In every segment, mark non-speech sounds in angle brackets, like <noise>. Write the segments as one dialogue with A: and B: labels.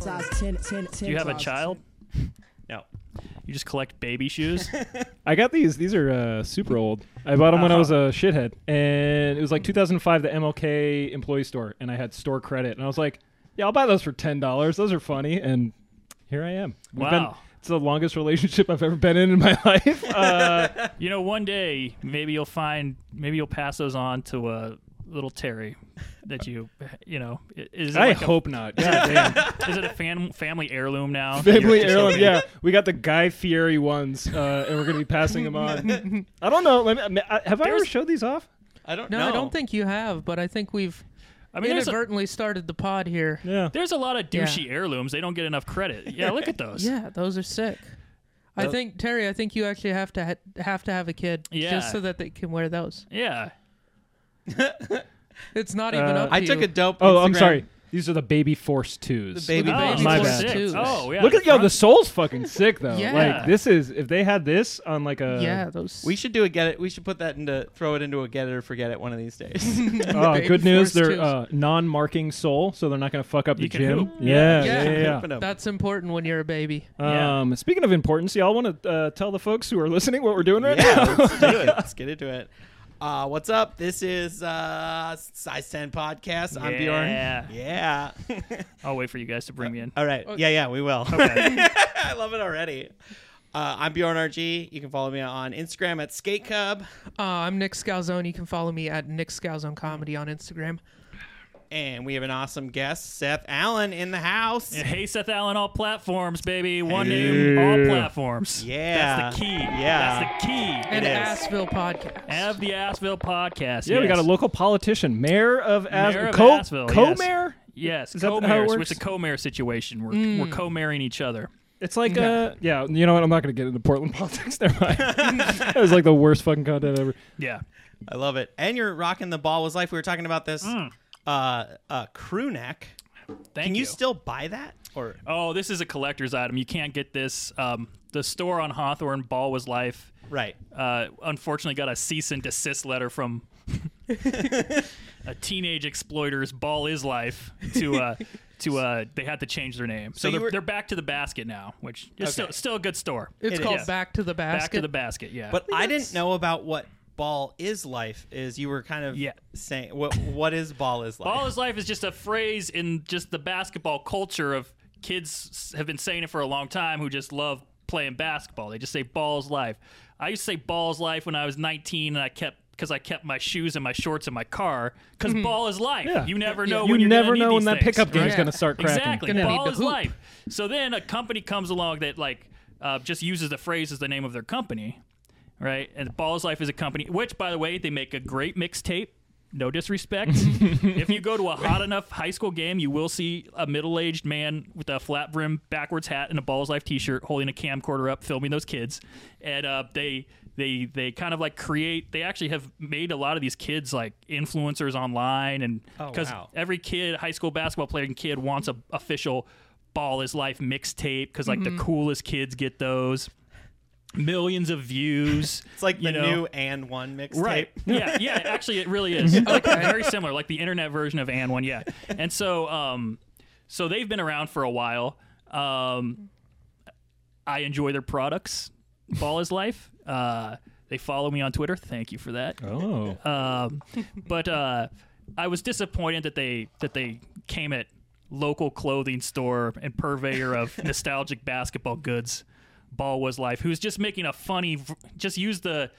A: San, San, San
B: Do you have a
A: Claus.
C: <laughs>
B: child? No. You just collect baby shoes?
D: I got these. These are uh, super old. I bought them when I was
B: Uh-huh.
D: a shithead, and it was like 2005, the MLK employee store, and I had store credit, and I was like, "Yeah, I'll buy those for ten dollars. Those are funny." And here I am. We've been-
B: Wow.
D: it's the longest relationship I've ever been in in my <laughs>
B: <laughs>
D: life. Uh,
B: you know, one day maybe you'll find maybe you'll pass those on to uh, little Terry that you you know i- is it
D: I
B: like a-
D: hope
B: <laughs>
D: not. God damn.
B: is it a fam- family heirloom now? that you're
D: Family
B: just
D: heirloom.
B: like-
D: Yeah, we got the Guy Fieri ones, uh, and we're gonna be passing
B: <laughs>
D: them on. I don't know. Let me, I- have I ever
B: There's-
D: showed these off?
E: I don't
C: No,
E: know.
C: I don't think you have, but I think we've
B: I mean, there's a,
C: inadvertently started the pod here.
D: Yeah.
B: there's a lot of
C: Yeah.
B: douchey heirlooms. They don't get enough credit. Yeah, look at those.
C: Yeah, those are sick. I
B: Tho-
C: think Terry, I think you actually have to ha- have to have a kid
B: Yeah.
C: just so that they can wear those.
B: Yeah.
C: It's not even
D: Uh,
C: up. To
D: I
E: I took
C: you.
E: a dope.
D: Oh, I'm
E: Instagram-
D: sorry. These are the Baby Force twos.
E: The baby
B: oh,
E: baby
D: My
B: four
D: bad.
B: six.
C: Too.
B: Oh, yeah.
D: Look at yo, the
B: front-
D: soul's fucking sick though.
C: Yeah.
D: Like this is if they had this on like a uh, <laughs>
C: yeah, those.
E: We should do a get it. We should put that into throw it into a get it or forget it one of these days. <laughs>
D: Oh,
C: Baby
D: good news,
C: Force
D: they're
C: twos.
D: uh, non-marking soul, so they're not gonna fuck up
B: You
D: the
B: can
D: gym.
B: hoop.
D: Yeah, yeah,
C: Yeah. You
D: yeah.
C: can
D: yeah.
E: Open up.
C: That's important when you're a baby.
B: Yeah.
D: Um, speaking of importance, y'all want to uh, tell the folks who are listening what we're doing
B: <laughs>
D: right now?
E: yeah,
D: <laughs>
E: let's do it. Let's get into it. Uh, what's up? This is uh, Size 10 Podcast. I'm
B: Yeah.
E: Bjorn. Yeah.
B: I'll wait for you guys to bring me in.
E: All right. Yeah, yeah, we will. <laughs>
D: Uh,
E: I love it already. Uh, I'm Bjorn RG. You can follow me on Instagram at Skate Cub.
C: Uh, I'm Nick Scalzone. You can follow me at Nick Scalzone Comedy on Instagram.
E: And we have an awesome guest, Seth Allen, in the house.
B: Yeah, Hey Seth Allen, all platforms, baby. One
E: Hey.
B: name, all platforms.
E: Yeah.
B: That's the key.
E: Yeah.
B: That's the key.
C: And
E: is.
C: Asheville Podcast.
B: Have the Asheville podcast.
D: Yeah, we got a
B: yes.
D: local politician, mayor of As-
B: Mayor of
D: co-
B: Asheville, yes.
D: co-mayor.
B: Yes,
D: Is that how it
B: co-mayors.
D: works? Mm.
B: It's a co-mayor situation. We're, we're co-marrying each other.
D: It's like
C: Okay.
D: uh, yeah. You know what? I'm not gonna get into Portland <laughs> politics. Never
B: <laughs>
D: mind. that was like the worst fucking content ever.
B: Yeah.
E: I love it. And you're rocking the ball was life. We were talking about this uh, uh, crew neck.
B: Mm. Thank
E: Can you
B: you.
E: still buy that? Or
B: Oh, this is a collector's item. You can't get this. Um, the store on Hawthorne, Ball Was Life,
E: right?
B: uh, unfortunately got a cease and desist letter from <laughs> a teenage exploiter's Ball Is Life to uh, to uh, they had to change their name. So,
E: you
B: they're,
E: were-
B: they're back to the basket now, which is still,
E: Okay.
B: still a good store.
C: it's
E: It
C: called
B: is.
C: Back to the Basket.
B: back to the basket, yeah.
E: But I didn't know about what ball is life is. You were kind of
B: Yeah.
E: saying what what is ball is life?
B: Ball is life is just a phrase in just the basketball culture of kids s- have been saying it for a long time who just love playing basketball. They just say balls life. I used to say balls life when I was 19 and I kept because I kept my shoes and my shorts in my car because ball is life.
D: Mm-hmm. Yeah.
B: You never know.
D: You
B: when you're gonna
D: never
B: need
D: know when
B: these
D: that
B: things,
D: pickup game is
C: right?
D: gonna start cracking.
B: Exactly.
C: Gonna need
B: Ball
C: to
B: is
C: hoop.
B: life. So then a company comes along that like uh, just uses the phrase as the name of their company, right? And Ball is Life is a company, which by the way, they make a great mixtape.
E: <laughs>
B: No disrespect. if you go to a hot enough high school game, you will see a middle-aged man with a flat brim backwards hat and a Balls Life T-shirt, holding a camcorder up, filming those kids. And uh, they they they kind of like create. They actually have made a lot of these kids like influencers online, and
E: Oh,
B: because
E: wow.
B: every kid, high school basketball playing kid wants a official ball is life mixtape because like
E: Mm-hmm.
B: the coolest kids get those millions of views.
E: <laughs> It's like the
B: you know?
E: new and one mixtape. <laughs>
B: Right. Yeah, yeah, actually it really is. Like very similar, like the internet version of and one, yeah. And so um so they've been around for a while. Um I enjoy their products. Ball is life. Uh they follow me on Twitter. Thank you for that. <laughs>
D: Oh,
B: Um, but uh, I was disappointed that they that they came at local clothing store and purveyor
C: <laughs>
B: of nostalgic basketball goods, Ball Was Life, who's just making a funny, v- just use the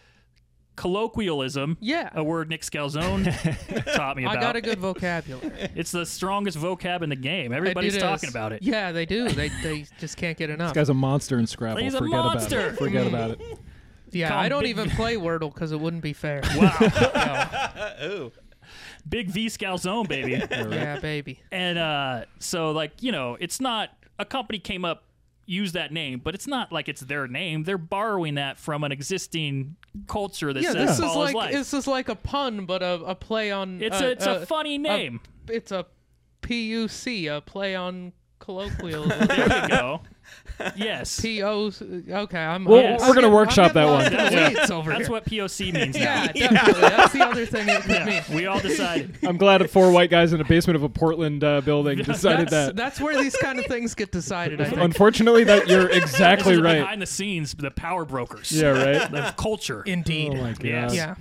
B: colloquialism.
C: Yeah.
B: a word Nick Scalzone
C: <laughs>
B: taught me
C: I
B: about.
C: got
B: <laughs>
C: a good vocabulary.
B: It's the strongest vocab in the game. Everybody's
C: It is.
B: talking about it.
C: Yeah, they do. They, they just can't get enough.
D: this guy's a monster in Scrabble.
B: He's a
D: Forget
B: monster.
D: about it. Forget about it.
C: Yeah,
B: Call
C: I
B: him
C: don't
B: Big-
C: even play Wordle because it wouldn't
B: <laughs>
C: be fair.
B: Wow,
E: Ooh.
B: big V Scalzone, baby.
C: <laughs> yeah, baby.
B: And uh, so, like, you know, it's not a company came up, used that name, but it's not like it's their name. They're borrowing that from an existing culture that
C: Yeah,
B: says
C: this is
B: ball
C: like
B: is life.
C: this is like a pun, but a, a play on.
B: it's
C: uh, <laughs>
B: a, it's a
C: uh,
B: funny name.
C: It's a PUC, a play on colloquial.
B: There you go. Yes.
C: P.O.'s. Okay, I'm.
D: Well,
B: Yes.
D: we're gonna
C: I'm
D: workshop that
C: getting lost
D: one.
C: in the
B: Yeah.
C: weeds over
B: That's
C: here.
B: what POC means now.
C: <laughs> Yeah, definitely. That's the other thing it could mean.
B: Yeah, we all
C: <laughs>
B: decided.
D: I'm glad that four white guys in the basement of a Portland uh, building decided
C: That's,
D: that.
C: that's where these kind of things get decided.
D: <laughs>
C: I think
D: Unfortunately,
B: <laughs>
D: that you're
B: This
D: exactly
B: is
D: right.
B: Behind the scenes, the power brokers.
D: Yeah,
B: <laughs>
D: right.
B: The culture.
C: <laughs> Indeed.
D: Oh my god.
B: Yes.
C: yeah.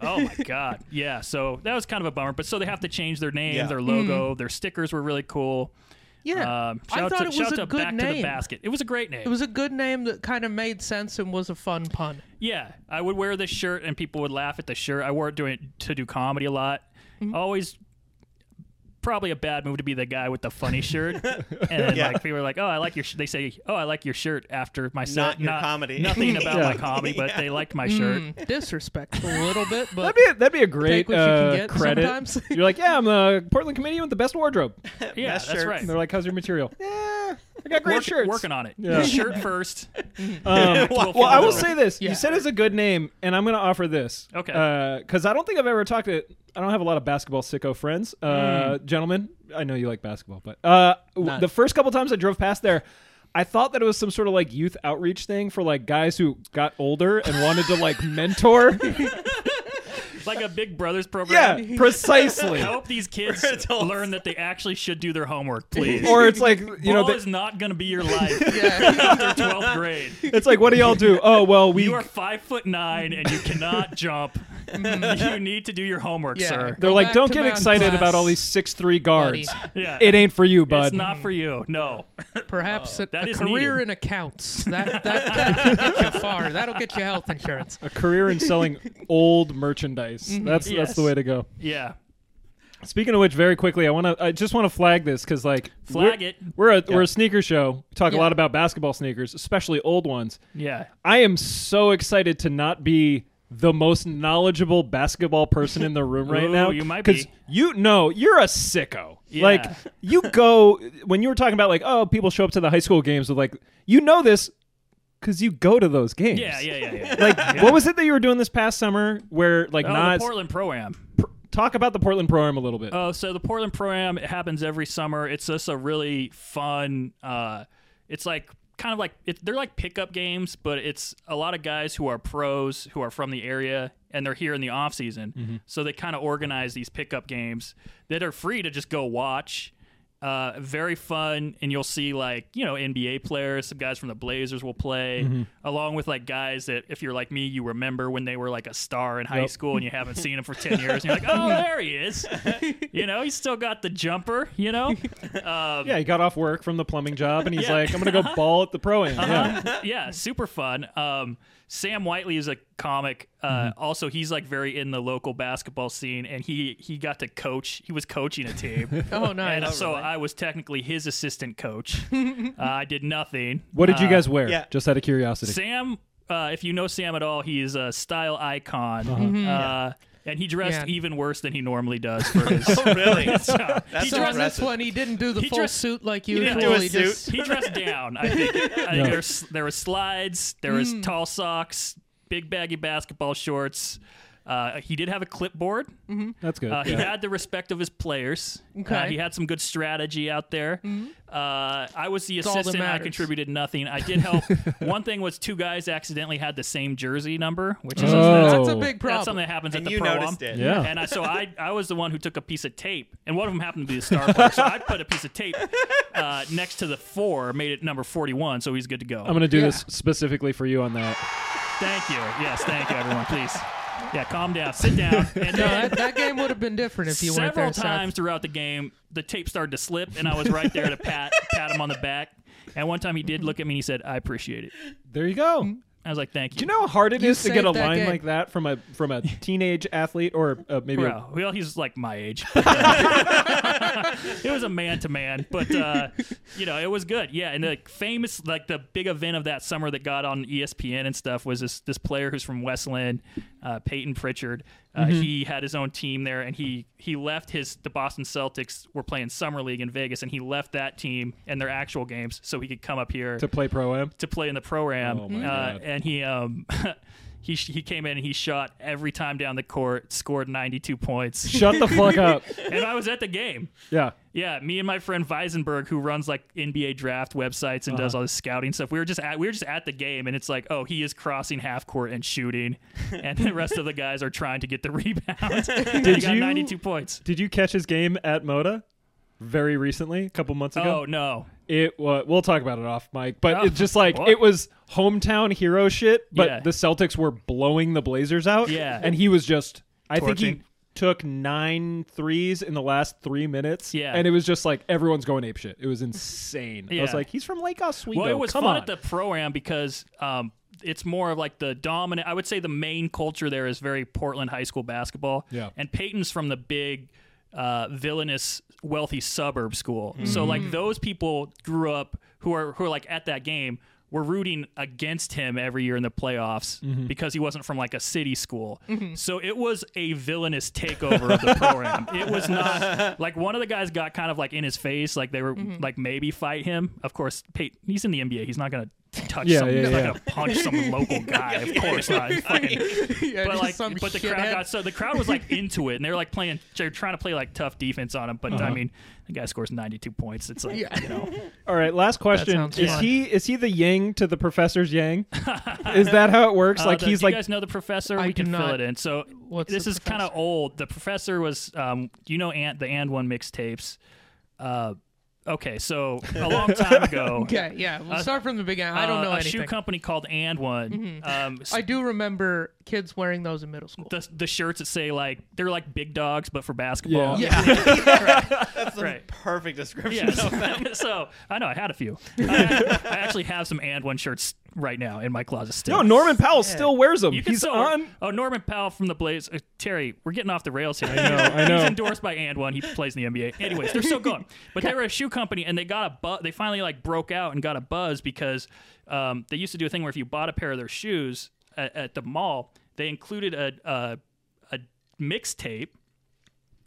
B: Oh my god. Yeah. So that was kind of a bummer. But so they have to change their name,
E: Yeah.
B: their logo, their stickers were really cool.
C: Mm. Yeah.
B: Um, shout
C: I
B: out
C: thought
B: to,
C: it
B: shout out
C: was a
B: to
C: good
B: Back to the
C: name.
B: Basket. It was a great name.
C: It was a good name that kind of made sense and was a fun pun.
B: yeah, I would wear this shirt and people would laugh at the shirt. I wore it doing to do comedy a lot.
E: Mm-hmm.
B: Always probably a bad move to be the guy with the funny shirt.
E: <laughs>
B: and then,
E: Yeah.
B: like people are like, "Oh, I like your sh-. they say, "Oh, I like your shirt" after my set.
E: Not your comedy.
B: Nothing
E: <laughs>
B: about
D: Yeah.
B: my comedy, but they liked my shirt.
C: Mm, disrespectful a little bit, but
D: That'd be a, that'd be a great
C: Take what you can
D: uh,
C: get
D: credit.
C: sometimes.
D: <laughs> You're like, yeah, I'm the Portland comedian with the best wardrobe.
B: Yeah,
E: Best
B: that's
E: shirts.
B: right.
D: And they're like, how's your
C: <laughs>
D: material? Yeah, I got great
B: Work-
D: shirts.
B: Working on it.
D: Yeah.
B: Shirt first.
D: Um,
B: We'll
D: well, I
B: follow
D: will
B: it. <laughs>
D: say this.
C: Yeah.
D: You said it's a good name, and I'm going to offer this.
B: Okay.
D: Because I don't think I've ever talked to. I don't have a lot of basketball sicko friends. Uh,
B: Hmm.
D: Gentlemen, I know you like basketball, but uh, w-
E: None.
D: the first couple times I drove past there, I thought that it was some sort of like youth outreach thing for like guys who got older and wanted
B: <laughs>
D: to like mentor.
B: like a Big Brothers program.
D: yeah, precisely.
B: Help these kids
E: For <laughs> adults.
B: learn that they actually should do
E: <laughs>
B: their homework, please.
D: <laughs> or it's
B: <laughs>
D: like you know,
B: Ball
D: they-
B: is not going to be your life <laughs>
C: yeah.
B: after 12th grade.
D: it's like what do y'all do? Oh well, we
B: You are five foot nine and you
D: <laughs>
B: cannot jump. you need to do your homework,
C: Yeah.
B: sir.
D: they're
C: Go
D: like
C: back
D: don't
C: to
D: get
C: math
D: excited
C: class,
D: about all these six three guards.
B: <laughs> Yeah,
D: It ain't for you, bud.
B: it's not for you.
D: <laughs>
B: No,
C: Perhaps a,
B: Oh, that
C: a
B: is
C: career
B: needed. <laughs>
C: in accounts. That, that, that'll get you far. That'll get you health insurance.
D: A career in selling old merchandise. That's that's
B: Yes.
D: the way to go.
B: yeah.
D: Speaking of which, very quickly, I want to. I just want to flag this because, like,
B: Flag
D: we're,
B: it.
D: We're a we're a sneaker show. We talk a
C: Yeah.
D: lot about basketball sneakers, especially old ones.
B: Yeah,
D: I am so excited to not be the most knowledgeable basketball person in the room right
B: Ooh,
D: now.
B: you might
D: because
B: be.
D: you know you're a sicko.
B: Yeah.
D: Like
B: <laughs>
D: you go when you were talking about like oh people show up to the high school games with like you know this because you go to those games.
B: yeah, yeah, yeah. yeah.
D: Like what was it that you were doing this past summer where like
B: oh,
D: not
B: the Portland Pro Am.
D: talk about the Portland program a little bit.
B: Oh, so the Portland Pro Am it happens every summer. It's just a really fun. Uh, it's like kind of like it, they're like pickup games, but it's a lot of guys who are pros who are from the area and they're here in the off season. So they kind of organize these pickup games that are free to just go watch. Uh, very fun, and you'll see like you know NBA players, some guys from the Blazers will play, along with like guys that if you're like me, you remember when they were like a star in high
D: Yep.
B: school and you haven't seen him for ten years, and you're like, oh, there he is. You know, he's still got the jumper. You know, um,
D: yeah, he got off work from the plumbing job and he's
B: Yeah. Uh-huh.
D: like I'm gonna
B: <laughs>
D: go ball at the pro am. Yeah.
B: yeah. super fun. Um, Sam Whiteley is a comic. Uh, Also, he's like very in the local basketball scene, and he he got to coach. He was coaching a team.
C: Oh,
B: And
C: nice.
B: so I was technically his assistant coach. uh, I did nothing.
D: What did you
B: Uh,
D: guys wear?
E: yeah.
D: Just out of curiosity.
B: Sam, uh, if you know Sam at all, he's a style icon. uh And he dressed
C: Yeah.
B: even worse than he normally does for his. <laughs>
E: Oh, <laughs> really?
B: job.
E: That's
B: he
C: So on
B: dressed
C: this
E: impressive.
C: one, he didn't do the
B: He
C: full
B: dressed-
C: suit like
B: he
C: usual.
B: didn't
E: do a
C: he
E: suit.
C: just-
B: He dressed down. I think, I think
D: Yeah.
B: there's, there were slides, there
C: Hmm.
B: was tall socks, big baggy basketball shorts. Uh, he did have a clipboard.
D: That's good.
B: Uh, he
D: yeah.
B: had the respect of his players.
C: Mm-hmm. Okay. Mm-hmm.
B: Uh, he had some good strategy out there. Uh, I was the
C: all that
B: assistant. I
C: matters.
B: contributed nothing. I did
D: <laughs>
B: help. One thing was two guys accidentally had the same jersey number, which is
D: Oh.
C: That's a big
B: that's
C: problem.
B: something that happens
E: And
B: at the
E: you
B: pro
E: noticed it.
C: Oh.
D: Yeah.
B: And I, so I, I was the one who took a piece of tape, and one of them happened to be the star player. So I put a piece of tape uh, next to the four, made it number forty-one, so he's good to go.
D: I'm gonna do
C: Yeah.
D: this specifically for you on that.
B: thank you. Yes, thank you, everyone. Please, yeah, calm down, sit
C: <laughs>
B: down. And
C: No,
B: then
C: that, that game would have been different if you weren't
B: several
C: there.
B: times
C: Seth.
B: throughout the game, the tape started to slip, and I was right there to pat pat him on the back. And one time he did look at me and he said, "I appreciate it."
D: There you go.
B: I was like, "Thank you."
D: Do you know how hard it is
C: Mm-hmm. You
D: to get
C: saved
D: a
C: that
D: line
C: game.
D: like that from a from
C: <laughs>
D: a teenage athlete or uh, maybe a
B: Bro, well, he's like my
D: <laughs>
B: age. it was a man to man, but uh, you know, it was good. Yeah, and the famous, like the big event of that summer that got on E ESPN and stuff was this this player who's from Westland, uh, Peyton Pritchard. Uh,
D: Mm-hmm.
B: He had his own team there, and he he left his the Boston Celtics were playing summer league in Vegas, and he left that team and their actual games so he could come up here
D: to play pro am.
B: to play in the pro am,
D: Oh my
B: uh,
D: God.
B: and he um, <laughs> He sh- he came in and he shot every time down the court, scored 92
D: <laughs>
B: points,
D: Shut the fuck up.
C: <laughs>
B: and I was at the game.
D: Yeah.
B: Yeah, me and my friend Weisenberg, who runs like NBA draft websites and
D: Uh-huh.
B: does all this scouting stuff, we were just at we were just at the game, and it's like, oh, he is crossing half court and shooting, and the rest of the guys are trying to get the <laughs>
D: <laughs>
B: rebound. Did he got
D: you-
B: 92 points?
D: Did you catch his game at Moda? Very recently, a couple months ago.
B: Oh no,
D: It wa we'll talk about it off mic, but
B: Oh,
D: it's just like
B: what?
D: it was hometown hero shit. But
B: Yeah.
D: the Celtics were blowing the Blazers out.
B: Yeah.
D: and he was just. I think he
B: Torching.
D: took nine threes in the last three minutes.
B: Yeah.
D: and it was just like everyone's going ape shit. It was insane. I was
B: Yeah.
D: like, he's from Lake Oswego.
B: Well, it was
D: Come
B: fun
D: on.
B: at the program because um, it's more of like the dominant. I would say the main culture there is very Portland high school basketball.
D: Yeah.
B: and Peyton's from the big. Uh, villainous wealthy suburb school so
D: Mm-hmm.
B: like those people grew up who are who are like at that game were rooting against him every year in the playoffs
D: Mm-hmm.
B: because he wasn't from like a city school so it was a villainous takeover of the
D: <laughs>
B: program it was not like one of the guys got kind of like in his face like they were
D: Mm-hmm.
B: like maybe fight him of course Peyton, he's in the nba he's not gonna touch
D: Yeah,
B: some
D: yeah,
B: he's
D: yeah.
B: not gonna punch some
D: <laughs>
B: local guy of course not He's fucking
C: <laughs> yeah,
B: but
C: just
B: like,
C: some
B: but the
C: shithead.
B: crowd got so the crowd was like into it, and they were like playing, they're trying to play like tough defense on him. But
C: Uh-huh.
B: I mean, the guy scores ninety two points. It's like,
C: Yeah.
B: you
C: <laughs>
B: know,
D: All right, last question:
C: sounds
D: Is
C: fun.
D: he is he the Yang to the
B: <laughs>
D: professor's Yang? is that how it works?
B: Uh,
D: like
B: the-
D: he's
B: do
D: like
B: you guys know the professor.
C: I
B: we can
C: do
B: fill it
C: not.
B: in. So
C: What's
B: this
C: the
B: is kind of
C: professor?
B: old. The professor was, um, you know, Ant the and one mixtapes. Uh, okay, so a long time ago.
C: <laughs> Okay, yeah. We'll start from the beginning. I
B: uh,
C: don't know
B: a shoe
C: anything. Mm-hmm.
B: company called And One. Um, s-
C: I do remember kids wearing those in middle school.
B: the, the shirts that say like they're like big dogs, but for basketball.
C: yeah.
E: <laughs> That's the
B: Right.
E: perfect
D: <laughs>
E: description.
B: Yeah. <laughs> So, so, I know I had a few. I, I actually have some and one shirts right now in my closet still.
D: no. Norman Powell still wears them.
B: You can
D: He's
B: still-
D: on.
B: Oh, Norman Powell from the Blaze. Uh, Terry, we're getting off the rails here. I
D: know, I
B: <laughs>
D: know.
B: He's endorsed by and one. He plays in the NBA. Anyways, they're still going. But
D: <laughs>
B: they were a shoe company, and they got a bu- They finally like broke out and got a buzz because um, they used to do a thing where if you bought a pair of their shoes at, at the mall, they included a a, a mixtape.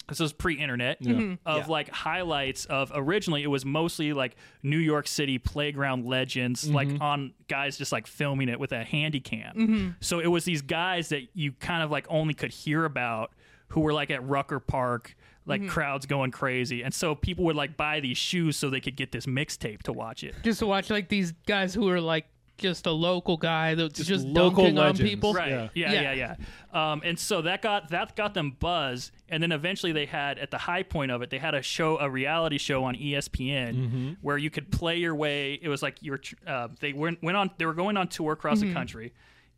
B: This was pre-internet of like highlights of originally it was mostly like New York City playground legends, like on guys just like filming it with a handy cam. So it was these guys that you kind of like only could hear about who were like at Rucker Park, like crowds going crazy, and so people would like buy these shoes so they could get this mixtape to watch it.
C: <laughs> just to watch like these guys who are like just a local guy that's just,
D: local
C: dunking
D: legends.
C: on people.
B: Right.
D: Yeah.
B: Yeah. Yeah.
C: Yeah.
B: Yeah. Um, and so that got that got them buzz, and then eventually they had at the high point of it, they had a show, a reality show on E ESPN, where you could play your way. It was like you were. tr- Uh, they went went on. They were going on tour across
C: Mm-hmm.
B: the country,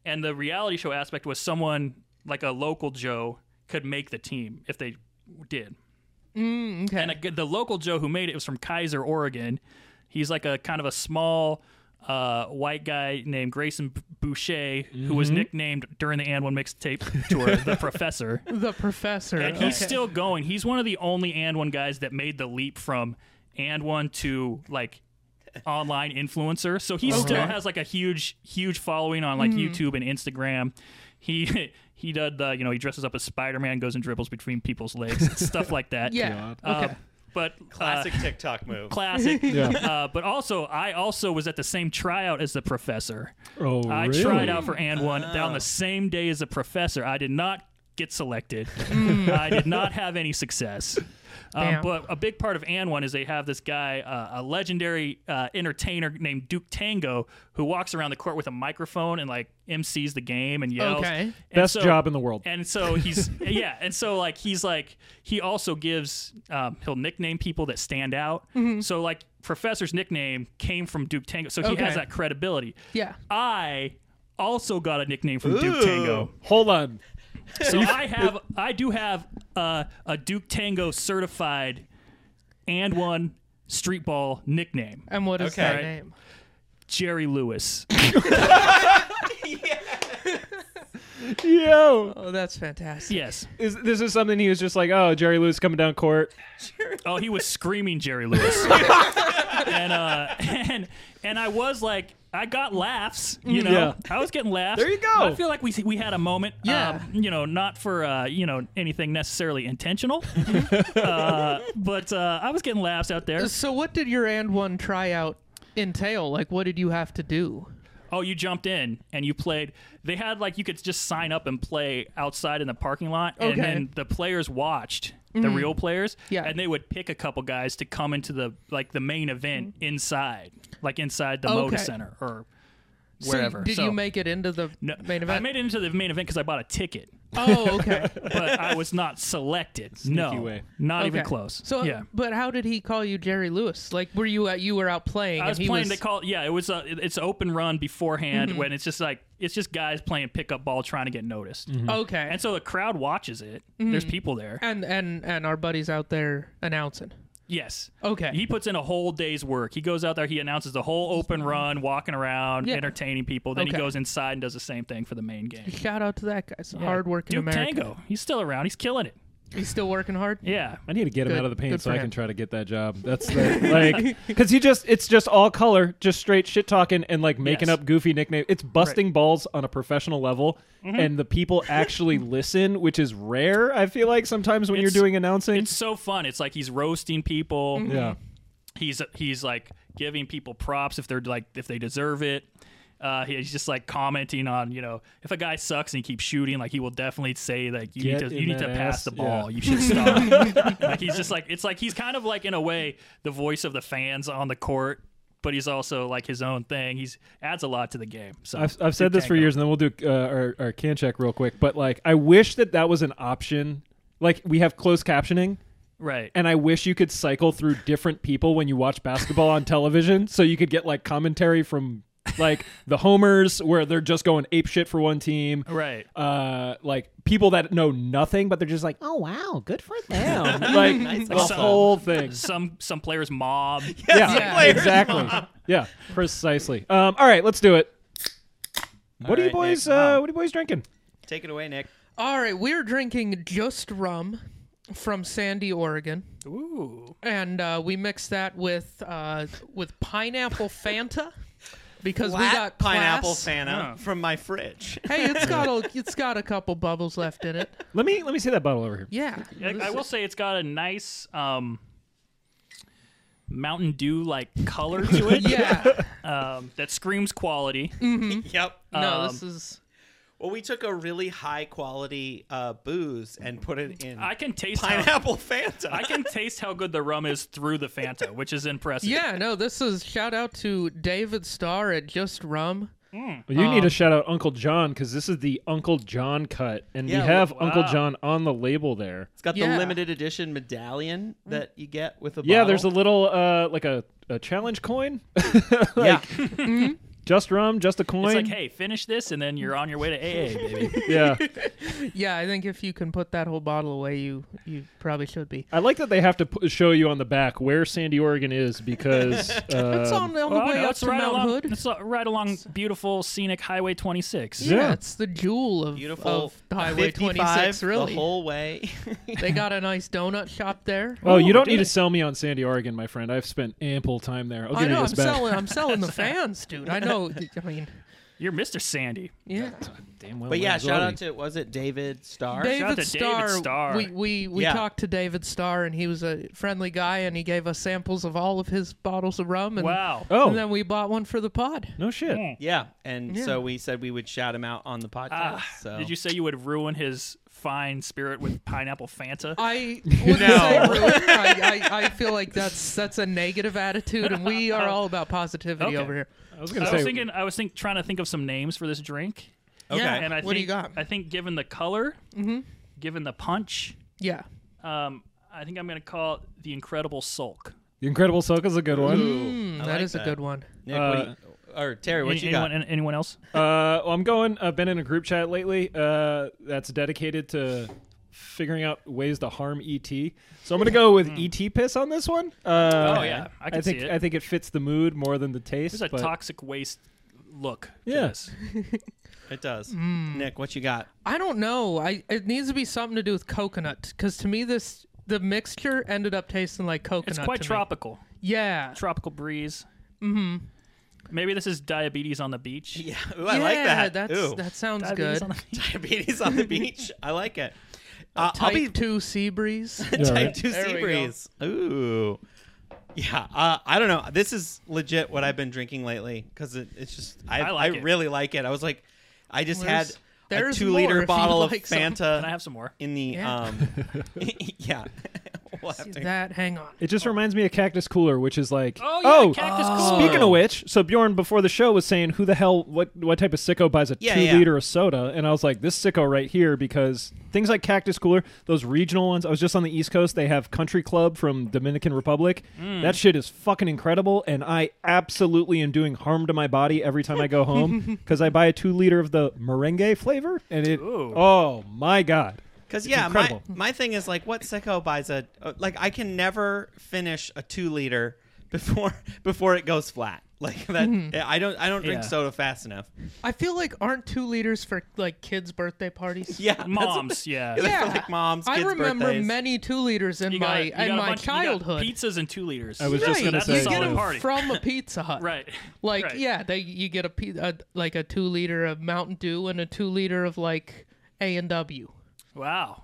B: and the reality show aspect was someone like a local Joe could make the team if they did.
C: Mm, okay.
B: And a, good- the local Joe who made it was from Kaiser, Oregon. He's like a kind of a small uh, white guy named Grayson B- Boucher, who was nicknamed during the And One mixtape tour the Professor.
C: the professor. Uh,
B: And he's
C: okay.
B: still going. He's one of the only And One guys that made the leap from And One to like online influencer. So he still has like a huge, huge following on like YouTube and Instagram. He <laughs> he did the you know he dresses up as Spider Man, goes and dribbles between people's legs, stuff like that.
C: yeah.
B: Uh,
C: Okay.
B: but uh,
E: Classic TikTok move.
B: classic.
D: <laughs> Yeah.
B: Uh, but also, I also was at the same tryout as the professor.
D: Oh,
B: I
D: really?
B: tried out for and one on
C: Ah.
B: the same day as the professor. I did not get selected.
C: <laughs>
B: I did not have any success. Um,
C: Hmm. Damn.
B: but a big part of and one is they have this guy, uh, a legendary uh, entertainer named Duke Tango, who walks around the court with a microphone and like MCs the game and yells.
C: Okay.
B: And
D: Best
B: so-
D: job in the world.
B: and so he's yeah, and so like he's like he also gives um, he'll nickname people that stand out. So like Professor's nickname came from Duke Tango, so he
C: Okay.
B: has that credibility.
C: Yeah.
B: I also got a nickname from
E: Ooh.
B: Duke Tango,
D: Hold on.
B: so I have I do have uh, a Duke Tango certified and one street ball nickname,
C: And what is
E: Okay.
C: that
E: Right.
C: name?
B: Jerry Lewis.
D: Yo,
C: Oh, that's fantastic.
B: yes.
D: is this is something he was just like, oh, Jerry Lewis coming down court.
B: Oh, he
D: <laughs>
B: was screaming Jerry Lewis. and uh <laughs> and and I was like I got laughs, you know.
D: Mm, Yeah.
B: I was getting laughs.
D: There you go.
B: I feel like we we had a moment.
C: Yeah.
B: um, you know, not for uh, you know anything necessarily
D: <laughs>
B: intentional, uh, but uh, I was getting laughs out there.
C: So what did your and one tryout entail? Like, what did you have to do?
B: Oh, you jumped in and you played. They had like you could just sign up and play outside in the parking lot, and
C: Okay. Mm.
B: then the players watched the real players.
C: Yeah.
B: and they would pick a couple guys to come into the like the main event inside, like inside the
C: Mm. Oh, Okay.
B: Moda Center or wherever.
C: So did
B: So-
C: you make it into the
B: No,
C: main event?
B: I made it into the main event because I bought a ticket,
C: oh, okay.
B: but I was
C: <laughs>
B: not selected. no,
D: way.
B: <laughs> not even
C: Okay.
B: close.
C: So, uh,
B: yeah.
C: but how did he call you Jerry Lewis? Like, were you at, you were out playing?
B: I was
C: and he
B: playing.
C: Was, Mm-hmm.
B: They call it, yeah. It was a. it- It's an open run beforehand when it's just like it's just guys playing pickup ball trying to get noticed.
C: okay,
B: And so the crowd watches it. There's
C: Mm.
B: people there.
C: and and and our buddies out there announcing.
B: Yes.
C: Okay.
B: He puts in a whole day's work. He goes out there. He announces the whole open run, walking around,
C: Yeah.
B: entertaining people. Then he
C: Okay.
B: goes inside and does the same thing for the main game.
C: Shout out to that guy. It's a
B: Yeah.
C: hard working
B: Duke
C: American.
B: Tango. He's still around. He's killing it.
C: He's still working hard.
B: Yeah.
D: I need to get him
C: Good-
D: out of the paint
C: good
D: so I
C: for him.
D: can try to get that
C: <laughs>
D: job. That's the, like because he just it's just all color, just straight shit talking and like making
B: Yes.
D: up goofy nicknames. It's busting balls on a professional level,
C: Mm-hmm.
D: and the people
C: <laughs>
D: actually listen, which is rare. I feel like sometimes when
B: It's-
D: you're doing announcing,
B: It's so fun. It's like he's roasting
C: Mm-hmm.
B: people.
D: yeah,
B: he's he's like giving people props if they're like if they deserve it. Uh, he's just like commenting on you know if a guy sucks and he keeps shooting, like he will definitely say like you
D: Get
B: need to
D: in
B: you need to
D: that ass.
B: pass the ball,
D: Yeah.
B: you should
D: <laughs>
B: stop. like he's just like it's like he's kind of like in a way the voice of the fans on the court. But he's also like his own thing. He's adds a lot to the game. So
D: I've, I've said this for years, and then we'll do uh, our, our can check real quick. But like, I wish that that was an option. Like, we have closed captioning,
B: right?
D: and I wish you could cycle through different people when you watch basketball on television, so you could get like commentary from like the homers where they're just going ape shit for one team,
B: right.
D: uh, like people that know nothing, but they're just like, oh wow, good for
E: <laughs>
D: them, like the
B: Like some-
D: whole thing.
B: Some some players
D: <laughs>
B: mob.
E: Yes,
C: Yeah.
E: players
D: exactly.
E: mom.
D: Yeah, precisely. Um, all right, let's do it. What are
E: right,
D: you
E: Nick.
D: boys? Uh,
E: Wow.
D: what are you boys drinking?
E: Take it away, Nick.
C: All right, we're drinking just rum from Sandy, Oregon,
B: Ooh.
C: and uh, we mixed that with uh, with pineapple Fanta because
E: Flat
C: we got
E: pineapple
C: class.
E: Santa
B: Oh.
E: from my fridge.
C: Hey, it's got a it's got a couple bubbles left
B: <laughs>
C: in it.
D: Let me let me see that bottle over here.
C: Yeah,
B: I, I will say it's got a nice um, Mountain Dew like color to it.
C: <laughs> <laughs> Yeah, Mm.
B: um, that screams quality.
C: Mm-hmm.
E: <laughs> yep.
C: no, this is
E: Well, we took a really high quality uh, booze and put it in
B: I can taste how,
E: pineapple Fanta.
B: <laughs> I can taste how good the rum is through the Fanta, which is impressive.
C: yeah, no, this is shout out to David Starr at Just Rum.
D: Well, you need to shout out Uncle John because this is the Uncle John cut, and
E: Yeah,
D: we have
B: wow.
D: Uncle John on the label there.
E: it's got
C: Yeah. Mm.
E: the limited edition medallion that you get with a
D: Yeah,
E: bottle.
D: there's a little uh, like a, a challenge coin, <laughs>
E: yeah.
D: just rum, just a coin.
B: It's like, hey, finish this, and then you're on your way to AA,
C: <laughs>
B: baby.
D: Yeah,
C: Yeah, I think if you can put that whole bottle away, you you probably should be.
D: I like that they have to p- show you on the back where Sandy, Oregon is because
C: It's
D: um,
C: on the
B: Oh,
C: way
B: no,
C: up
B: it's
C: to
B: right
C: Mount
B: along.
C: Hood.
B: It's uh, right along beautiful scenic Highway 26.
C: Yeah,
D: Yeah.
C: it's the jewel of,
E: Beautiful
C: of Highway
E: 55
C: 26, really.
E: The whole
C: <laughs>
E: way.
C: they got a nice donut shop there.
D: Oh, you don't
B: do
D: need to
B: they?
D: sell me on Sandy, Oregon, my friend. I've spent ample time there. I'll give
C: I know,
D: you
C: I'm
D: this back.
C: selling, I'm selling the fans, dude. I know, I mean,
B: You're Mr. Sandy.
C: yeah.
D: <laughs> Damn well
E: but yeah,
D: lands
E: shout
D: already.
E: out to was it David Starr?
B: out
C: David
B: to
C: Starr,
B: David Starr.
C: we, we, we
E: Yeah.
C: talked to David Starr, and he was a friendly guy, and he gave us samples of all of his bottles of rum. And,
B: Wow.
D: Oh.
C: And then we bought one for the pod.
D: No shit.
E: Yeah, and
C: Yeah.
E: so we said we would shout him out on the podcast.
B: Ah,
E: so
B: Did you say you would ruin his fine spirit with pineapple Fanta?
D: <laughs>
C: I wouldn't say ruined. I, I, I feel like that's that's a negative attitude, and we are all about positivity
B: Okay.
C: over here.
D: I was gonna
B: I
D: say
B: was thinking. I was think, trying to think of some names for this drink.
E: Okay.
C: Yeah.
B: And I
C: what
B: think,
C: do you got? Mm-hmm.
B: I think given the color, given the punch,
C: yeah.
B: um, I think I'm going to call it the Incredible Sulk.
D: the Incredible Silk is a good one.
E: Ooh, I
C: Hmm, That is
E: like
C: a good one.
E: Nick, what
C: uh,
E: do you, or Terry, what
B: Any-
E: you
B: anyone,
E: got?
B: an- anyone else?
D: Uh, well, I'm going. I've been in a group chat lately uh, that's dedicated to figuring out ways to harm ET. So I'm gonna go with ET piss on this one. Uh,
B: Oh, yeah. I can see
D: think
B: it.
D: I think it fits the mood more than the taste.
B: There's a
D: but
B: toxic waste look.
D: Yeah.
B: Yes.
E: It does.
C: Mm.
E: Nick, what you got? <laughs>
C: I don't know. I it needs to be something to do with coconut because to me this the mixture ended up tasting like coconut.
B: It's quite
C: to me.
B: tropical.
C: Yeah.
B: Tropical breeze. Mm-hmm. Maybe this is diabetes on the beach.
E: Yeah, ooh, I
C: yeah,
E: like that.
C: That's,
E: ooh.
C: That sounds
B: Diabetes
C: good.
B: on the
C: <laughs>
E: <laughs>
B: beach.
E: diabetes on the beach. I like it. Uh, I'll
C: Type
E: be
C: two sea breeze.
E: <laughs>
D: Yeah,
E: type
D: right.
E: two
C: There
E: sea
C: we go.
E: breeze. Ooh, Yeah, uh, I don't know. This is legit what I've been drinking lately because it, it's just I,
B: I
E: I,
B: like it.
E: really like it. I was like, I just
C: There's-
E: had a
C: there's
E: two
C: more if
E: liter
C: you'd
E: bottle of
C: like some.
E: Fanta
B: Can I have some more?
E: in the
C: Yeah.
E: um,
C: <laughs>
E: <laughs> yeah. <laughs> we'll have to-
C: That, hang on.
D: It just reminds me of Cactus Cooler, which is like,
B: Oh, yeah, the Cactus Cooler.
D: Speaking of which, so Bjorn before the show was saying, "Who the hell? What what type of sicko buys a
E: Yeah,
D: two
E: yeah.
D: liter of soda?" And I was like, "This sicko right here," because things like Cactus Cooler, those regional ones. I was just on the East Coast. They have Country Club from Dominican Republic. That shit is fucking incredible, and I absolutely am doing harm to my body every time I go home because I buy a two liter of the merengue flavor, and it.
B: Ooh.
D: Oh my god.
E: Because yeah, my,
D: incredible.
E: my thing is like, what sicko buys a uh, like? I can never finish a two liter <laughs> before before it goes flat. <laughs> Like that,
C: Mm-hmm.
E: I don't I don't drink
B: Yeah.
E: soda fast enough. <laughs>
C: I feel like aren't two liters for like kids' birthday parties?
E: Yeah, that's what-
B: <laughs> Moms, yeah.
E: <laughs> they're for, like moms.
C: I
E: kids
C: remember
E: birthdays.
C: many two liters in
B: You got-
C: my
B: you got
C: in
B: a
C: my
B: bunch- you got
C: childhood.
B: pizzas and two liters.
D: I was just
C: Right,
D: gonna
C: you
B: That's a
D: say
C: get
B: solid
C: them
B: party.
C: from
B: <laughs>
C: a Pizza Hut,
B: Right.
C: <laughs> Like
B: Right.
C: yeah, they you get a, pi- a like a two liter of Mountain Dew and a two liter of like A and W.
B: Wow.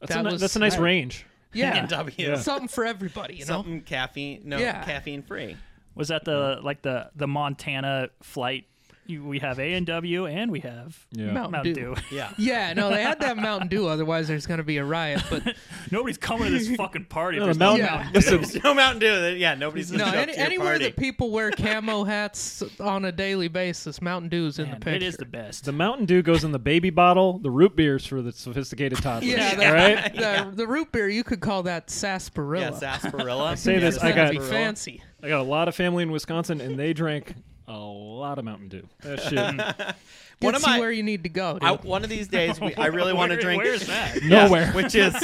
D: That's,
C: That
D: a, ni-
C: was-
D: that's a nice
C: that-
D: range.
E: <laughs>
C: Yeah,
E: A&W.
C: something for everybody, you know.
E: something caffeine no
C: Yeah.
E: caffeine free.
B: Was that the like the the Montana flight? You, we have A and W, and we have
D: Yeah.
C: Mountain,
B: Mountain
C: Dew.
B: Dew.
E: Yeah.
C: Yeah, no, they had that Mountain Dew. Otherwise, there's going to be a riot. But
B: <laughs> Nobody's coming to this fucking party. if
D: <laughs> No,
B: there's
D: the
B: no
D: Mountain-
C: Yeah.
D: Listen,
E: There's <laughs> no Mountain Dew. that- Yeah, nobody's
C: no,
E: gonna show up
C: any,
E: to your
C: anywhere
E: party.
C: that people wear camo hats on a daily basis, Mountain Dew's in
B: Man,
C: the picture.
B: It is the best.
D: The Mountain Dew goes in the baby bottle. The root beers for the
C: <laughs>
D: sophisticated toddlers. <laughs>
C: Yeah,
D: all
C: the,
D: right.
C: <laughs> the, the root beer you could call that sarsaparilla.
E: yeah,
C: <laughs>
E: sarsaparilla. I
D: say this, I
C: That'd
D: got-
C: be fancy.
D: I got a lot of family in Wisconsin, and they drank a lot of Mountain Dew. That shit.
C: Gets
E: One of
C: you
E: my-
C: where you need to go. Dude.
E: I, one of these days, we, I really want to
B: Where-
E: drink.
B: Where's that?
D: Nowhere.
E: <laughs> which is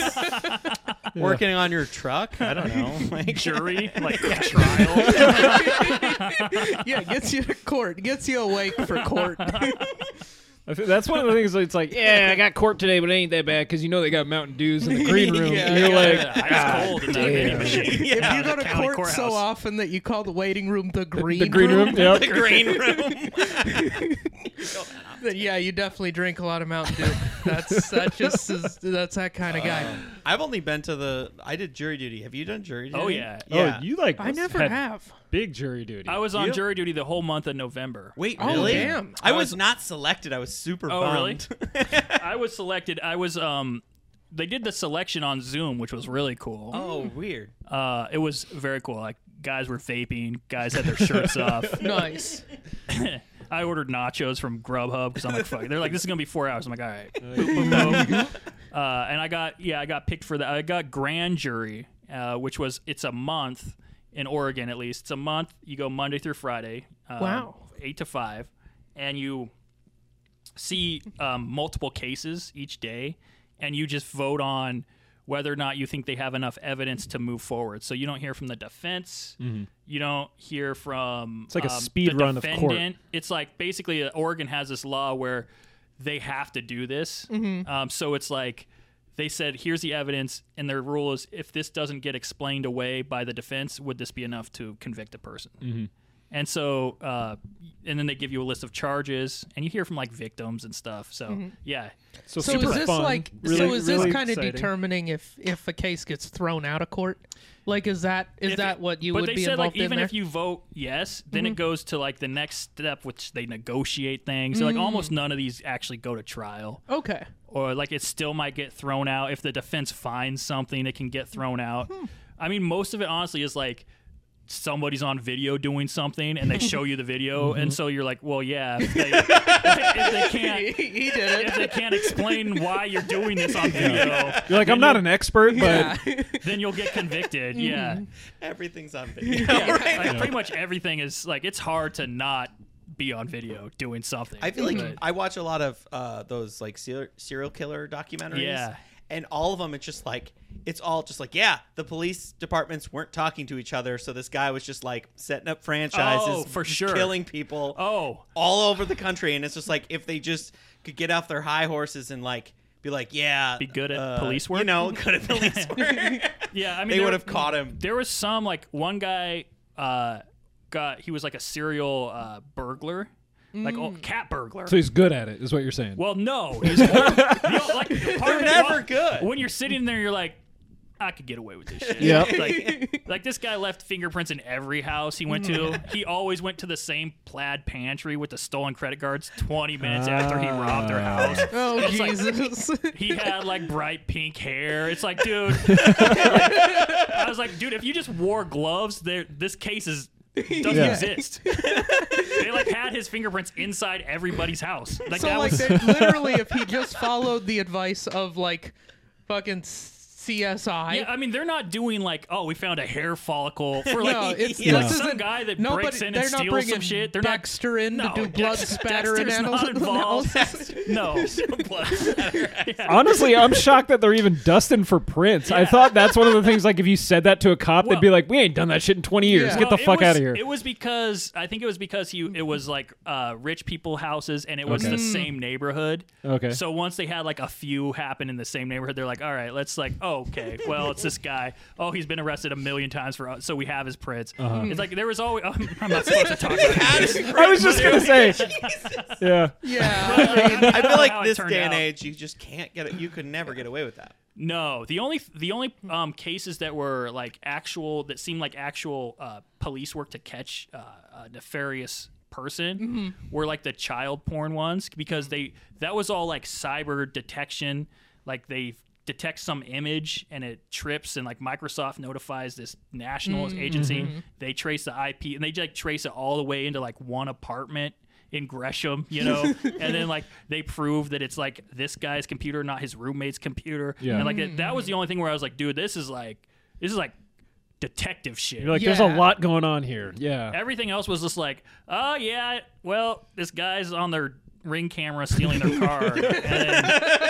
E: working on your truck. I don't know. Like,
D: <laughs>
B: Jury, like
E: <laughs>
B: trial.
C: <laughs> yeah, gets you to court, gets you awake for
E: <laughs>
C: court.
D: <laughs> I feel- That's one of the things. It's like, yeah, I got court today, but it ain't that bad because you know they got Mountain Dews
C: <laughs>
D: in the green room.
C: Yeah.
D: and you're like, "Ah,
B: Ice cold in that mini
D: damn. <laughs>
B: machine.
C: if you go to
B: County
C: court so
B: courthouse.
C: often that you call the waiting room the green,
D: the green
C: <laughs>
D: room.
E: the
D: Yep.
E: green room. <laughs>
C: then yeah, you definitely drink a lot of Mountain Dew. That's that just is, that's that kind of
E: Oh.
C: guy.
E: I've only been to the. I did jury duty. Have you done jury duty?
B: Oh yeah.
E: Yeah.
D: Oh, you like?
C: I never
D: had
C: have.
D: big jury duty.
B: I was on
E: You-
B: jury duty the whole month of November.
E: Wait,
C: Oh,
E: really?
C: damn.
E: I
B: I
E: was
B: was-
E: not selected. I was super
B: Oh, really?
E: bummed. <laughs>
B: I was selected. I was um. They did the selection on Zoom, which was really cool.
E: oh, weird.
B: Uh, it was very cool. Like guys were vaping, guys had their
D: <laughs>
B: shirts off. <laughs>
C: Nice.
B: I ordered nachos from Grubhub because I'm like, fuck. They're like, this is gonna be four hours. I'm like, all right. Boop, boop, boop. Uh, and I got yeah, I got picked for that. I got grand jury, uh, which was it's a month in Oregon at least. It's a month. You go Monday through Friday. Um,
C: Wow.
B: Eight to five, and you see um, multiple cases each day, and you just vote on whether or not you think they have enough evidence to move forward. So you don't hear from the defense. You don't hear from. It's
D: Mm-hmm. like a speed run of court.
B: It's like basically uh, Oregon has this law where they have to do this. Um, so it's like they said, here's the evidence, and their rule is if this doesn't get explained away by the defense, would this be enough to convict a person?
D: Mm-hmm.
B: And so, uh, and then they give you a list of charges, and you hear from like victims and stuff. So, yeah,
D: so,
C: So
D: super
C: is this
D: fun,
C: like?
D: really-
C: so is this
D: really
C: kind
D: exciting.
C: of determining if if a case gets thrown out of court? Like, is that is
B: If
C: that
B: it-
C: what you
B: but
C: would
B: they
C: be
B: said
C: involved
B: like even
C: in there?
B: if you vote yes, then it goes to like the next step, which they negotiate things. So, like almost none of these actually go to trial, <laughs>
C: okay.
B: or like it still might get thrown out if the defense finds something, it can get thrown out. I mean, most of it honestly is like somebody's on video doing something and they show you the video and so you're like well yeah if they, if they
C: he,
B: can't
C: he did
B: if
C: it.
B: they can't explain why you're doing this on video
D: You're like, I'm not an expert,
C: Yeah.
B: <laughs>
D: but
B: then you'll get convicted. Yeah.
E: Everything's on video.
B: Yeah,
E: right?
B: Like, pretty much everything is like it's hard to not be on video doing something.
E: I feel like
B: But-
E: I watch a lot of uh, those like ser- serial killer documentaries.
B: Yeah.
E: And all of them, it's just like it's all just like yeah, the police departments weren't talking to each other, so this guy was just like setting up franchises,
B: Oh, for
E: just
B: sure.
E: killing people
B: oh,
E: all over the country, and it's just like if they just could get off their high horses and like be like yeah,
B: Be good at
E: uh,
B: police
E: you
B: work?
E: know, good at
B: <laughs>
E: police work.
B: yeah. I mean,
E: they
B: there-
E: would have caught
B: <laughs>
E: him.
B: There was some like one guy uh, got he was like a serial uh, burglar, like oh, cat burglar.
D: so he's good at it, is what you're saying.
B: well, no, he's, you know, like, part of it-
E: never
B: well,
E: good.
B: When you're sitting there, you're like, I could get away with this shit.
A: Yep.
B: Like, like this guy left fingerprints in every house he went to.
C: Mm.
B: he always went to the same plaid pantry with the stolen credit cards 20 minutes after he robbed their
A: Ah.
B: house.
C: <laughs> Oh
B: It's like-
C: Jesus!
B: <laughs> He had like bright pink hair. It's like,
C: <laughs>
B: dude. I was like, dude, if you just wore gloves, there this case is doesn't
A: Yeah.
B: exist. they like had his fingerprints inside everybody's house. Like
C: so
B: that
C: like
B: was <laughs>
C: they, literally, if he just followed the advice of like fucking CSI,
B: Yeah, I mean they're not doing like, oh, we found a hair follicle for like, <laughs>
C: no, it's
B: like
C: this
B: some
C: isn't-
B: guy that
C: nobody,
B: breaks in
C: they're
B: and
C: not
B: steals
C: bringing
B: some shit. They're
C: Dexter in
B: not
C: to do
B: no,
C: blood
B: Dex-
C: spatter
B: Dexter's
C: and <laughs>
B: not involved.
C: analysis.
B: <laughs> no, <laughs>
D: Honestly, I'm shocked that they're even dusting for prints. I thought that's one of the things. Like, if you said that to a cop, they'd be
B: Well-
D: like, "We ain't done that shit in 20
B: <laughs>
D: years.
C: Yeah.
D: Get
B: Well,
D: the
B: it
D: fuck
B: was-
D: out of here."
B: It was because I think it was because he it was like uh, rich people houses and it was
D: Okay.
B: the same neighborhood.
D: Okay.
B: So once they had like a few happen in the same neighborhood, they're like, all right, let's like, oh, okay, well, it's this guy. Oh, he's been arrested a million times for so we have his prints. It's like there was always. <laughs> I'm not supposed to talk about this.
D: I was just
B: <laughs>
D: gonna say, yeah.
C: yeah,
E: I feel
B: How
E: like
B: it
E: this
B: turned
E: day and
B: out.
E: age, you just can't get it. You could never get away with that.
B: No, the only the only um, cases that were like actual that seemed like actual uh, police work to catch uh, a nefarious person were like the child porn ones because they that was all like cyber detection, like they detect some image and it trips and like Microsoft notifies this national agency. They trace the IP and they like trace it all the way into like one apartment in Gresham, you
C: <laughs>
B: know, and then like they prove that it's like this guy's computer, not his roommate's computer.
D: Yeah.
B: And like that, that
C: Mm.
B: was the only thing where I was like, dude, this is like, this is like detective shit.
D: You're like, there's a
C: Yeah.
D: lot going on here. Yeah.
B: Everything else was just like, oh yeah, well, this guy's on their ring camera stealing their
C: <laughs>
B: car. and then,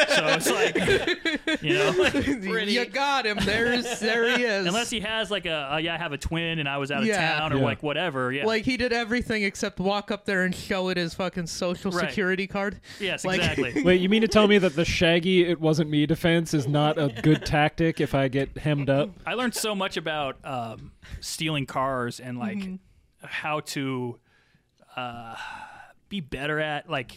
B: so it's like, you know,
C: <laughs> you got him. There's
B: <laughs>
C: there he is.
B: unless he has like a, oh, yeah, I have a twin and I was out of
C: Yeah.
B: town or
D: Yeah.
B: like whatever. Yeah.
C: Like he did everything except walk up there and show it his fucking social
B: Right.
C: security card.
B: yes,
C: like-
B: exactly.
D: Wait, you mean to tell me that the shaggy "it wasn't me" defense is not a good tactic if I get hemmed up?
B: I learned so much about um, stealing cars and like how to uh, be better at like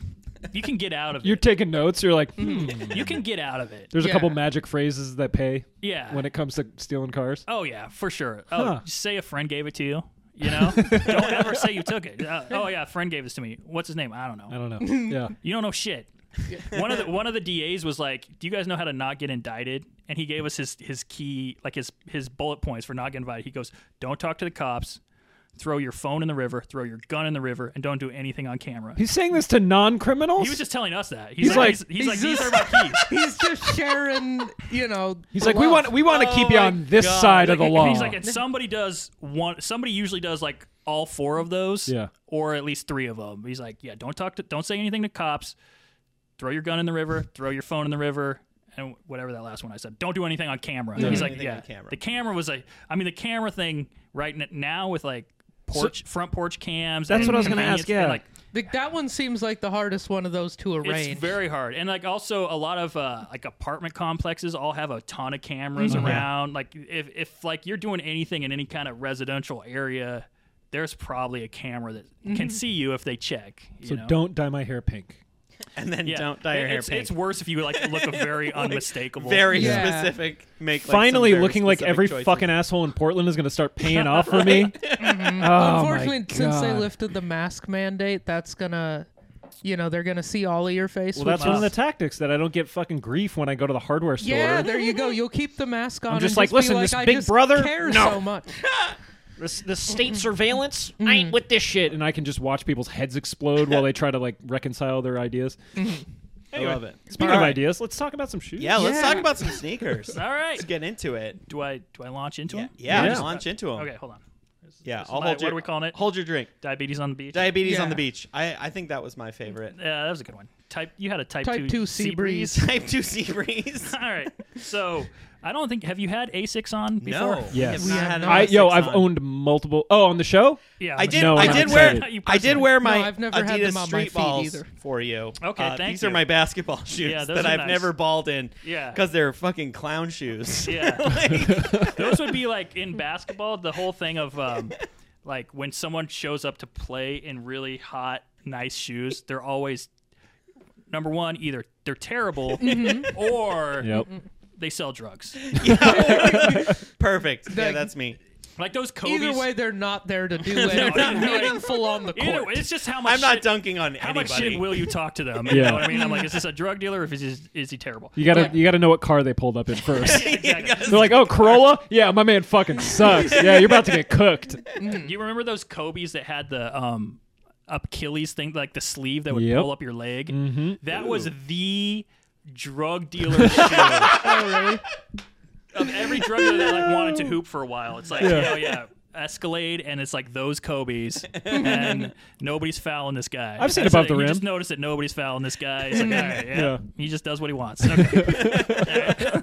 B: you can get out of
D: You're
B: it.
D: taking notes. You're like, hmm,
B: you can get out of it.
D: there's a
C: Yeah.
D: couple magic phrases that pay
B: Yeah.
D: when it comes to stealing cars.
B: oh yeah, for sure. Oh,
D: Huh.
B: just say a friend gave it to you. You know, don't ever say you took it. Uh, oh yeah, a friend gave this to me. What's his name? I don't know.
D: I
B: <laughs>
D: don't know. Yeah.
B: You don't know shit. one of the one of the DAs was like, "Do you guys know how to not get indicted?" And he gave us his his key, like his his bullet points for not getting indicted. He goes, "Don't talk to the cops, throw your phone in the river, throw your gun in the river, and don't do anything on camera."
D: He's saying this to non-criminals.
B: he was just telling us that. He's,
D: He's
B: like,
D: like-
B: he's, he's like,
C: he's
B: these are
C: just-
B: my
D: <laughs>
B: keys.
C: <laughs> He's just sharing, you know.
D: He's
C: the
D: like, we
C: love.
D: want we want to keep you
E: my
D: on this
E: God.
D: side of the
B: And
D: law.
B: He's Oh like, and somebody does one. Somebody usually does like all four of those,
D: Yeah.
B: or at least three of them. He's like, yeah, don't talk to, don't say anything to cops. Throw your gun in the river. Throw your phone in the river. And whatever that last one I said, don't do anything on camera.
E: Don't
B: He's
E: do
B: like,
E: anything
B: yeah,
E: on camera.
B: the camera was like, I mean, the camera thing right n- now with like porch, front porch cams.
D: That's
B: and
D: what I was gonna ask,
B: convenience and,
D: yeah.
B: like
C: Like, that one seems like the hardest one of those to arrange.
B: it's very hard, and like also a lot of uh, like apartment complexes all have a ton of cameras
E: Mm-hmm.
B: around. Like if if like you're doing anything in any kind of residential area, there's probably a camera that
E: Mm-hmm.
B: can see you if they check. You
D: so
B: know?
D: don't dye my hair pink.
E: And then
B: Yeah.
E: don't dye
B: It-
E: your hair
B: it's,
E: pink.
B: It's worse if you like look
E: <laughs>
B: a very unmistakable.
E: very
C: Yeah.
E: specific. Make like, some
D: Finally,
E: very
D: looking like
E: specific
D: every
E: choices.
D: fucking asshole in Portland is going to <laughs> start paying off for me.
C: <laughs>
D: Oh,
C: Mm-hmm. Unfortunately,
D: my
C: since they
D: God.
C: lifted the mask mandate, that's gonna, you know, they're gonna see all of your face.
D: Well,
C: which
D: that's one of the
C: is-
D: tactics that I don't get fucking grief when I go to the hardware store.
C: Yeah, there you go. You'll keep the mask on.
D: I'm just
C: and
D: like,
C: be
D: "Listen,
C: like,
D: this
C: I
D: big
C: just
D: brother?
C: care
D: No." <laughs>
C: so much.
D: this, this
C: Mm-hmm.
D: state surveillance. I ain't with this shit. And I can just watch people's heads explode while they try to like reconcile their ideas.
E: I love it.
D: Speaking
E: All
D: of
E: right.
D: ideas, let's talk about some shoes.
E: Yeah, let's
C: Yeah.
E: talk about some sneakers.
B: <laughs> All right.
E: Let's get into it.
B: Do I do I launch into
E: Yeah,
B: them?
E: yeah,
D: Yeah.
E: just launch into them.
B: Okay, hold on.
E: Yeah,
B: This is
E: I'll
B: my-
E: hold
B: what
E: your,
B: are we calling it?
E: Hold your drink.
B: Diabetes on the beach. Yeah,
E: Diabetes on the
C: Yeah.
E: beach. I, I think that was my
B: <laughs>
E: favorite.
B: that was a good one. Type you had a type,
C: Type two sea breeze.
E: Type 2 sea breeze.
B: <laughs> All right. So I don't think have you had Asics on <laughs> before?
E: No.
D: Yes.
E: We have not had an
D: I, yo,
E: Asics
D: I've
E: on.
D: owned multiple. Oh, on the show?
B: Yeah.
E: I did.
D: No,
E: I
D: I'm
E: did
D: not
E: wear.
D: excited.
B: You
E: I did
B: personally.
E: wear my
C: No, I've never
E: Adidas
C: had them on my
E: street
C: feet
E: balls
C: either.
E: for you.
B: Okay,
E: Uh,
B: thank
E: these are
B: you.
E: my basketball shoes
B: Yeah, those
E: that
B: are
E: I've
B: nice.
E: never balled in. <laughs>
B: Yeah.
E: because they're fucking clown shoes. <laughs>
B: Yeah.
E: Like-
B: Those would be like in basketball, the whole thing of um, like when someone shows up to play in really hot, nice shoes, they're
C: <laughs> Mm-hmm.
B: always number one, either they're terrible or
D: Yep.
B: they sell drugs.
E: Perfect. Yeah,
C: Like-
E: that's me.
B: Like those Kobe's.
C: Either way, they're not there
D: <laughs>
C: to do
B: not
C: anything
B: doing-
C: meaningful on the
B: Either
C: court.
B: way, it's just how much
E: I'm not
B: shit-
E: dunking on
B: How much
E: anybody.
B: shit <laughs> will you talk to them? You
D: Yeah.
B: know what I mean? I'm like, is this a drug dealer or is he, is he terrible?
E: <laughs>
D: You gotta you gotta know what car they pulled up in
C: <laughs>
D: first.
B: Yeah, exactly.
D: They're like, oh Corolla, yeah, my man fucking
C: <laughs>
D: sucks. Yeah, you're about to get cooked.
B: Do you remember those Kobe's that had the um Achilles thing, like the sleeve that would
D: Yep. Mm-hmm.
B: pull up your leg? That was the
D: <laughs>
B: drug dealer shoe.
D: Oh,
B: Of every drug dealer that like wanted to hoop for a while, it's like,
D: Yeah.
B: oh yeah, Escalade, and it's like those Kobe's, and
D: <laughs>
B: nobody's fouling this guy.
D: I've seen
B: That's
D: above
B: it.
D: the
B: you
D: rim.
B: Just notice that nobody's fouling this guy.
D: <laughs>
B: It's like, all right, yeah,
D: Yeah.
B: he just does what he
D: <laughs>
B: wants. Okay. <laughs>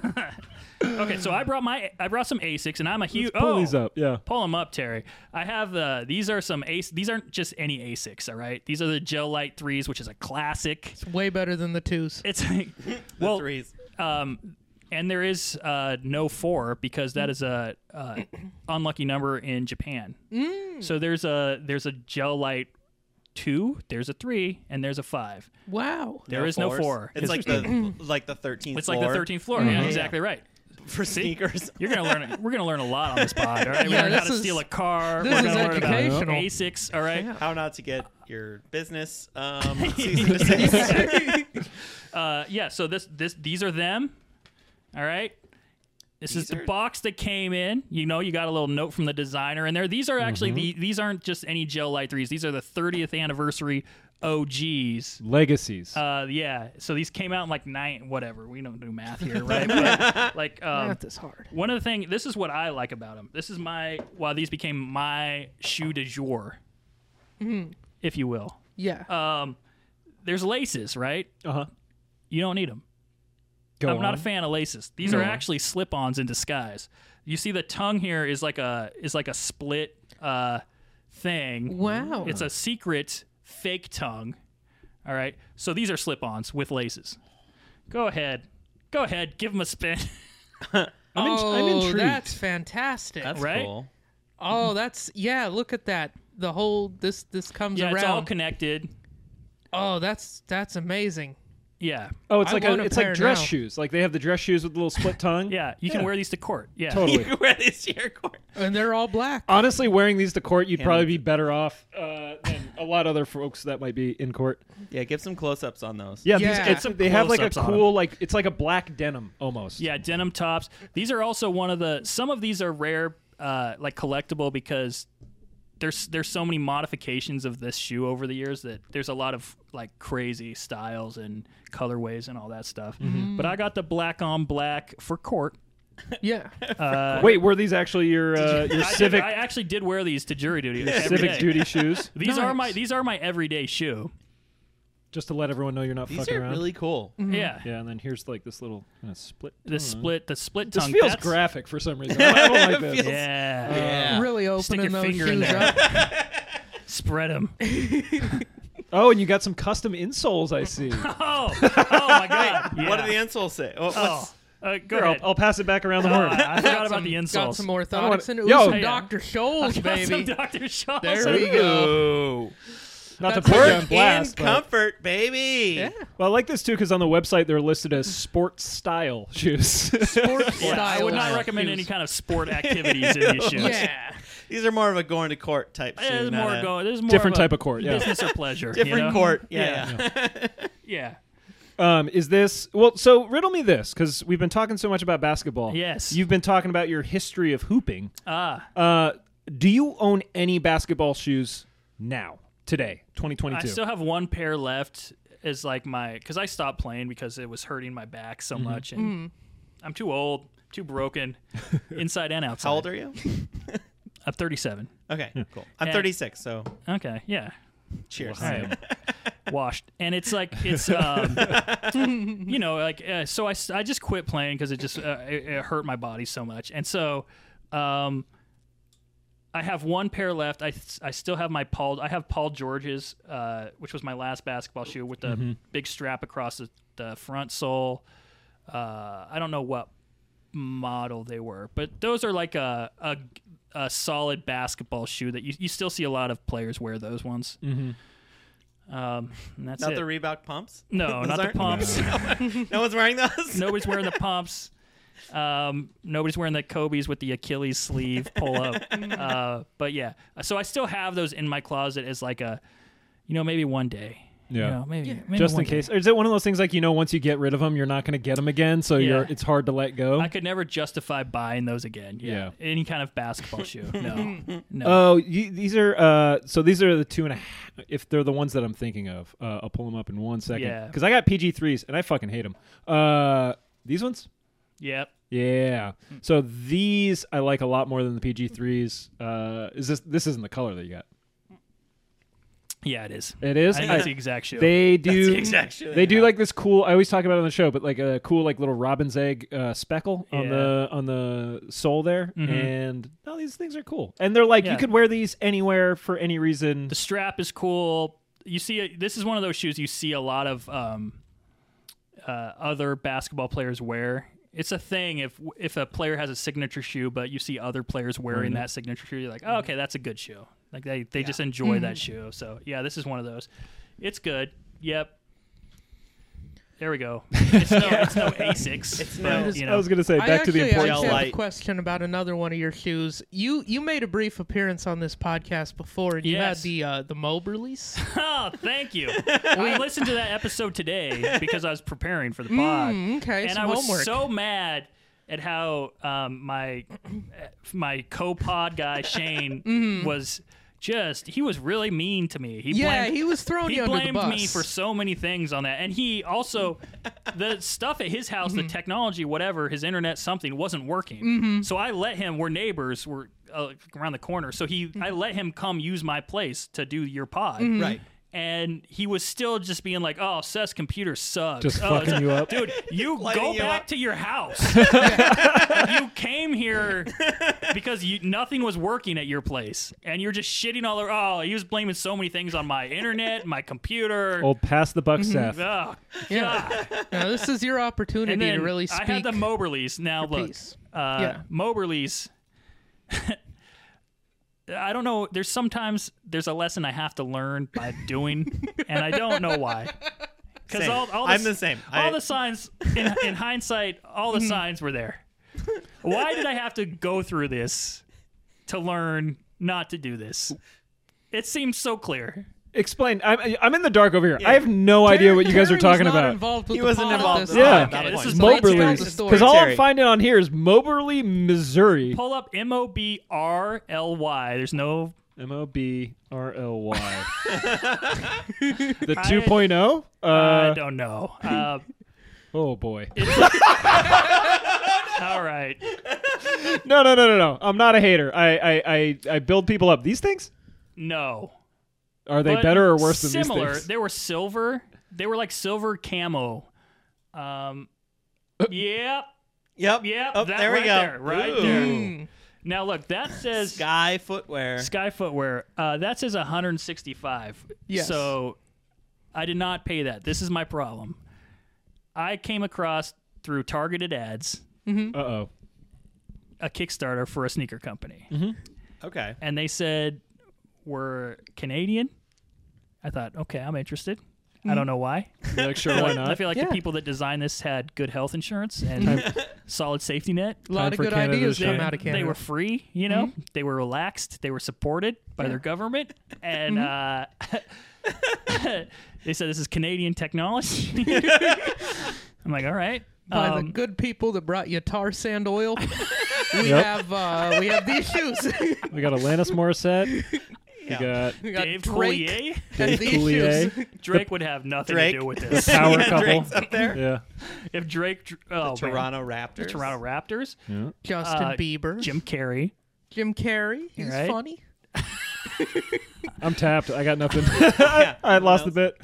B: okay, so I brought my, I brought some Asics, and I'm a huge.
D: Pull
B: oh,
D: these up, yeah.
B: Pull them up, Terry. I have uh, these are some ace. These aren't just any Asics, all right. These are the Gel Light threes, which is a classic. <laughs>
C: Way better than <laughs> the twos.
B: It's well,
E: threes.
B: um, and there is uh, no four because that is a
C: <clears throat>
B: uh, unlucky number in Japan.
C: Mm.
B: So there's a there's a Gel Light two, there's a three, and there's a five.
C: Wow.
B: There is no
E: fours?
B: four.
E: It's like the like the 13th.
B: It's like the
E: floor
B: thirteenth floor. Yeah, exactly right.
E: for sneakers.
B: You're gonna learn. We're gonna learn a lot on this pod. All right, we
C: <laughs> Yeah,
B: learn how
C: this
B: to
C: is-
B: steal a car.
C: this
B: We're
C: is
B: gonna learn about
C: educational.
B: Asics. All right.
E: How not to get your business um, cease and desist.
B: Uh, yeah. So this this these are them. All right. This
E: These
B: is the
E: are-
B: box that came in. You know, you got a little note from the designer in there. These are
E: Mm-hmm.
B: actually the these aren't just any gel light threes. These are the 30th anniversary OGs.
D: Legacies.
B: Uh, yeah. So these came out in like nine whatever. We don't do
E: <laughs>
B: math here, right? But, like um,
C: Math is hard.
B: one of the thing. This is what I like about them. This is my well. These became my shoe de jour,
E: Mm-hmm.
B: if you will.
C: Yeah.
B: Um, there's laces, right?
D: Uh huh.
B: You don't need them.
D: Go
B: I'm not
D: on.
B: a fan of laces. These are actually slip-ons in disguise. You see, the tongue here is like a is like a split uh, thing.
C: Wow.
B: It's a secret fake tongue. All right. So these are slip-ons with laces. Go ahead. Go ahead. Give them a spin. <laughs>
D: I'm, in-
C: oh,
D: I'm intrigued.
C: that's fantastic.
E: That's <laughs>
B: Right?
E: cool.
C: oh, that's yeah. Look at that. The whole this this comes
B: yeah,
C: around.
B: it's all connected.
C: oh, that's that's amazing.
B: Yeah.
D: Oh, it's
C: I
D: like a,
C: want a
D: it's like
C: pair
D: dress
C: now.
D: shoes. Like they have the dress shoes with the
B: <laughs>
D: little split tongue.
B: Yeah. You can wear these to court. Yeah.
D: <laughs> totally.
E: Where is your court?
C: And they're all black.
D: Honestly, wearing these to court, you'd probably be better off uh, than a lot of other folks that might be in court.
E: Yeah, give some close-ups on those.
D: Yeah,
C: Yeah.
D: These, it's,
C: Some
D: they have like a
B: close-ups on 'em.
D: cool, like it's like a black denim almost.
B: Yeah, denim tops. These are also one of the. Some of these are rare, uh, like collectible, because there's there's so many modifications of this shoe over the years that there's a lot of like crazy styles and colorways and all that stuff.
D: Mm-hmm.
B: But I got the black on black for court.
C: <laughs> <laughs> Yeah.
D: Wait, were these actually your
B: <laughs>
D: uh, your
B: I did-
D: civic
B: I actually did wear these to jury duty. every
D: civic
B: day. <laughs>
D: duty shoes?
B: These are my
C: Nice.
B: these are my everyday shoe.
D: Just to let everyone know you're not
E: These
D: fucking
E: are
D: around.
E: really cool.
B: Yeah.
D: Mm-hmm. yeah, and then here's like this little kind of split.
B: The split the split
D: This
B: tongue.
D: feels
B: that's-
D: graphic for
B: <laughs>
D: some reason. I don't like this.
E: Feels-
B: Yeah.
C: Really
B: Stick your
C: opening those
B: finger in
C: shoes
B: there. <laughs>
C: up.
B: Spread
D: <laughs>
B: them.
D: Oh, and you got some custom insoles. I
B: <laughs>
D: see.
B: Oh, oh my god. Yeah.
E: What do the insoles say? Oh,
B: Oh,
E: what's-
B: uh, go
D: Here, I'll,
B: ahead.
D: I'll pass it back around the horn.
B: Oh, I forgot about
C: Some-
B: the insoles.
C: Got some orthotics
D: wanna-
C: and ooh,
D: Yo.
C: some
D: Yeah.
C: <laughs> Dr. Scholl's,
B: Got some
C: baby.
B: Dr. Shaw.
C: There
B: So-
C: we <laughs> go.
E: Ooh.
D: Not to
C: That's
D: put you
C: work
D: on blast.
E: in
D: but-
E: comfort, baby. <laughs>
C: Yeah.
D: Well, I like this too because on the website they're listed as sports style <laughs>
C: <laughs>
D: shoes.
C: Sports
B: Yeah, I would not
C: style
B: recommend
C: shoes.
B: any kind of
C: <laughs>
B: sport activities in these shoes.
C: Yeah.
E: These are more of a going to court type.
B: Yeah,
E: shoe,
B: there's
E: not
B: more
E: a
B: going. There's more
D: Different
B: of a
D: type of court. Yeah.
B: business or pleasure.
E: <laughs>
B: you
E: Different
B: know?
E: court. Yeah. yeah.
B: Yeah.
D: Um, is this well? So riddle me this, because we've been talking so much about basketball.
B: Yes.
D: you've been talking about your history of hooping.
B: Ah,
D: Uh, do you own any basketball shoes now, today, twenty twenty
B: I
D: two?
B: still have one pair left. Is like my because I stopped playing because it was hurting my back
D: Mm-hmm.
B: so much, and
C: Mm-hmm.
B: I'm too old, too
D: <laughs>
B: broken, inside and outside.
E: How old are you?
B: I'm 37.
E: Okay, cool. I'm
B: And-
E: 36, so
B: Okay, yeah.
E: cheers.
B: All right. <laughs> washed and it's like <laughs> it's um you know like uh, so I, s- I just quit playing because it just uh, it, it hurt my body so much and so um i have one pair left i s- I still have my paul i have paul george's uh which was my last basketball shoe with the big strap across the, the front sole uh i don't know what model they were but those are like a a, a solid basketball shoe that you, you still see a lot of players wear those ones um, and that's
E: Not
B: it.
E: the Reebok pumps? <laughs>
B: No,
E: Those
B: not the
E: aren't-
B: pumps. <laughs>
E: No one's wearing those?
B: Nobody's wearing the pumps. Um, nobody's wearing the Kobe's with the Achilles sleeve pull up. uh, but yeah, so I still have those in my closet as like a, you know, maybe one day. You
D: Yeah.
B: know, maybe, maybe
D: Just
B: one
D: in
B: day.
D: case, or is it one of those things like you know, once you get rid of them, you're not going to get them again, so you're
B: Yeah.
D: it's hard to let go.
B: I could never justify buying those again. Yeah. Any kind of basketball shoe. No. No.
D: Oh, you, these are uh, so these are the two and a half. If they're the ones that I'm thinking of, uh, I'll pull them up in one second.
B: Yeah.
D: Because I got PG threes and I fucking hate them. Uh, these ones,
B: yep.
D: yeah.
B: Mm.
D: So these I like a lot more than the PG threes. Uh, is this this isn't the color that you got?
B: Yeah, it is.
D: It is.
B: I think
D: I-
B: that's the exact shoe.
D: they do
E: the exact shoe
D: They
E: they
D: do
E: have.
D: like this cool. I always talk about it on the show, but like a cool like little robin's egg uh, speckle on
B: Yeah.
D: the on the sole there,
B: Mhm.
D: and no, these things are cool. And they're like you
B: Yeah.
D: could wear these anywhere for any reason.
E: Mm-hmm.
B: the strap is cool. You see, it, this is one of those shoes you see a lot of um, uh, other basketball players wear. It's a thing if if a player has a signature shoe, but you see other players wearing
E: Mm-hmm.
B: that signature shoe, you're like, oh, okay, that's a good shoe. Like they they just enjoy that
E: Mm-hmm.
B: shoe. So yeah, this is one of those. It's good. Yep. There
E: <laughs>
B: we go. It's no, it's no Asics.
E: It's
B: but,
E: no-
B: You
D: I
B: know,
D: was gonna say
C: I
D: back to the
C: actually-
D: important.
C: I
E: Gel
C: actually have a
E: light.
C: question about another one of your shoes. You you made a brief appearance on this podcast before, and you
B: Yes.
C: had the uh, the Moe release.
B: oh, thank
C: <laughs>
B: you. I listened to that episode today because I was preparing for the pod.
C: Mm, okay,
B: and
C: some
B: I was
C: homework.
B: so mad at how um, my my co-pod
C: <laughs>
B: guy Shane was just he was really mean to me. He
C: Mm-hmm. yeah,
B: blamed,
C: he was throwing
B: he
C: you under the
B: blamed
C: bus.
B: me for so many things on that, and he also the stuff at his house,
C: Mm-hmm.
B: the technology, whatever, his internet, something wasn't working. So I let him. We're neighbors. We're uh, around the corner. So he,
C: Mm-hmm.
B: I let him come use my place to do your pod
E: right.
B: and he was still just being like, "Oh, Seth's computer sucks." <laughs>
D: Just
B: Oh,
D: fucking
B: it's-
D: you
E: <laughs>
D: up.
B: dude. You
E: Lighting
B: go
E: you
B: back
E: up.
B: to
E: <laughs>
B: your house. you came here because you, nothing was working at your place, and you're just shitting all over. Oh, he was blaming so many things on my internet, my computer.
D: Old pass the buck, Seth.
B: Ugh.
C: Yeah. <laughs> now, this is your opportunity
B: And then
C: to really speak.
B: I had the Moberlies. Now
C: your
B: look,
C: piece.
B: uh,
C: Yeah.
B: Moberlies. <laughs> I don't know. There's sometimes there's a lesson I have to learn by doing, and I don't
E: <laughs>
B: know why. Because
E: Same.
B: all, all the,
E: I'm the same.
B: All
E: I- Mm-hmm.
B: the signs in, in hindsight, all the signs
E: <laughs>
B: were there. Why did I have to go through this to learn not to do this? It seems so clear.
D: Explain. I'm I'm in the dark over here. I have no idea what you guys are
C: Terry was
D: talking
C: not
D: about.
C: Involved with
E: He
C: the
E: wasn't
C: pod at
E: involved
C: this
E: at all.
C: time.
D: Yeah.
E: Not a
B: this
E: point.
B: is
C: Moberly.
B: Moberly.
C: Let's
D: Moberly's
C: tell the story.
D: because all I'm
E: Terry.
D: finding on here is Moberly, Missouri.
B: Pull up M O B R L Y. There's no
D: M O B R L Y. The
B: I-
D: 2.0. Uh,
B: I don't know. Uh,
D: oh boy.
B: all right.
D: No, no, no, no, no. I'm not a hater. I, I, I, I build people up. These things
B: No.
D: are they
B: But
D: better or worse than
B: similar.
D: these things?
B: They were silver. They were like silver camo. Um, yep,
E: Yep.
B: yep.
E: Oh,
B: that
E: there we
B: right
E: go.
B: There, right
E: Ooh.
B: there. Now look, that says
E: Sky
B: Sky,
E: footwear.
B: footwear. Uh, that says 165.
C: Yes.
B: So I did not pay that. This is my problem. I came across through targeted ads
D: Uh oh.
B: a Kickstarter for a sneaker company,
D: Mm-hmm.
E: Okay.
B: and they said we're Canadian. I thought, okay, I'm interested. I
D: Mm-hmm.
B: don't know why.
D: Like sure, why not?
B: I feel like
C: Yeah.
B: the people that designed this had good health insurance and solid safety net.
C: A lot
D: Time
C: of
D: for
C: good
D: Canada
C: ideas
D: to
C: come
D: shine.
C: out of Mm-hmm. Canada.
B: They were free, you know. They were relaxed. They were supported by their government, and
C: Mm-hmm.
B: uh, <laughs> they said this is Canadian
C: <laughs>
B: technology. I'm like, all right.
C: by the
B: Um,
C: good people that brought you tar
B: <laughs>
C: sand oil. we
D: Yep.
C: have uh, we have these shoes.
D: we got Alanis Morissette.
E: Yeah.
D: We got
C: <laughs> we got
B: Dave
C: Drake
B: Coulier,
C: and these
D: Coulier,
C: shoes.
B: Drake would have nothing
E: Drake. <laughs>
B: to
C: <laughs>
B: do with this.
D: Power
E: yeah,
D: couple.
E: Drake's up there.
D: <laughs> Yeah.
B: if Drake, dr- <laughs> oh, man.
E: Toronto Raptors.
B: Toronto Raptors,
C: Justin
B: Uh,
C: Bieber,
B: Jim Carrey.
C: Jim Carrey. He's
B: Right.
C: funny.
D: I'm tapped. I got nothing.
E: <laughs> Yeah.
D: <laughs> I lost the bit.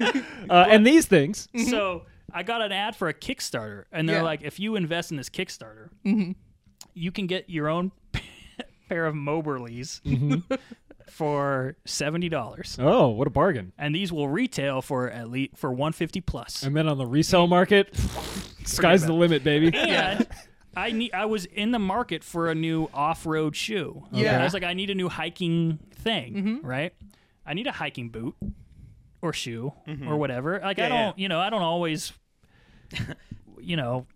D: <laughs> Uh, and these things.
B: so I got an ad for a Kickstarter, and they're
C: Yeah.
B: like, if you invest in this Kickstarter, you can get your own <laughs> pair of Moberlies <laughs> for seventy dollars,
D: Oh, what a bargain!
B: and these will retail for at least for one fifty plus.
D: And then on the resale market, sky's the
B: about
D: limit, baby.
E: <laughs>
B: and I need. I was in the market for a new off-road shoe.
C: Yeah.
B: And I was like, I need a new hiking thing, right? I need a hiking boot or shoe or whatever. Like I
E: Yeah, yeah.
B: don't, <laughs> you know, I don't always, you know,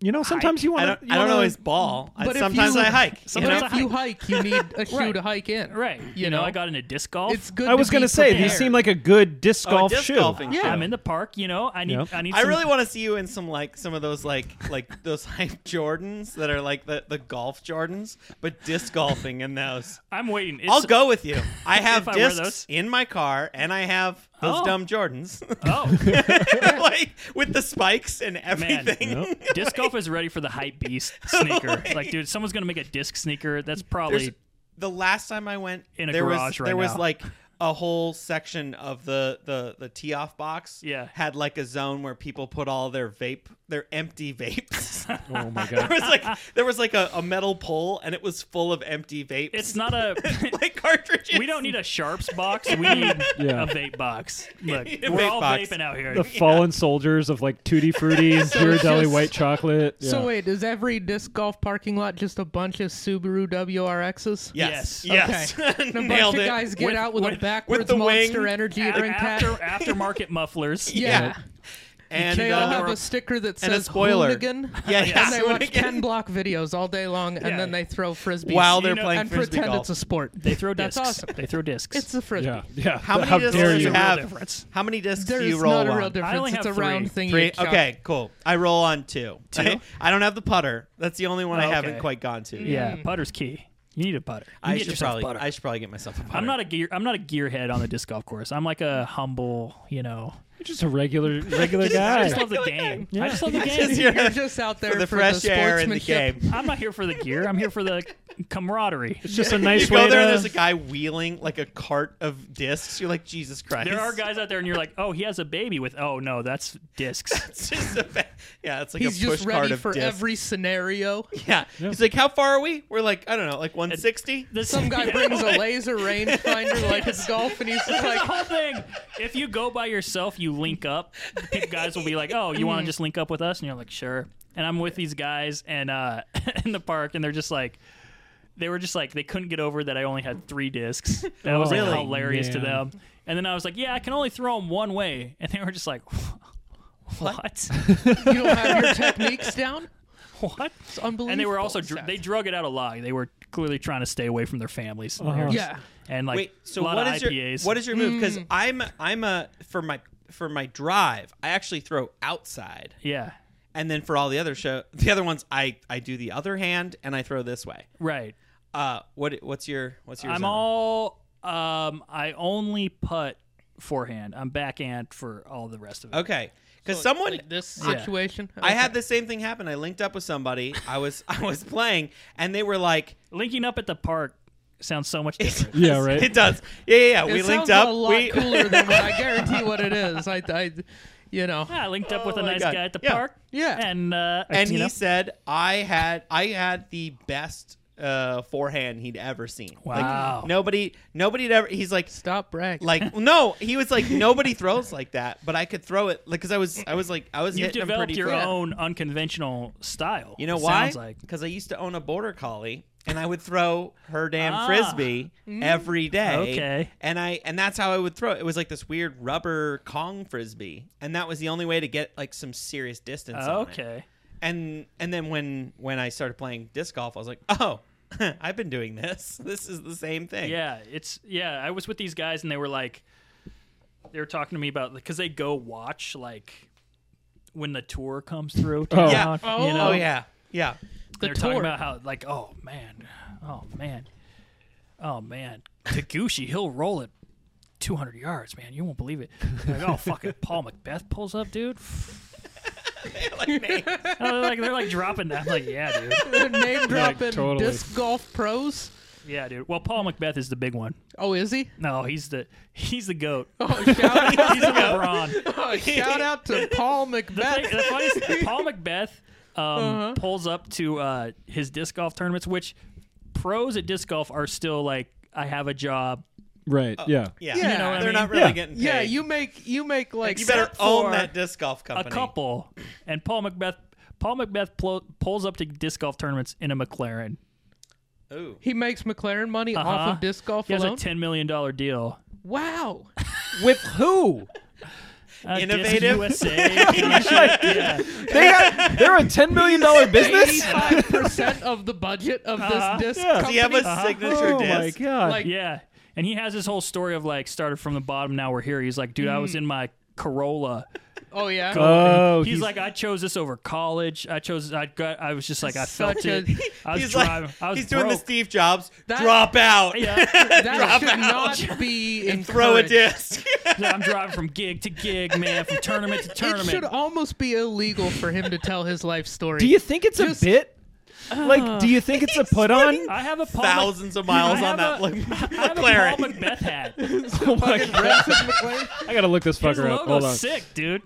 D: You know, sometimes you
E: I
D: want
E: don't,
D: to.
E: I don't always ball. I,
C: But if
E: sometimes
C: you-
E: I hike. you
C: but
E: know?
C: if you hike, you need a shoe
B: Right.
C: to hike in.
B: Right. You,
C: You
B: know,
C: know?
B: I got into disc golf.
C: It's good.
D: I was
C: going
D: gonna
C: to
D: say
C: prepared.
D: these seem like a good disc
E: Oh, a
D: golf
E: disc
D: shoe.
E: golfing shoe.
B: I'm in the park, you know. I need
D: Yeah.
B: I need
E: I
B: some-
E: really want to see you in some like some of those like like those <laughs> hype Jordans that are like the, the golf Jordans, but disc golfing in those.
B: I'm waiting. It's,
E: I'll go with you. I have
B: If I wear
E: discs
B: those.
E: in my car, and I have those
B: Oh.
E: dumb
B: <laughs>
E: Jordans,
B: <laughs>
E: <laughs>
B: Oh,
E: like with the spikes and
B: Man.
E: everything.
D: Yep.
B: disc golf is ready for the hype beast
E: <laughs>
B: sneaker. Like, dude, someone's gonna make a disc sneaker. That's probably
E: There's- <laughs> the last time I went
B: In a
E: there was
B: garage right
E: there was
B: now.
E: like a whole section of the the the tee off box.
B: Yeah.
E: had like a zone where people put all their vape, their empty
B: <laughs>
E: vapes.
D: <laughs>
E: <laughs>
D: Oh my
E: there
D: god.
E: was like there was like a, a metal pole, and it was full of empty vapes.
B: it's not a.
E: <laughs>
B: <laughs>
E: like cartridges.
B: We don't need a sharps
E: <laughs>
B: box. We need
D: Yeah.
B: a vape box. Look,
E: need a
B: we're
E: vape
B: all
E: box.
B: vaping out here.
D: The fallen soldiers of like
E: <laughs>
D: Tutti Frutti, Ghirardelli
C: just-
D: white chocolate.
C: So
D: Yeah.
C: wait, is every disc golf parking lot just a bunch of Subaru WRXs?
E: Yes.
C: Yes.
E: Yes.
C: And a
E: <laughs>
C: bunch
E: Nailed
C: of
E: it.
C: guys get
B: With-
C: out with,
B: with-
C: a
B: with
C: backwards
E: the
C: monster
E: wing.
C: energy
B: A-
C: drink hat.
B: after aftermarket mufflers.
C: <laughs> yeah.
E: and
C: Kay, I'll have
E: uh,
C: a sticker that says
E: and a spoiler.
C: Hoonigan,
E: <laughs> Yeah, yeah,
C: and they watch
E: Hoonigan.
C: ten block videos all day long, and
B: Yeah.
C: then they throw frisbees
E: while they're
B: know-
E: playing
C: and
E: frisbee
C: pretend
E: golf.
C: it's a sport.
B: They throw discs.
C: That's awesome.
B: They throw discs.
C: It's a frisbee.
D: Yeah. Yeah.
E: how many discs
D: dare
E: do you
B: There's
D: you?
B: a real
E: have?
B: difference.
E: How many discs
C: There's
E: do you roll
C: not a real
E: on?
C: difference.
B: only
C: it's
B: have
C: a round
B: three.
C: thing.
E: Three.
C: You chuck.
E: Okay, cool. I roll on two. <laughs> I, I don't have the putter. That's the only one I
B: Okay.
E: haven't quite gone to.
B: yeah, putter's key. You need a putter. You
E: I
B: get
E: should
B: yourself
E: probably.
B: a putter.
E: I should probably get myself a putter. <laughs>
B: I'm not a gear. I'm not a gearhead on the disc golf course. I'm like a humble, you know.
D: You're just
E: <laughs>
D: a regular regular
B: I
D: guy.
B: just love the game. I just love the game.
E: Just
C: You're
E: here
C: <laughs> just out
E: <laughs>
C: there
E: for the
C: for
E: fresh
C: the
E: air in the
C: sportsmanship.
E: game.
B: I'm not here for the gear. I'm here for the camaraderie.
E: <laughs>
D: It's just a
E: You
B: <laughs>
D: nice way
E: go there
D: to.
E: and there's a guy wheeling like a cart of discs. You're like Jesus Christ.
B: There are guys out there, and you're like, oh, he has a baby with. Oh no, that's
C: <laughs>
B: discs.
E: <laughs> It's just a fa- yeah, it's like
C: He's
E: a push
C: just
E: cart
C: ready
E: of
C: for
E: discs.
C: every scenario.
E: <laughs> Yeah. he's like, how far are we? We're like, I don't know, like 160.
B: This <laughs>
C: Some guy brings a laser rangefinder like it's golf, and he's just
B: There's
C: like,
B: a whole thing. If you go by yourself, you link up. People- Guys will be like, "Oh, you want
C: Mm.
B: to just link up with us?" And you're like, "Sure." And I'm with these guys and uh, <laughs> in the park, and they're just like, they were just like, they couldn't get over that I only had three
C: <laughs>
B: discs. That
D: Oh,
B: was
E: <laughs>
B: like,
E: Really?
B: hilarious to
D: Man.
B: them. And then I was like, "Yeah, I can only throw them one way," and they were just like, <laughs>
E: <laughs>
B: "What?
C: you don't have your techniques down.
B: What?"
C: It's unbelievable.
B: And they were also dr-
C: Seth.
B: they drug it out a lot. They were clearly trying to stay away from their families. They were just-
C: Yeah.
B: and like
E: Wait, so
B: a lot
E: what
B: of
E: is
B: IPAs.
E: your what is your move?
C: Hmm.
E: Because I'm I'm a for my for my drive, I actually throw outside,
B: yeah
E: and then for all the other show, the other ones, I I do the other hand and I throw this way.
B: right.
E: Uh, what what's your what's your?
B: I'm
E: zone?
B: all um I only putt forehand. I'm backhand for all the rest of it.
E: okay because someone
C: like this
B: Yeah.
C: situation.
E: I had the same thing happen. I linked up with somebody. I was <laughs> I was playing, and they were like,
B: Linking up at the park sounds
E: <laughs>
B: so much different.
D: yeah, right.
E: "It does, yeah, yeah." yeah.
C: It
E: we linked
C: sounds
E: up.
C: a lot
E: we
C: cooler than what
E: <laughs>
C: I guarantee what it is. I, I you know,
B: yeah, I linked up with
E: Oh
B: a
E: my
B: nice
E: God.
B: guy at the
E: Yeah.
B: park.
C: Yeah.
B: And uh
E: and
B: you
E: he
B: know.
E: said I had I had the best uh, forehand he'd ever seen.
B: Wow.
E: Like, nobody nobody'd ever. He's like
C: stop bragging.
E: like no. He was like
B: <laughs>
E: nobody throws like that, but I could throw it like because I was I was like I was
B: You've
E: hitting him
B: developed
E: pretty
B: your
E: good.
B: own unconventional style.
E: You know
B: it
E: why?
B: Sounds like
E: Because I used to own a border collie, and I would throw her damn
B: Ah.
E: frisbee every day.
B: Okay.
E: and I and that's how I would throw it. It was like this weird rubber Kong frisbee, and that was the only way to get like some serious distance. on it.
B: Oh, okay.
E: and and then when when I started playing disc golf, I was like, oh, <laughs> I've been doing this. <laughs> This is the same thing.
B: Yeah, it's yeah. I was with these guys and they were like, they were talking to me about because they go watch like when the tour comes through. To
D: Oh.
E: Yeah.
B: you know?
E: Oh yeah, yeah.
C: the
B: They're
C: tour.
B: talking about how like oh man, oh man, oh man, Taguchi he'll roll it 200 yards, man. You won't believe it. Like oh fucking Paul Macbeth pulls up, dude.
E: <laughs> like me.
B: Oh, <laughs> they're like they're like dropping that. I'm like yeah, dude,
C: They're name dropping
D: totally.
C: disc golf pros.
B: yeah, dude. Well, Paul Macbeth is the big one.
C: Oh,
E: <laughs>
C: is he?
B: No, he's the he's the <laughs> goat.
C: Oh, shout,
B: He's the LeBron.
C: oh, shout
E: <laughs>
C: out to Paul
B: Like, the
C: Macbeth.
B: funniest, Paul Macbeth um, pulls up to uh, his disc golf tournaments, which pros at disc golf are still like, I have a job.
D: Right. Yeah.
E: Yeah,
C: You know what I
E: they're
C: mean?
E: not really
D: Yeah.
E: getting paid.
C: Yeah, you make you make like
E: You better
C: set
E: own
C: for-
E: that disc golf
B: a
E: company.
B: couple, and Paul Macbeth. Paul Macbeth plo- pulls up to disc golf tournaments in a McLaren.
E: Ooh.
C: He makes McLaren money
B: Uh-huh.
C: off of disc golf
B: He has
C: alone.
B: a ten million dollar deal.
C: wow.
D: With who?
B: Uh,
E: Innovative.
B: Disc
E: <laughs>
B: USA. yeah.
D: They got, they're a ten million dollar business.
C: Eighty-five percent of the budget of
B: Uh-huh.
C: this disc
D: Yeah.
C: company.
E: Do you have a signature
D: oh my
E: disc?
D: god!
C: Like-
B: Yeah. And he has this whole story of like started from the bottom, now we're here. He's like, dude, I was in my Corolla.
C: oh yeah.
D: oh,
B: he's, like, I chose this over college. I chose. I got. I was just like, I felt
C: Such a-
B: it. I was
E: he's
B: driving.
E: like,
B: I was
E: he's doing the
B: broke. <laughs>
E: Steve Jobs
C: That-
E: drop out
B: Yeah,
C: that should not <laughs> be
E: and throw a
C: encouraged.
E: disc. <laughs>
B: I'm driving from gig to gig, man, from tournament
C: <laughs>
B: to
C: It
B: tournament.
C: should almost be illegal for him to tell his life story.
D: do you think it's
C: Just-
D: a bit?
E: Uh,
D: Like, do you think it's a put on?
B: I have a Paul Mc-
E: Thousands of miles
B: I
E: on that
B: have a-
E: like, <laughs>
B: I have a
E: McLaren.
B: Paul Macbeth hat. His
D: Oh my god! I gotta look this fucker up. Hold on.
B: logo's sick, dude.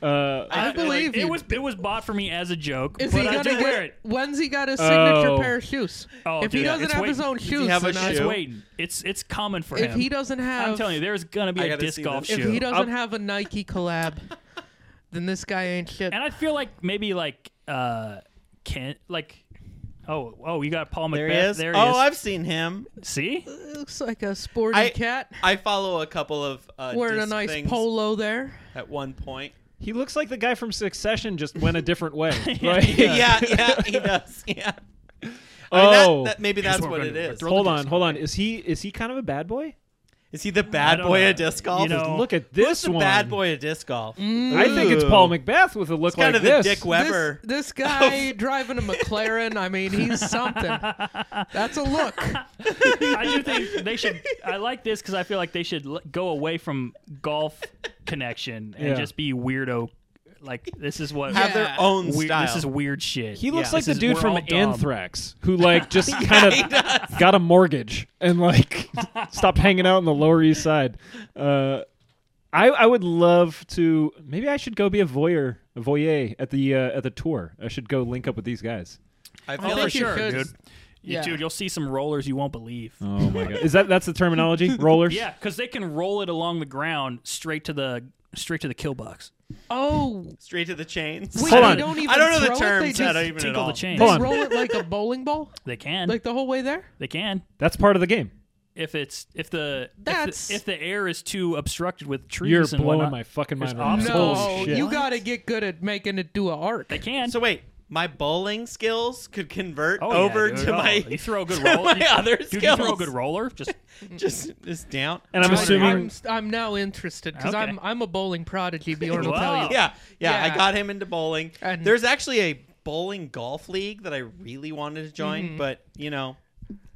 D: Uh,
C: I
B: Like,
C: believe
B: it
C: you.
B: was. It was bought for me as a joke,
C: Is
B: but
C: he
B: I
C: gonna
B: do
C: get,
B: wear it.
C: When's he got his signature
D: Oh.
C: pair of shoes?
B: Oh,
C: if he
B: dude,
C: doesn't
B: it's
C: have
B: wait-
C: his own
B: does
C: shoes,
E: have a
C: then
E: shoe?
C: I,
B: It's
E: Who?
B: waiting. It's it's coming for
C: if
B: him.
C: he doesn't have,
B: I'm telling you, there's gonna be
E: I
B: a
E: gotta
B: disc
E: see
B: golf
C: if
B: shoe.
C: he doesn't
D: I'll-
C: have a Nike collab, then this guy ain't shit.
B: and I feel like maybe like uh Kent, like oh oh, you got Paul
E: There
B: Macbeth.
E: he is.
B: There
E: oh,
B: is.
E: I've seen him.
B: See,
C: It looks like a sporty
E: I-
C: cat
E: I follow a couple of uh,
C: wearing a
E: disc
C: nice
E: things
C: polo there.
E: at one point.
D: he looks like the guy from Succession, just went a different way. Like-
E: <laughs> Yeah, <laughs> yeah, he does. <laughs> Yeah. I mean, that-
D: Oh,
E: that- maybe
B: Here's
E: that's
B: what
E: what
B: we're
E: it
B: gonna do.
E: is.
B: Throw-
D: hold on, hold on. Is he is he kind of a bad boy?
E: Is he the
B: I
E: bad
B: don't
E: boy
B: know.
E: of disc golf?
B: You know,
D: Look at
E: Oh. Who's
D: this
E: the
D: one.
E: bad boy of disc golf?
D: I think it's
E: Ooh.
D: Paul Macbeth with a look
E: Kind of
D: like this.
E: the Dick Weber. <laughs>
C: This, this guy driving a McLaren, I mean, he's something. That's a look.
B: I do think they should. I like this because I feel like they should l- go away from golf connection and
D: Yeah.
B: just be weirdo. Like this is what
E: Have their
C: Yeah.
E: own
B: weird,
E: style.
B: This is weird shit.
D: He looks
E: Yeah.
D: like the
B: This is-
D: dude
B: we're
D: from
B: all dumb.
D: Anthrax who like just kind of got a mortgage and like <laughs> stopped hanging out on the Lower East Side. Uh, I I would love to. Maybe I should go be a voyeur, a voyeur at the uh, at the tour. I should go link up with these guys.
E: I feel
C: I
B: Oh, for
C: think you
B: sure,
C: should.
B: dude. You-
C: Yeah.
B: Dude, you'll see some rollers you won't believe.
D: <laughs> Oh my god, is that that's the terminology? Rollers.
B: Yeah, because they can roll it along the ground straight to the straight to the kill box.
C: Oh,
E: straight to the chains.
C: wait,
D: Hold
C: they
D: on.
C: don't even
E: I don't know the
C: throw it, they
E: terms. I
C: just
E: don't even at
B: Tinkle
E: all.
B: the chain.
C: They
D: Hold on.
C: roll it like a bowling ball,
B: They can.
C: like the whole way there.
B: they can.
D: that's part of the game.
B: If it's if the if the-
C: That's-
B: if the, air is too obstructed with trees
D: You're
B: and
D: blowing
B: whatnot,
D: my fucking
B: There's
D: mind. Right now.
B: obstacles.
C: no,
D: Holy shit.
C: you got to get good at making it do a arc.
B: they can.
E: So wait, my bowling skills could convert
B: Oh, yeah,
E: over
B: dude.
E: to
B: Oh,
E: my
B: you throw a good
E: to
B: roll.
E: my
B: you,
E: other
B: dude, you
E: skills.
B: throw a good roller.
C: <laughs>
B: Just
E: <laughs> Just this down.
D: and I'm
C: I'm-
D: assuming
C: I'm, I'm now interested because
B: Okay.
C: I'm I'm a bowling prodigy. Bjorn will tell <laughs>
B: Wow.
C: you.
E: yeah, yeah,
C: Yeah.
E: I got him into bowling.
C: And-
E: There's actually a bowling golf league that I really wanted to join, but you know,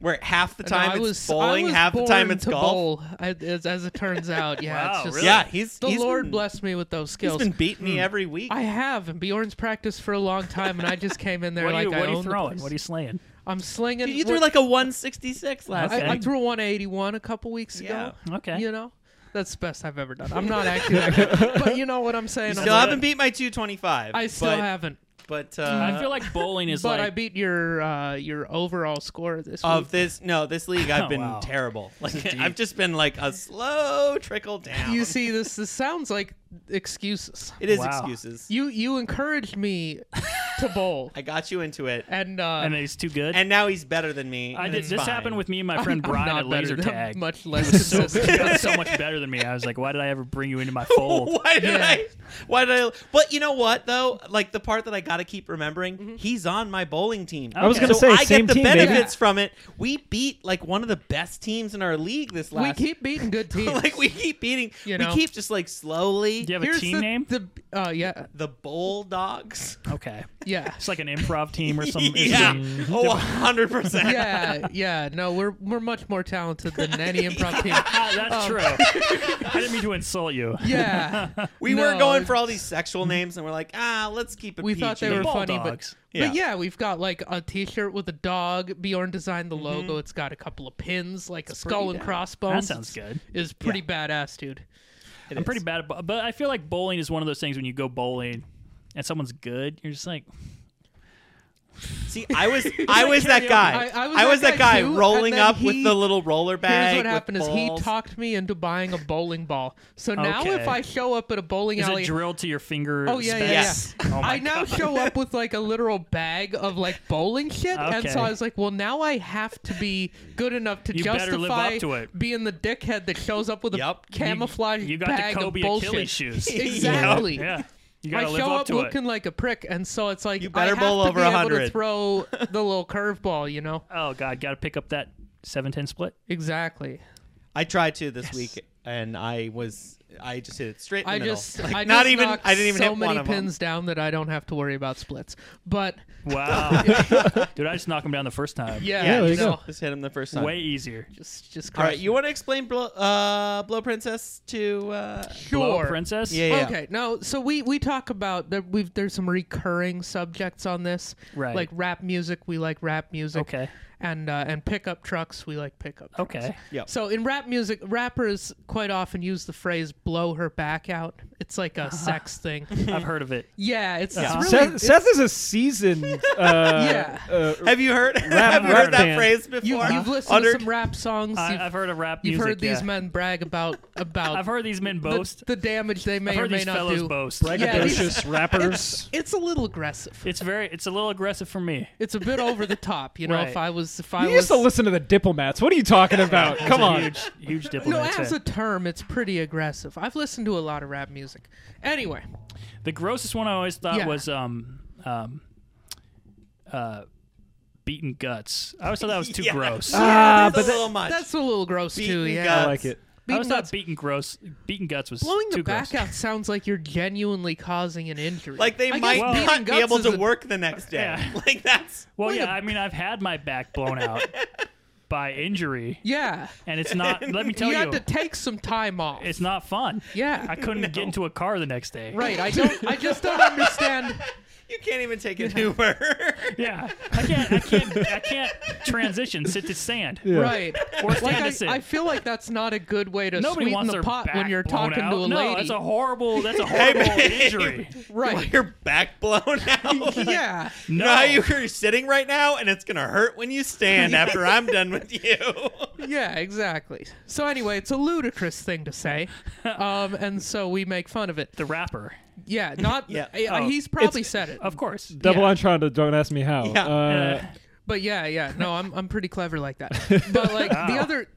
E: where half the
C: Mm-hmm. No,
E: time
C: I
E: it's
C: was
E: bowling,
C: I was
E: half the time
C: born
E: it's
C: to
E: golf.
C: bowl, I- as, as it turns out, yeah.
B: Wow,
C: it's just,
B: really?
E: Yeah, he's
C: The
E: he's
C: Lord
E: been,
C: blessed me with those
E: He's
C: skills. Hmm.
E: been beating me every week.
C: I have, and Bjorn's practiced for a long time, and I just
B: <laughs>
C: came in there
B: what are
C: like
B: you,
C: I
B: what are you
C: own the
B: throwing?
C: place.
B: What are you slaying?
C: I'm slinging.
E: Dude, you threw like a 166 last
C: I, I
B: Okay.
E: night.
C: threw a 181 a couple weeks ago.
E: Yeah.
B: Okay.
C: You know, that's the best I've ever done.
B: <laughs>
C: I'm not actually, that good, but you know what I'm saying.
E: Still
C: I'm-
E: haven't beat my 225.
C: I still Mm.
E: but,
C: haven't,
E: But uh,
B: I feel like bowling is
C: but
B: like
C: I beat your uh, your overall score this week.
E: of this no this league
C: <laughs>
E: i've
B: Oh,
E: been
B: wow.
E: terrible like i've just been like a slow trickle down
C: <laughs> you see this this sounds like excuses
E: it is
B: Wow.
E: excuses
C: you you encouraged me to
B: <laughs>
C: bowl
E: i got you into it
C: and uh
B: and it's too good.
E: and now he's better than me
B: I
E: and
B: did.
E: it's
B: This
E: fine.
B: happened with me and my
C: <laughs> I'm-
B: friend
C: I'm
B: Brian
C: not
B: at
C: better
B: laser
C: than-
B: tag.
C: much
B: <laughs>
C: less
B: so,
C: consistent.
B: so much better than me. I was like, why did I ever bring you into my fold?
E: <laughs> why did
C: Yeah.
E: i why did i but you know what though like the part that i gotta keep remembering
C: Mm-hmm.
E: he's on my bowling team
B: I was
E: So
B: gonna
D: say,
E: i
D: same
E: get the
D: team, baby.
E: benefits from it we beat like one of the best teams in our league this
C: we
E: last
C: keep
B: <laughs>
C: beating good teams
E: <laughs> like we keep beating
C: You know.
E: we keep just like slowly
B: Do you have a
C: Here's
B: team
C: the,
B: name?
C: the uh yeah
E: the bulldogs <laughs>
B: okay,
C: yeah
B: it's like an improv team or something.
E: yeah oh 100%
C: yeah yeah no we're we're much more talented than any
B: <laughs>
C: improv team
B: Ah, that's
E: <laughs>
C: Um,
B: true. I didn't mean to insult you.
C: yeah
E: We
C: No,
E: were going
C: it's-
E: for all these sexual names, and we're like, ah, let's keep it.
C: we thought they
E: PG.
C: were
B: Ball
C: funny
B: dogs.
C: but
E: Yeah.
C: but yeah we've got like a t-shirt with a dog bjorn designed the
B: Mm-hmm.
C: logo it's got a couple of pins like a skull and
B: That
C: crossbones
B: sounds good.
C: is pretty badass dude
E: It
B: I'm
E: is.
B: pretty bad at, bo- but I feel like bowling is one of those things when you go bowling and someone's good, you're just like,
E: See, I
C: <laughs>
E: was I was that guy.
C: I- I was
E: I was
C: that
E: that
C: guy
E: guy
C: too,
E: rolling
C: and then
E: up with
C: he-
E: the little roller bag.
C: Here's what
E: with
C: happened: is
E: balls.
C: he talked me into buying a bowling ball. So now,
B: Okay.
C: if I show up at a bowling
B: Is
C: alley,
B: it drilled to your finger?
C: oh yeah, yeah, yeah.
B: space?
E: Yes.
B: Oh my
C: I now show
B: <laughs>
C: up with like a literal bag of like bowling shit, and
B: Okay.
C: so I was like, well, now I have to be good enough to
B: You better live
C: justify
B: up to it.
C: being the dickhead that shows up with a
E: Yup. You-
C: camouflage
B: You got
C: bag
B: the Kobe
C: of bullshit.
B: Achilles shoes. <laughs>
C: <laughs> Exactly.
B: Yeah. yeah. You gotta
C: I
B: live
C: show
B: up
C: up,
B: to
C: looking
B: it.
C: like a prick, and so it's like
E: You better
C: I have
E: bowl
C: to
E: over
C: be able to
E: 100.
B: <laughs>
C: throw the little curveball, you know?
B: Oh god, gotta pick up that seven ten
C: <laughs>
B: split.
C: Exactly.
E: I tried to this week, and I was I just hit it straight. In
C: I
E: the middle.
C: just,
E: Like,
B: <laughs>
C: I just
E: not even
C: knocked
E: I didn't even
C: so
E: hit
C: many
E: one of
C: pins down that I don't have to worry about splits. But
B: Wow. Dude, I just knocked him down the first time.
C: yeah,
E: them. Yeah,
D: there you
C: no,
E: just, just hit him the first time.
B: Way easier.
C: just just
E: All right,
C: crush
E: you want to explain Blow, uh, Blow Princess to? Uh,
B: Hello,
C: sure.
B: princess?
E: Yeah, yeah.
C: Okay, no. So we we talk about that. We've there's some recurring subjects on this,
B: Right.
C: Like rap music, we like rap music.
B: Okay.
C: and uh, and pickup trucks, we like pickup. Trucks.
B: Okay.
E: Yep.
C: So in rap music, rappers quite often use the phrase "blow her back out." It's like a sex thing.
B: I've heard of it.
C: Yeah, it's,
B: Uh-huh. Yeah.
C: it's really.
D: Seth, Seth is a seasoned. Uh,
C: Yeah.
D: uh,
E: have you heard? <laughs> have you
D: rap
E: heard that
D: band.
E: phrase before?
C: you, have listened
E: Under- <laughs>
C: to some rap songs.
B: I,
C: you've
B: I've heard of rap
C: you've
B: music.
C: heard these
B: yeah.
C: men brag about
B: <laughs>
C: about
B: I've heard these men
C: the-
B: boast.
C: the, damage they may
B: I've
C: or
B: heard
C: may
B: these
C: not
B: fellows
C: do.
B: boast.
C: Yeah, these-
D: braggadocious rappers.
C: It's a little aggressive.
B: It's very. It's a little aggressive for me.
C: It's a bit over the top, you know. If
B: Right.
C: I was, if I
D: You
C: was,
D: used to listen to the diplomats. What are you talking about?
B: It's
D: Come
B: a
D: on.
B: Huge, huge
C: No,
B: diplomat.
C: as a term, it's pretty aggressive. I've listened to a lot of rap music. Anyway,
B: the grossest one I always thought
C: Yeah.
B: was um um uh beaten guts. I always thought that was
C: <laughs>
B: too
E: Yeah.
B: gross.
E: Yeah,
B: I
D: Ah,
E: that's
D: but
E: a
D: that-
E: little much.
C: that's a little gross too.
E: Beaten
C: Yeah,
E: guts.
D: I like it.
C: Beaten
B: always thought
C: guts.
B: beaten gross. Beaten guts was
C: blowing the
B: too
C: back
B: gross.
C: out sounds like you're genuinely causing an injury.
E: <laughs> like they
C: I guess
E: might
C: beating
E: not be
C: guts
E: able
C: is
E: to
C: a-
E: work the next day.
B: Yeah.
E: <laughs> Like that's
B: Well,
C: Blowing
B: yeah.
C: the-
B: I mean, I've had my back blown
C: <laughs>
B: out by injury,
C: Yeah,
B: and it's not. Let me tell
C: you
B: you,
C: had to take some time off.
B: it's not fun.
C: Yeah.
B: I couldn't get into a car the next day.
C: right.
B: <laughs>
C: I don't. I just don't understand.
E: you can't even take an <laughs> Uber.
B: Yeah, I can't. I can't. I can't transition. Sit to stand.
D: Yeah.
C: Right.
B: Or
C: Like
B: stand to sit.
C: I, I feel like that's not a good way to
B: Nobody
C: sweeten
B: wants
C: the
B: their
C: pot
B: back
C: when you're
B: blown
C: talking
B: out.
C: to a
B: No,
C: lady.
B: that's a horrible. That's a
E: Hey,
B: horrible
E: babe.
C: <laughs>
B: injury. <laughs>
C: right.
E: Your back blown out.
C: <laughs> Yeah.
E: You
B: No,
E: know how you're sitting right now, and it's gonna hurt when you stand after I'm done
B: <laughs>
E: with you.
C: Yeah, exactly. So anyway, it's a ludicrous thing
B: <laughs>
C: to say, um, and so we make fun of it.
B: the rapper,
C: Yeah,
B: <laughs>
C: not.
E: Yeah.
C: uh,
B: Oh,
C: he's probably said it,
B: of course.
D: Double
C: Yeah.
D: entendre. Don't ask me how.
E: Yeah.
D: Uh,
B: Uh,
C: but yeah, yeah. No, I'm I'm pretty clever
B: <laughs>
C: like that. But like the other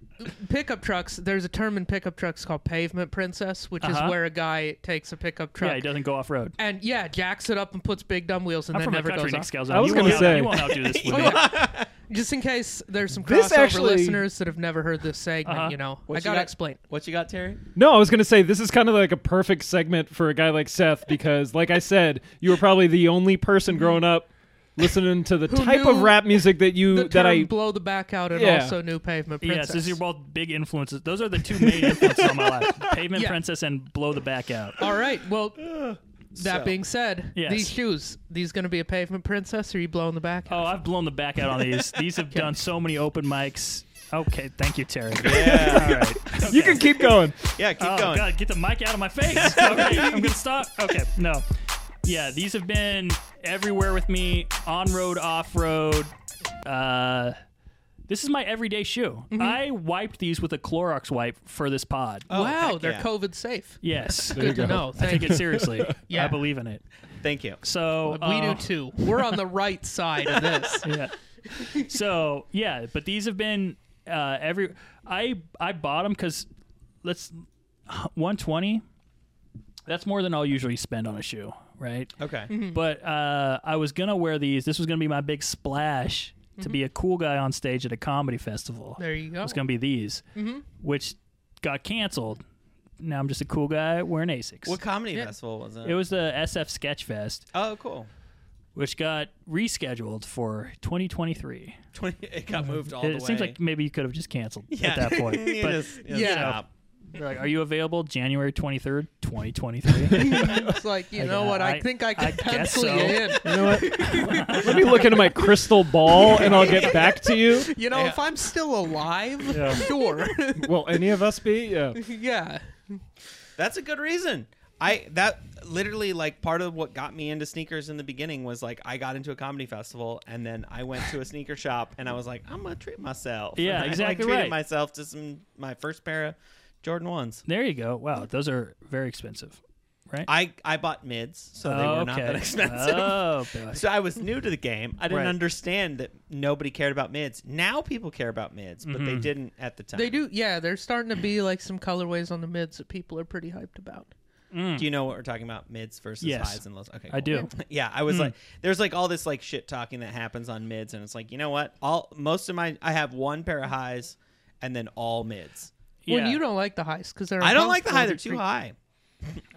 C: pickup trucks, there's a term in pickup trucks called pavement princess, which
B: Uh-huh.
C: is where a guy takes a pickup truck
B: yeah, he doesn't go off road.
C: and yeah, jacks it up and puts big dumb wheels and
B: I'm
C: then
B: from a
C: never
B: country
C: goes
B: Nick
C: off.
B: Scalzo.
D: I was
B: You
D: gonna
B: won't out- <laughs>
D: say.
B: you won't outdo this
C: Oh,
B: one.
C: yeah. Just in case there's some
D: This
C: crossover
D: actually-
C: listeners that have never heard this segment,
B: Uh-huh.
C: you know,
E: What
C: I
E: you
C: gotta
E: got?
C: explain.
E: What you got, Terry?
D: No, I was going to say this is kind of like a perfect segment for a guy like Seth because, like I said, you were probably the only person growing up listening to the type of
C: knew
D: rap music that you
C: The
D: that
C: term
D: I.
C: blow the back out and
D: Yeah.
C: also new pavement princess.
B: Yes, these are both big influences. Those are the two main influences on my <laughs> life: Pavement
C: Yeah.
B: Princess and Blow the Back Out.
C: All right.
B: <sighs>
C: Well, that
E: So.
C: being said,
B: Yes.
C: these shoes, these going to be a pavement princess or are you blowing the back?
B: Oh, I've blown the back out on these. These have done so many open mics. Okay, thank you, Terry.
E: <laughs> Yeah,
B: All right.
D: You can keep going.
E: yeah, keep
B: oh
E: going.
B: god, get the mic out of my face.
C: <laughs>
B: Okay, I'm gonna stop. Okay, no. Yeah, these have been everywhere with me, on road, off road. Uh, this is my everyday shoe.
C: Mm-hmm.
B: I wiped these with a Clorox wipe for this pod.
E: Oh,
C: wow,
E: heck
C: they're
E: yeah.
C: COVID safe.
B: Yes,
C: Good to
D: go.
C: know.
B: I
C: Thank
B: take
C: you.
B: it seriously.
C: <laughs> Yeah.
B: I believe in it.
E: Thank you.
B: So
C: we
B: uh,
C: do too. We're on the right side
B: <laughs>
C: of this.
B: yeah. So yeah, but these have been uh, every. I I bought them because let's 120. That's more than I'll usually spend on a shoe, right?
C: Mm-hmm.
E: Okay.
B: But uh, I was gonna wear these. This was gonna be my big splash to be a cool guy on stage at a comedy festival.
C: Mm-hmm. There you Mm-hmm. go.
B: It was gonna be these, which got canceled. Now I'm just a cool guy wearing Asics.
E: What comedy festival was it?
B: It was the SF Sketch Fest,
E: oh, cool. <laughs>
B: which got rescheduled for 2023.
E: 20, it got moved all the
B: Mm-hmm. it
E: way.
B: seems like maybe you could have
E: <laughs>
B: just canceled
E: yeah.
B: at that point.
E: You
B: but
E: just- you just
C: Yeah.
E: stop.
B: they're like, are you available January 23rd,
E: <laughs>
B: 2023?
C: <laughs> It's like, you know what? I,
B: I-
C: think I can
B: I guess
C: pencil
B: so.
C: you in.
D: You know what? Let me look into my crystal ball and I'll get back to you.
C: You know,
E: Yeah.
C: if I'm still alive,
D: Yeah.
C: <laughs> sure.
D: Will any of us be? Yeah.
C: yeah.
E: That's a good reason. I that literally like part of what got me into sneakers in the beginning was like I got into a comedy festival and then I went to a sneaker shop and I was like I'm gonna treat myself.
B: Yeah,
E: And I, like,
B: exactly
E: treated
B: right.
E: myself to some my first pair of Jordan ones.
B: There you go. Wow, those are very expensive, right?
E: I I bought mids, so Oh, they were not that expensive. <laughs>
B: Oh, boy.
E: So I was new to the game. I didn't
B: Right.
E: understand that nobody cared about mids. Now people care about mids, but
B: Mm-hmm.
E: they didn't at the time.
C: They do, yeah. They're starting to be like some colorways on the mids that people are pretty hyped about.
E: Do you know what we're talking about? Mids versus
B: Hmm. Yes.
E: highs and lows. Okay,
B: I
E: cool.
B: do.
E: <laughs>
B: Hmm.
E: Yeah, I was like, there's like all this like shit talking that happens on mids, and it's like, you know what? All most of my, I have one pair of highs, and then all mids.
C: Well,
B: Yeah.
C: you don't like the highs because they're.
E: I don't like the high; they're
C: uncomfortable.
E: too high.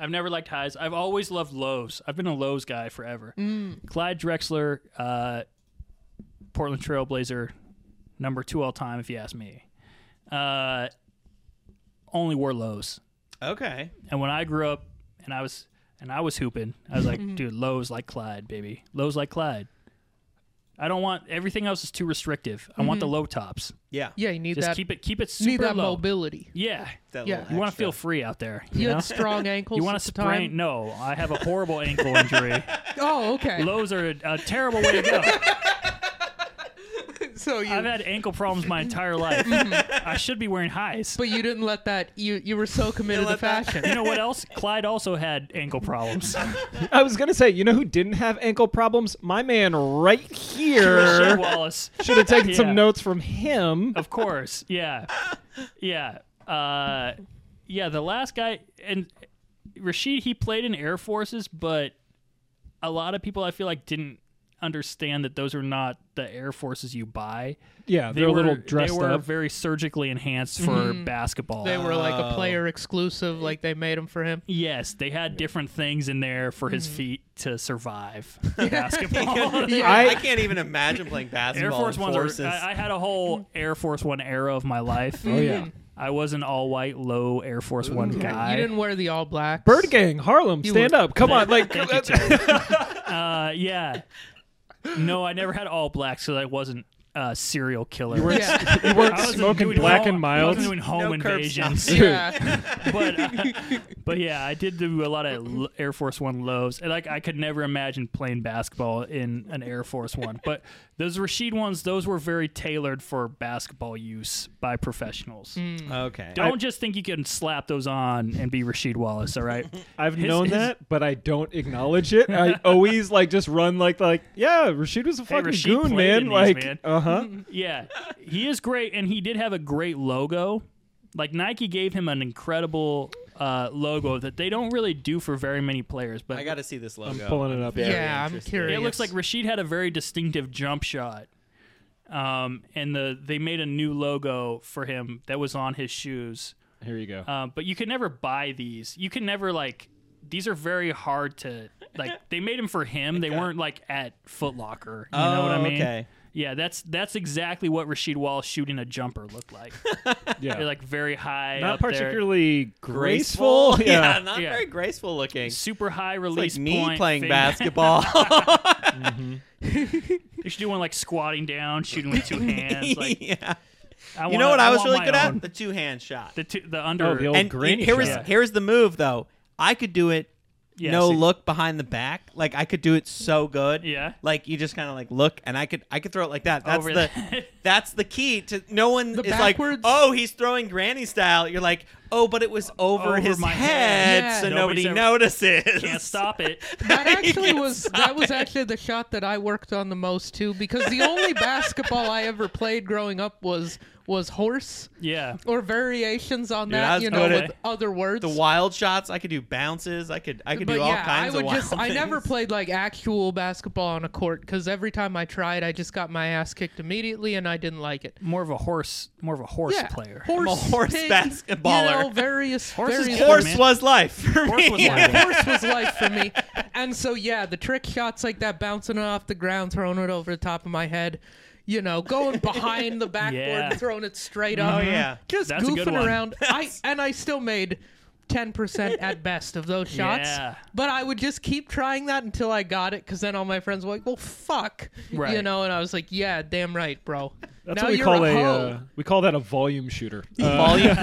B: I've never liked highs. I've always loved lows. I've been a lows guy forever.
E: Mm.
B: Clyde Drexler, uh, Portland Trailblazer, number two all time, if you ask me. Uh, only wore lows.
E: Okay,
B: And when I grew up, and I was and I was hooping, I was like,
C: Mm-hmm.
B: dude, lows like Clyde, baby, lows like Clyde. I don't want everything else is too restrictive. I want the low tops.
E: yeah,
C: Yeah, you Mm-hmm. need
B: Just
C: that.
B: keep it keep it
C: you
B: super
C: need that
B: low.
C: mobility.
B: Yeah,
E: That
C: Yeah.
E: little
B: you want to
E: extra. <laughs>
B: feel free out there.
C: You,
B: You, know?
C: had strong ankles.
B: You want
C: at
B: to
C: the
B: sprain?
C: time?
B: No, I have a horrible ankle
C: <laughs>
B: injury.
C: Oh, okay.
B: Lows are a, a terrible way to go.
C: so <laughs> you, Mm-hmm.
B: I've had ankle problems my entire life. I should be wearing highs.
C: but you didn't let that. You you were so committed to
E: let that-
C: fashion.
B: you know what else? Clyde also had ankle
C: <laughs>
B: problems.
D: I was gonna say, you know who didn't have ankle problems? My man right
B: Rasheed
D: here.
B: Wallace.
D: Should have taken
B: Yeah.
D: some notes from him.
B: Of course. Yeah. Yeah. Uh, yeah, the last guy and Rashid, he played in Air Forces, but a lot of people I feel like didn't understand that those are not the Air Forces you buy.
D: Yeah,
B: They
D: they're
B: were,
D: a little dressed
B: they were
D: up.
B: very surgically enhanced for basketball.
C: Mm-hmm. They were like a player exclusive. Like they made them for him.
B: yes, they had different things in there for his
C: Mm-hmm.
B: feet to
C: <laughs>
B: survive basketball.
C: Yeah.
E: I,
D: I-
E: can't even imagine
B: <laughs>
E: playing
B: Air
E: basketball.
B: Force
E: in
B: Ones
E: forces.
B: are. I, I had a whole
C: Mm-hmm.
B: Air Force One era of my life.
D: oh yeah,
B: I was an all white, low Air Force One guy.
C: You didn't wear the all black.
D: Bird Gang Harlem,
C: You
D: stand
C: were-
D: up!
B: <laughs>
D: Come on, like
B: uh, yeah. No, I never had all black, so I wasn't a serial killer.
C: Yeah.
D: <laughs> you
B: I
D: weren't
B: wasn't
D: <laughs> smoking
B: doing
D: black
B: home-
D: and
B: I wasn't
D: mild.
B: doing home
E: No curb
B: invasions,
C: yeah.
B: <laughs> but uh, but yeah, I did do a lot of l- Air Force One lows, and like I could never imagine playing basketball in an Air Force One. But those Rashid ones, those were very tailored for basketball use by professionals.
E: Mm.
C: Mm.
E: okay,
B: Don't just think you can slap those on and be Rashid Wallace. All right,
D: I've
B: His-
D: known
B: his-
D: that, but I don't acknowledge
B: <laughs>
D: it. I always like just run like like yeah, Rashid was a fucking
B: Rashid
D: goon,
B: played in
D: man.
B: these,
D: like
B: man.
D: uh huh.
B: Yeah, he is great, and he did have a great logo. Like Nike gave him an incredible uh, logo that they don't really do for very many players, but
E: I got to see this logo.
D: I'm pulling it up.
E: Very
C: Yeah, I'm
E: interested.
C: curious.
B: it looks like Rashid had a very distinctive jump shot. Um, and the they made a new logo for him that was on his shoes.
D: Here you go.
B: Um, but you can never buy these. You can never like these are very hard to
E: <laughs>
B: like. They made them for him. They weren't like at Foot Locker. You know what I
E: Oh,
B: mean?
E: okay.
B: Yeah, that's that's exactly what Rashid Wallace shooting a jumper looked like.
D: yeah,
B: They're like very high,
D: not
B: up there.
D: particularly graceful.
E: <laughs> graceful.
D: Yeah.
E: not
B: <laughs> Yeah.
E: very graceful looking.
B: super high
E: It's
B: release.
E: like me
B: point,
E: playing
B: <laughs> fade-
E: basketball.
B: You should do one like squatting down, shooting with two hands. Like
E: <laughs> yeah.
B: I
E: You know what I was really good
B: own.
E: at? The two hand shot.
B: The two, the under.
D: Oh, the old-
E: and
D: granny
E: here was
B: shot.
E: here's the move though. I could do it
B: Yeah,
E: no
B: see.
E: look behind the back. Like I could do it so good.
B: Yeah.
E: Like you just kind of like look and I could I could throw it like that. That's
B: Over
E: the
B: the- <laughs>
E: that's the key to no one
C: The
E: is like,
C: backwards-
E: "Oh, he's throwing granny style." You're like, "Oh, but it was over,
B: Over
E: his
B: my
E: head,
B: head.
C: Yeah.
E: so
B: Nobody's
E: nobody
B: ever-
E: notices." <laughs>
B: can't stop it.
C: That actually
E: can't
C: was that was actually the shot that I worked on the most too because the only basketball I ever played growing up was was horse
B: Yeah.
C: or variations on
E: I
C: that
E: was
C: you know
E: good at
C: with other words.
E: The wild shots, I could do bounces, I could I could
C: but
E: do all
C: yeah,
E: kinds
C: I would
E: of wild
C: just I never
E: things.
C: played like actual basketball on a court because every time I tried I just got my ass kicked immediately and I didn't like it.
B: More of a horse, more of a horse
C: Yeah,
B: player.
C: horse,
E: I'm a horse
C: pig,
E: basketballer.
C: You know, various
B: Horse is
C: various
B: good,
E: horse
B: man.
E: was life for me. <laughs>
B: Horse was
C: Yeah,
B: life.
C: horse was life for me. And so, yeah, the trick shots like that, bouncing it off the ground, throwing it over the top of my head, you know, going behind the backboard,
B: Yeah.
C: throwing it straight up.
E: yeah.
C: just
B: That's a good
C: goofing
B: one.
C: around. I and I still made. 10% at best of those shots.
B: Yeah.
C: But I would just keep trying that until I got it because then all my friends were like, well, fuck.
B: Right.
C: You know, and I was like, yeah, damn right, bro.
D: That's
C: Now
D: what we
C: you're
D: call
C: a
D: a,
C: hoe.
D: uh, we call that a volume shooter.
B: <laughs>
D: Uh,
E: Volume <laughs>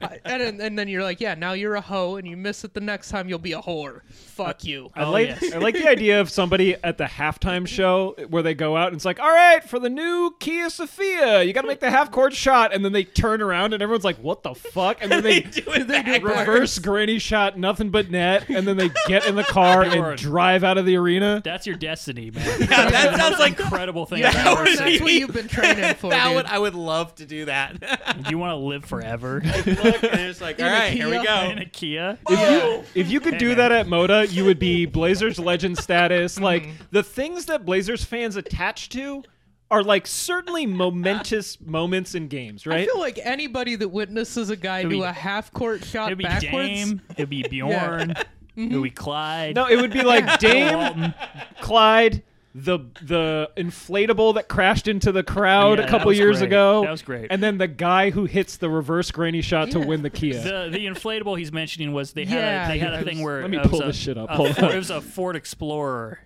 C: I- and, and then you're like, yeah, now you're a hoe, and you miss it the next time, you'll be a whore. Fuck you.
D: I
B: Oh,
D: like
B: yes.
D: I like the idea of somebody at the halftime show where they go out and it's like, all right, for the new Kia Sophia, you got to make the half court shot, and then they turn around and everyone's like, what the fuck?
E: <laughs>
D: And then they,
E: it
D: they do
E: backwards.
D: reverse granny shot, nothing but net, and then they get in the car and
B: Lord.
D: drive out of the arena.
B: That's your destiny, man.
E: <laughs> Yeah, that sounds like
B: Incredible thing.
E: Yeah,
B: I've
E: that
B: ever
E: was-
B: seen.
C: That's what you've
E: <laughs>
C: been training for,
E: that
C: dude.
E: would I would love to do that.
B: you want to live forever <laughs>
E: Look, and it's like, all
C: In a
E: right, here we
C: Kia.
E: go. <laughs>
B: in a Kia.
D: If you, if you could
B: Hey,
D: do
B: man.
D: that at Moda, you would be Blazers legend status. Like the things that Blazers fans attach to are like certainly momentous moments in games,
C: I
D: right?
C: feel like anybody that witnesses a guy
B: be-
C: do a half court shot
B: It'd be
C: backwards.
B: Dame. It'd be
E: <laughs>
B: Bjorn.
E: Mm-hmm.
B: It'd be Clyde.
D: No, it would be
C: <laughs>
D: like Dame,
B: Walton.
D: Clyde, the the inflatable that crashed into the crowd
B: Yeah,
D: a
B: that
D: couple
B: was
D: years
B: great.
D: ago.
B: That was great.
D: And then the guy who hits the reverse granny shot to
C: Yeah.
D: win the Kia.
B: The, the inflatable he's mentioning was they had
C: Yeah,
B: a, they had
C: yeah.
B: a thing where
D: Let me
B: uh, it was
D: pull
B: a-
D: this shit up.
B: a
D: Hold
B: Ford-
D: on.
B: it was a Ford Explorer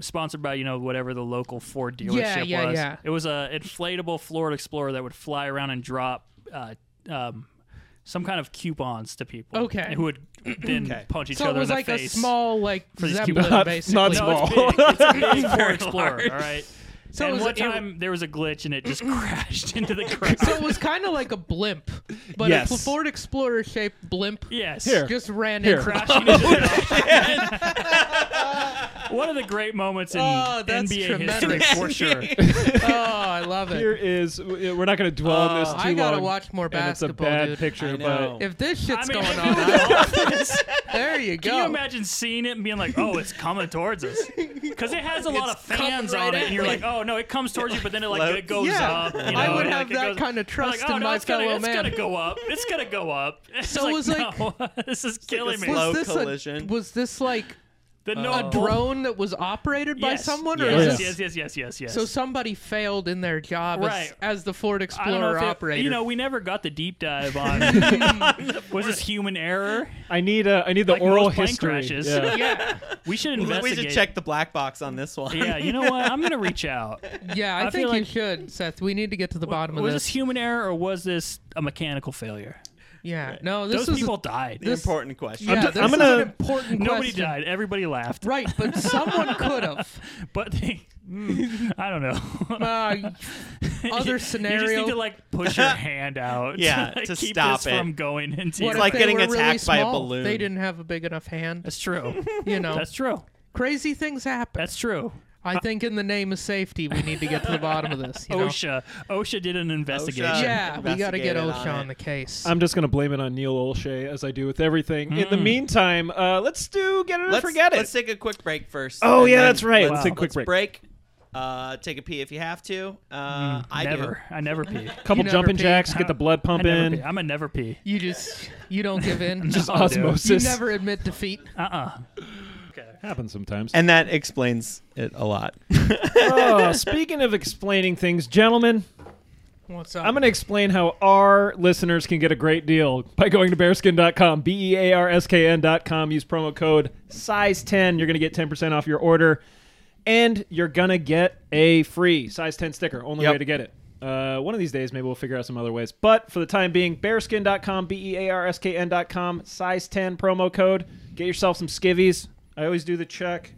B: sponsored by you know whatever the local Ford dealership
C: Mm. Yeah, yeah,
B: was.
C: yeah.
B: It was a inflatable Ford Explorer that would fly around and drop uh, um, some kind of coupons to people.
C: Okay.
B: who would then punch each
C: So it
B: other
C: was
B: in the
C: like
B: face.
C: a small like
B: these
C: zeppelin,
B: people. <laughs>
D: Not-
C: basically.
D: not
B: no,
D: small.
B: it's big. It's
D: <laughs>
B: a big Ford Explorer.
E: large.
B: All right.
C: So it
B: and
C: was-
B: one
C: it-
B: time there was a glitch and it
C: <clears throat>
B: just crashed into the crowd. <laughs>
C: So it was kind of like a blimp, but
D: Yes.
C: a Ford Explorer shaped blimp.
B: yes.
D: Here.
C: Just ran
D: Here.
C: in.
B: <laughs> crashing
C: Oh,
B: into the One of the great moments in
C: Oh, that's
B: NBA history
C: tremendous.
B: for sure.
C: Oh, I love
D: Here
C: it.
D: is we're not going to dwell on
B: Oh,
D: this too
C: I gotta
D: long,
C: watch more
D: and it's a
C: basketball,
D: bad
C: dude.
D: picture,
E: I know.
D: but
C: If this shit's
B: I mean, <laughs>
C: going
B: if
C: on,
B: it was
C: I- <laughs> there you go.
B: Can you imagine seeing it and being like, "Oh, it's coming towards us"? Because it has a lot of
C: It's coming
B: fans
C: right
B: on it,
C: at
B: and you're
C: me.
B: like, "Oh no, it comes towards you," but then it like
E: Floats.
B: it goes
C: Yeah.
B: up. You know,
C: I would
B: and,
C: have
B: like, it
C: that
B: goes-
C: kind of
B: You're like,
C: trust
B: "Oh,
C: in
B: no,
C: my
B: it's gonna,
C: fellow
B: It's
C: man."
B: gonna go up. It's gonna go up. <laughs> It's
C: So
B: like,
C: was, like-
B: no, <laughs> this is killing me.
E: slow-
C: was this
E: collision.
C: A, was this like
B: the no
C: a drone that was operated by
B: Yes.
C: someone, or
B: Yes. yes,
C: is this
B: yes, yes, yes, yes, yes.
C: So somebody failed in their job
B: Right.
C: as, as the Ford
B: I don't know
C: Explorer
B: if it-
C: operator.
B: you know, we never got the deep dive
C: <laughs>
B: on. was this human error?
D: I need uh, I need the
B: Like
D: oral
B: most plane
D: history.
B: crashes. <laughs>
D: Yeah.
C: yeah,
B: We should
E: We
B: investigate.
E: should check the black box on this one.
B: Yeah, you know what? I'm gonna reach out.
C: yeah. I,
B: I
C: think
B: feel
C: you
B: like-
C: should, Seth. We need to get to the bottom of
B: was
C: this.
B: human error or was this a mechanical failure?
C: Yeah, no, this
B: Those
C: is
B: people died.
E: <laughs> The important question.
C: Yeah,
D: I'm just-
C: this
D: I'm
C: is
D: gonna-
C: an
B: <laughs>
C: important
B: Nobody
C: question.
B: died. Everybody laughed.
C: Right, but someone
B: <laughs>
C: could have.
B: But they, Mm, I don't
C: <laughs>
B: know. <laughs>
C: Uh, other
B: You just
C: scenario.
B: need to like push
C: <laughs>
B: your hand out.
E: Yeah,
B: like,
E: to
B: keep
E: stop
B: this
E: it.
B: from going into.
C: what
B: your-
C: if
E: like
C: they
E: getting
C: were really
E: attacked by a
C: small?
E: balloon.
C: They didn't have a big enough hand.
B: That's
C: <laughs>
B: true.
C: You know,
B: That's true.
C: crazy things happen.
B: That's true.
C: I think in the name of safety, we need to get to the bottom
B: <laughs>
C: of this. You know?
B: OSHA. OSHA did an investigation.
E: OSHA.
C: Yeah, we got to get
E: Uh, Investigated on
C: OSHA on,
E: it.
C: the case.
D: I'm just gonna blame it on Neil Olshay as I do with everything. In the
B: Hmm.
D: meantime, uh, let's do get it or
E: Let's
D: forget it.
E: Let's take a quick break first.
D: Oh,
E: and
D: yeah,
E: then
D: that's right.
E: Let's,
D: Let's take a quick
E: let's break. Uh, take a pee if you have to. Uh, I do.
B: Mm, never. I never pee.
D: couple
C: You never
D: jumping
C: pee.
D: jacks, get the blood
B: I never
D: pumping.
B: pee. I'm a never pee.
C: you just you don't
D: <laughs>
C: give in.
D: Just
B: No, dude.
C: you
D: osmosis.
C: never admit defeat.
B: Uh uh
D: happens sometimes.
E: And that explains it a lot.
D: <laughs> oh, speaking of explaining things, gentlemen,
C: What's up?
D: I'm going to explain how our listeners can get a great deal by going to bearskin.com, B E A R S K N.com. Use promo code size10. You're going to get 10% off your order, and you're going to get a free size 10 sticker. Only
E: Yep.
D: way to get it. Uh, one of these days, maybe we'll figure out some other ways. But for the time being, bearskin.com, B E A R S K N.com, size 10 promo code. Get yourself some skivvies. I always do the check.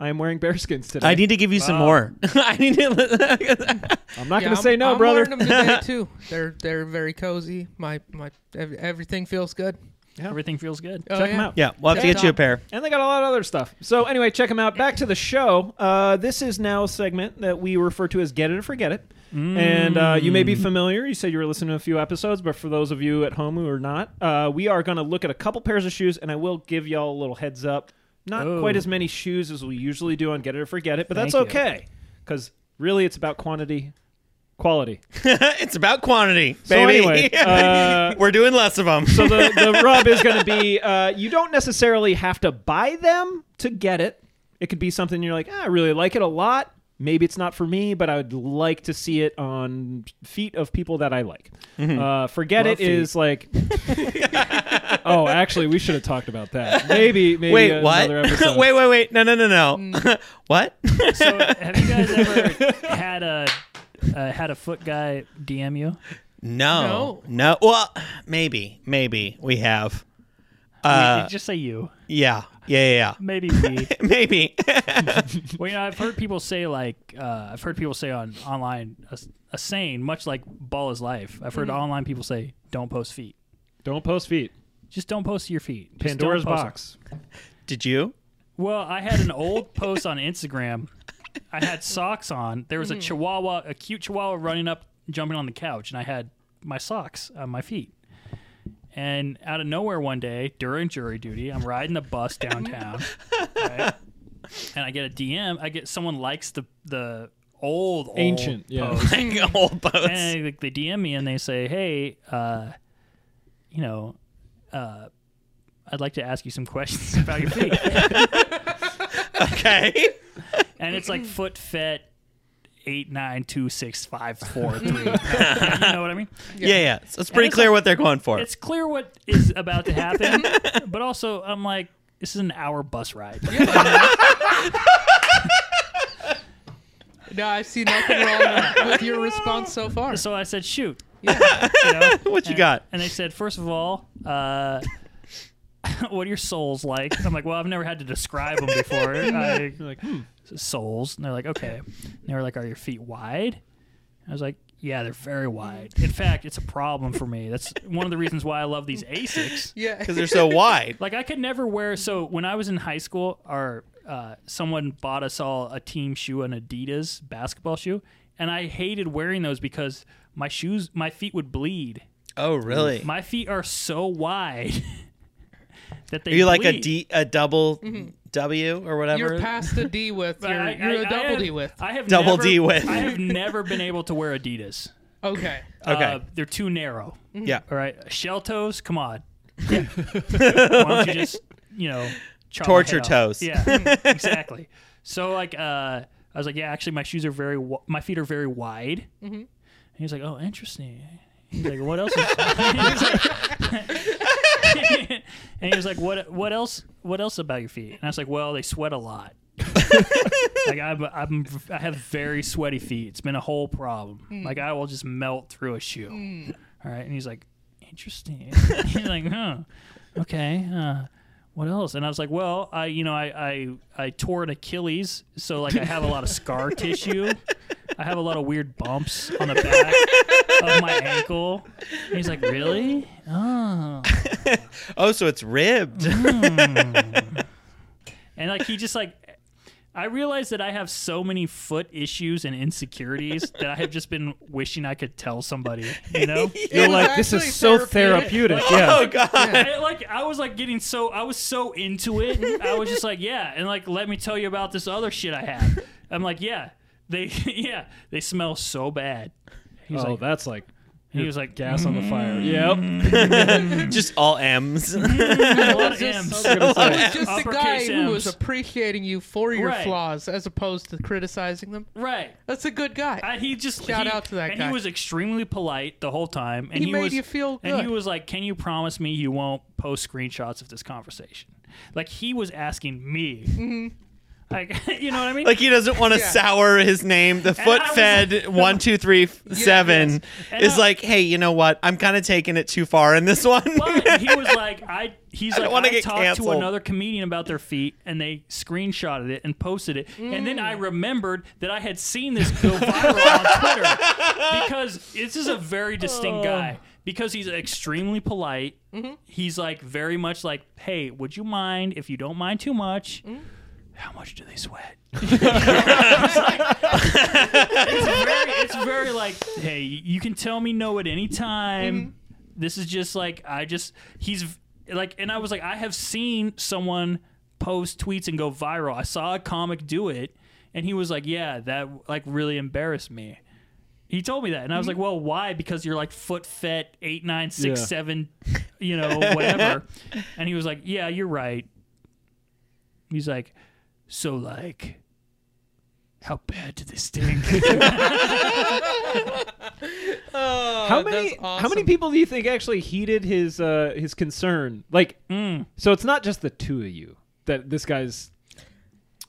D: I am wearing bearskins today.
E: I need to give you some more. <laughs> I need to. <laughs>
D: I'm not
C: Yeah,
D: going to say no,
C: I'm
D: brother.
C: wearing
D: <laughs>
C: them today too. They're they're very cozy. My my ev- everything feels good.
B: Everything feels good.
C: Oh,
D: Check 'em
C: yeah.
D: out.
E: yeah, we'll have to get you a pair. <laughs>
D: And they got a lot of other stuff. So anyway, check them out. Back to the show. Uh, this is now a segment that we refer to as "Get It or Forget It," and uh, you may be
B: Mm.
D: familiar. You said you were listening to a few episodes, but for those of you at home who are not, uh, we are going to look at a couple pairs of shoes, and I will give y'all a little heads up. Not
B: Oh.
D: quite as many shoes as we usually do on "Get It or Forget It," but that's
B: Thank you.
D: okay because really it's about quantity,
B: <laughs>
D: quality.
E: it's about quantity, baby.
D: So anyway,
E: <laughs>
D: uh,
E: We're doing less of them.
D: so the, the rub is going to be uh, you don't necessarily have to buy them to get it. It could be something you're like, "Ah, I really like it a lot. Maybe it's not for me, but I would like to see it on feet of people that I like. Uh, forget
C: Love
D: it is like. oh, actually, we should have talked about that. Maybe, maybe
E: Wait, what? <laughs>
D: another episode.
E: wait, wait, wait. No, no, no,
B: Hmm.
E: no. <laughs> what?
B: So <laughs> have you guys ever had a uh, had a foot guy DM you?
E: No, no. Well, maybe, maybe we have.
B: I mean,
E: Uh,
B: just say you,
E: yeah, yeah, yeah.
B: maybe me.
E: yeah. <laughs> maybe.
B: well, you know, I've heard people say like uh, I've heard people say on online a, a saying much like "ball is life." I've heard online people say, "Don't post feet.
D: Don't post feet.
B: Just don't post your feet." Just don't
D: Pandora's
B: post them."
D: box.
E: Did you?
B: Well, I had an old post on Instagram. I had socks on. There was a chihuahua, a cute chihuahua running up, jumping on the couch, and I had my socks on my feet. And out of nowhere one day, during jury duty, I'm riding the bus downtown. right? And I get a DM. I get someone likes the the old, old
D: Ancient, yeah.
B: post
E: Like a whole post.
B: and they, they DM me and they say, "Hey, uh, you know, uh, I'd like to ask you some questions <laughs> about your feet."
E: <laughs>
B: <laughs>
E: Okay.
B: and it's like foot fet eight nine two six five four three. you know what I mean?
E: Yeah, yeah. So it's pretty
B: it's
E: clear what they're going for. <laughs>
B: It's clear what is about to happen, <laughs> but also I'm like, this is an hour bus ride.
C: <laughs> No, I see nothing wrong with your response so far.
B: So I said, shoot.
C: Yeah.
B: <laughs> You know?
E: <laughs> what you
B: And-
E: got?
B: And they said, first of all, uh, <laughs> what are your souls like? I'm like, well, I've never had to describe them before. I,
D: You're like, hmm.
B: souls, and they're like, okay. And they were like, are your feet wide? I was like, yeah, they're very wide. In fact, it's a problem for me. That's one of the reasons why I love these Asics.
C: Yeah.
E: Because they're
B: <laughs>
E: so wide.
B: Like I could never wear. So when I was in high school, our uh, someone bought us all a team shoe, an Adidas basketball shoe, and I hated wearing those because my shoes, my feet would bleed.
E: Oh, really?
B: My feet are so wide <laughs> that they
E: Are you like a
B: bleed.
E: D, a double
B: Mm-hmm.
E: W or whatever?
C: <laughs> You're past a D with. You're,
B: I- I-
C: you're a
B: I
C: double
B: have-
C: D with.
B: I have
E: Double
B: never-
E: D with.
B: I have never been able to wear Adidas.
C: Okay.
E: Okay.
B: Uh, they're too narrow.
E: yeah.
B: All right, shell toes.
E: <laughs>
B: Come on. Why don't you just you know chop my
E: Torture
B: head off?
E: toes.
B: Yeah, mm,
E: <laughs>
B: exactly. So like, uh, I was like, yeah, actually, my shoes are very, wi- my feet are very wide. Mm-hmm. And he's like, oh, interesting. He's like, what else? Is- <laughs> He's like- and he was like, what, what else, what else about your feet? And I was like, well, they sweat
E: <laughs>
B: a lot. like I'm, I'm, I have very sweaty feet. It's been a whole problem. Like I will just melt through a shoe. All right. And he's like, interesting. he's like, huh, okay. Uh, what else? And I was like, well, I, you know, I, I, I tore an Achilles, so like I have a lot of scar tissue. I have a lot of weird bumps on the back of my ankle. And he's like, really? Oh.
E: Oh, so it's ribbed.
B: Mm-hmm. And like he just like I realized that I have so many foot issues and insecurities that I have just been wishing I could tell somebody, you know?
D: You're
C: It was
D: like, this is
C: actually
D: so
C: therapeutic.
D: therapeutic.
E: <laughs> <laughs>
D: yeah.
E: Oh God.
B: I, like I was like getting so I was so into it. I was just like, yeah, and like let me tell you about this other shit I have. I'm like, yeah, they <laughs> yeah they smell so bad. He's
D: oh,
B: like,
D: that's like
B: he was like, "Mm-hmm."
D: gas on the fire.
E: <laughs>
D: Yep.
E: Just all M's.
B: Mm-hmm. a lot of
C: It was
B: M's.
C: just-
B: Right.
C: It was just a guy
B: Uppercase
C: who was
B: M's.
C: appreciating you for your
B: Right.
C: flaws as opposed to criticizing them. That's a good guy.
B: I, he just
C: Shout
B: he-
C: out to that
B: and
C: guy.
B: He was extremely polite the whole time, and
C: He
B: he,
C: made
B: was,
C: you feel
B: And he
C: good.
B: was like, "Can you promise me you won't post screenshots of this conversation?" Like he was asking me,
C: Mm-hmm.
B: like <laughs> you know what I mean?
E: Like he doesn't want to
C: Yeah.
E: sour his name. The foot
B: I was
E: fed one two three
C: yes.
E: seven
B: And
E: is
B: I-
E: like, hey, you know what? I'm kind of taking it too far in this <laughs> one.
B: but he was like, I he's like,
E: wanna
B: I
E: get
B: talked
E: canceled.
B: to another comedian about their feet, and they screenshotted it and posted it, and then
E: Mm.
B: I remembered that I had seen this go viral
E: <laughs>
B: on Twitter because this is a very distinct
E: Oh.
B: guy because he's extremely polite.
E: Mm-hmm.
B: He's like very much like, hey, would you mind if you don't mind too much?
E: Mm.
B: How much do they sweat? it's very it's very like hey you can tell me no at any time this is just like i just he's v- like and i was like i have seen someone post tweets and go viral i saw a comic do it and he was like yeah that like really embarrassed me he told me that and i was like well why because you're like foot fet 8967 you know whatever and he was like yeah you're right he's like so like How bad did this stink?
C: Oh,
D: how
C: that's
D: many
C: awesome.
D: how many people do you think actually heeded his uh his concern? Like
C: Mm.
D: so it's not just the two of you that this guy's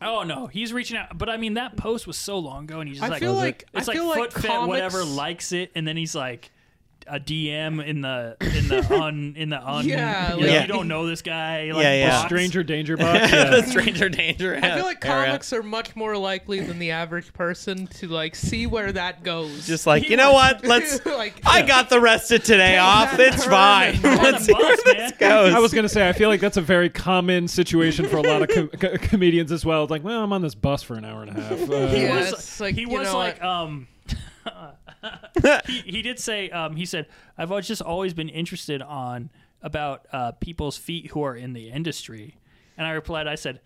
B: oh no, he's reaching out. But I mean, that post was so long ago, and he's just
C: I
B: like,
C: feel like-
B: it's
C: I
B: like
C: feel like
B: foot fed
C: comics-
B: whatever likes it, and then he's like a DM in the in
C: <laughs>
B: the un in the un.
C: Yeah,
B: you, know,
E: like-
B: you don't know this guy. Like,
E: Yeah, yeah.
B: box. <laughs>
D: stranger
C: <laughs>
D: danger box.
E: the
D: Yeah.
E: stranger danger.
C: I feel like comics are much more likely than the average person to like see where that goes. <laughs>
E: Just like
B: He
E: you know
B: was-
E: what? Let's.
C: like
E: I got the rest of today off.
C: that
E: It's
C: turn
E: fine.
C: and
B: run
E: Let's
B: a
E: see where
B: bus,
C: <laughs>
E: this <laughs>
B: man.
E: goes.
D: I was gonna say, I feel like that's a very common situation for a lot of
C: <laughs>
D: com- co- comedians as well. It's like, well, I'm on this bus for an hour and a half. Uh,
B: He
C: Yeah.
B: was
C: it's like,
B: he
C: you
B: was
C: know
B: like
C: what?
B: um. <laughs> he, he did say um, he said I've always just always been interested on about uh, people's feet who are in the industry, and I replied I said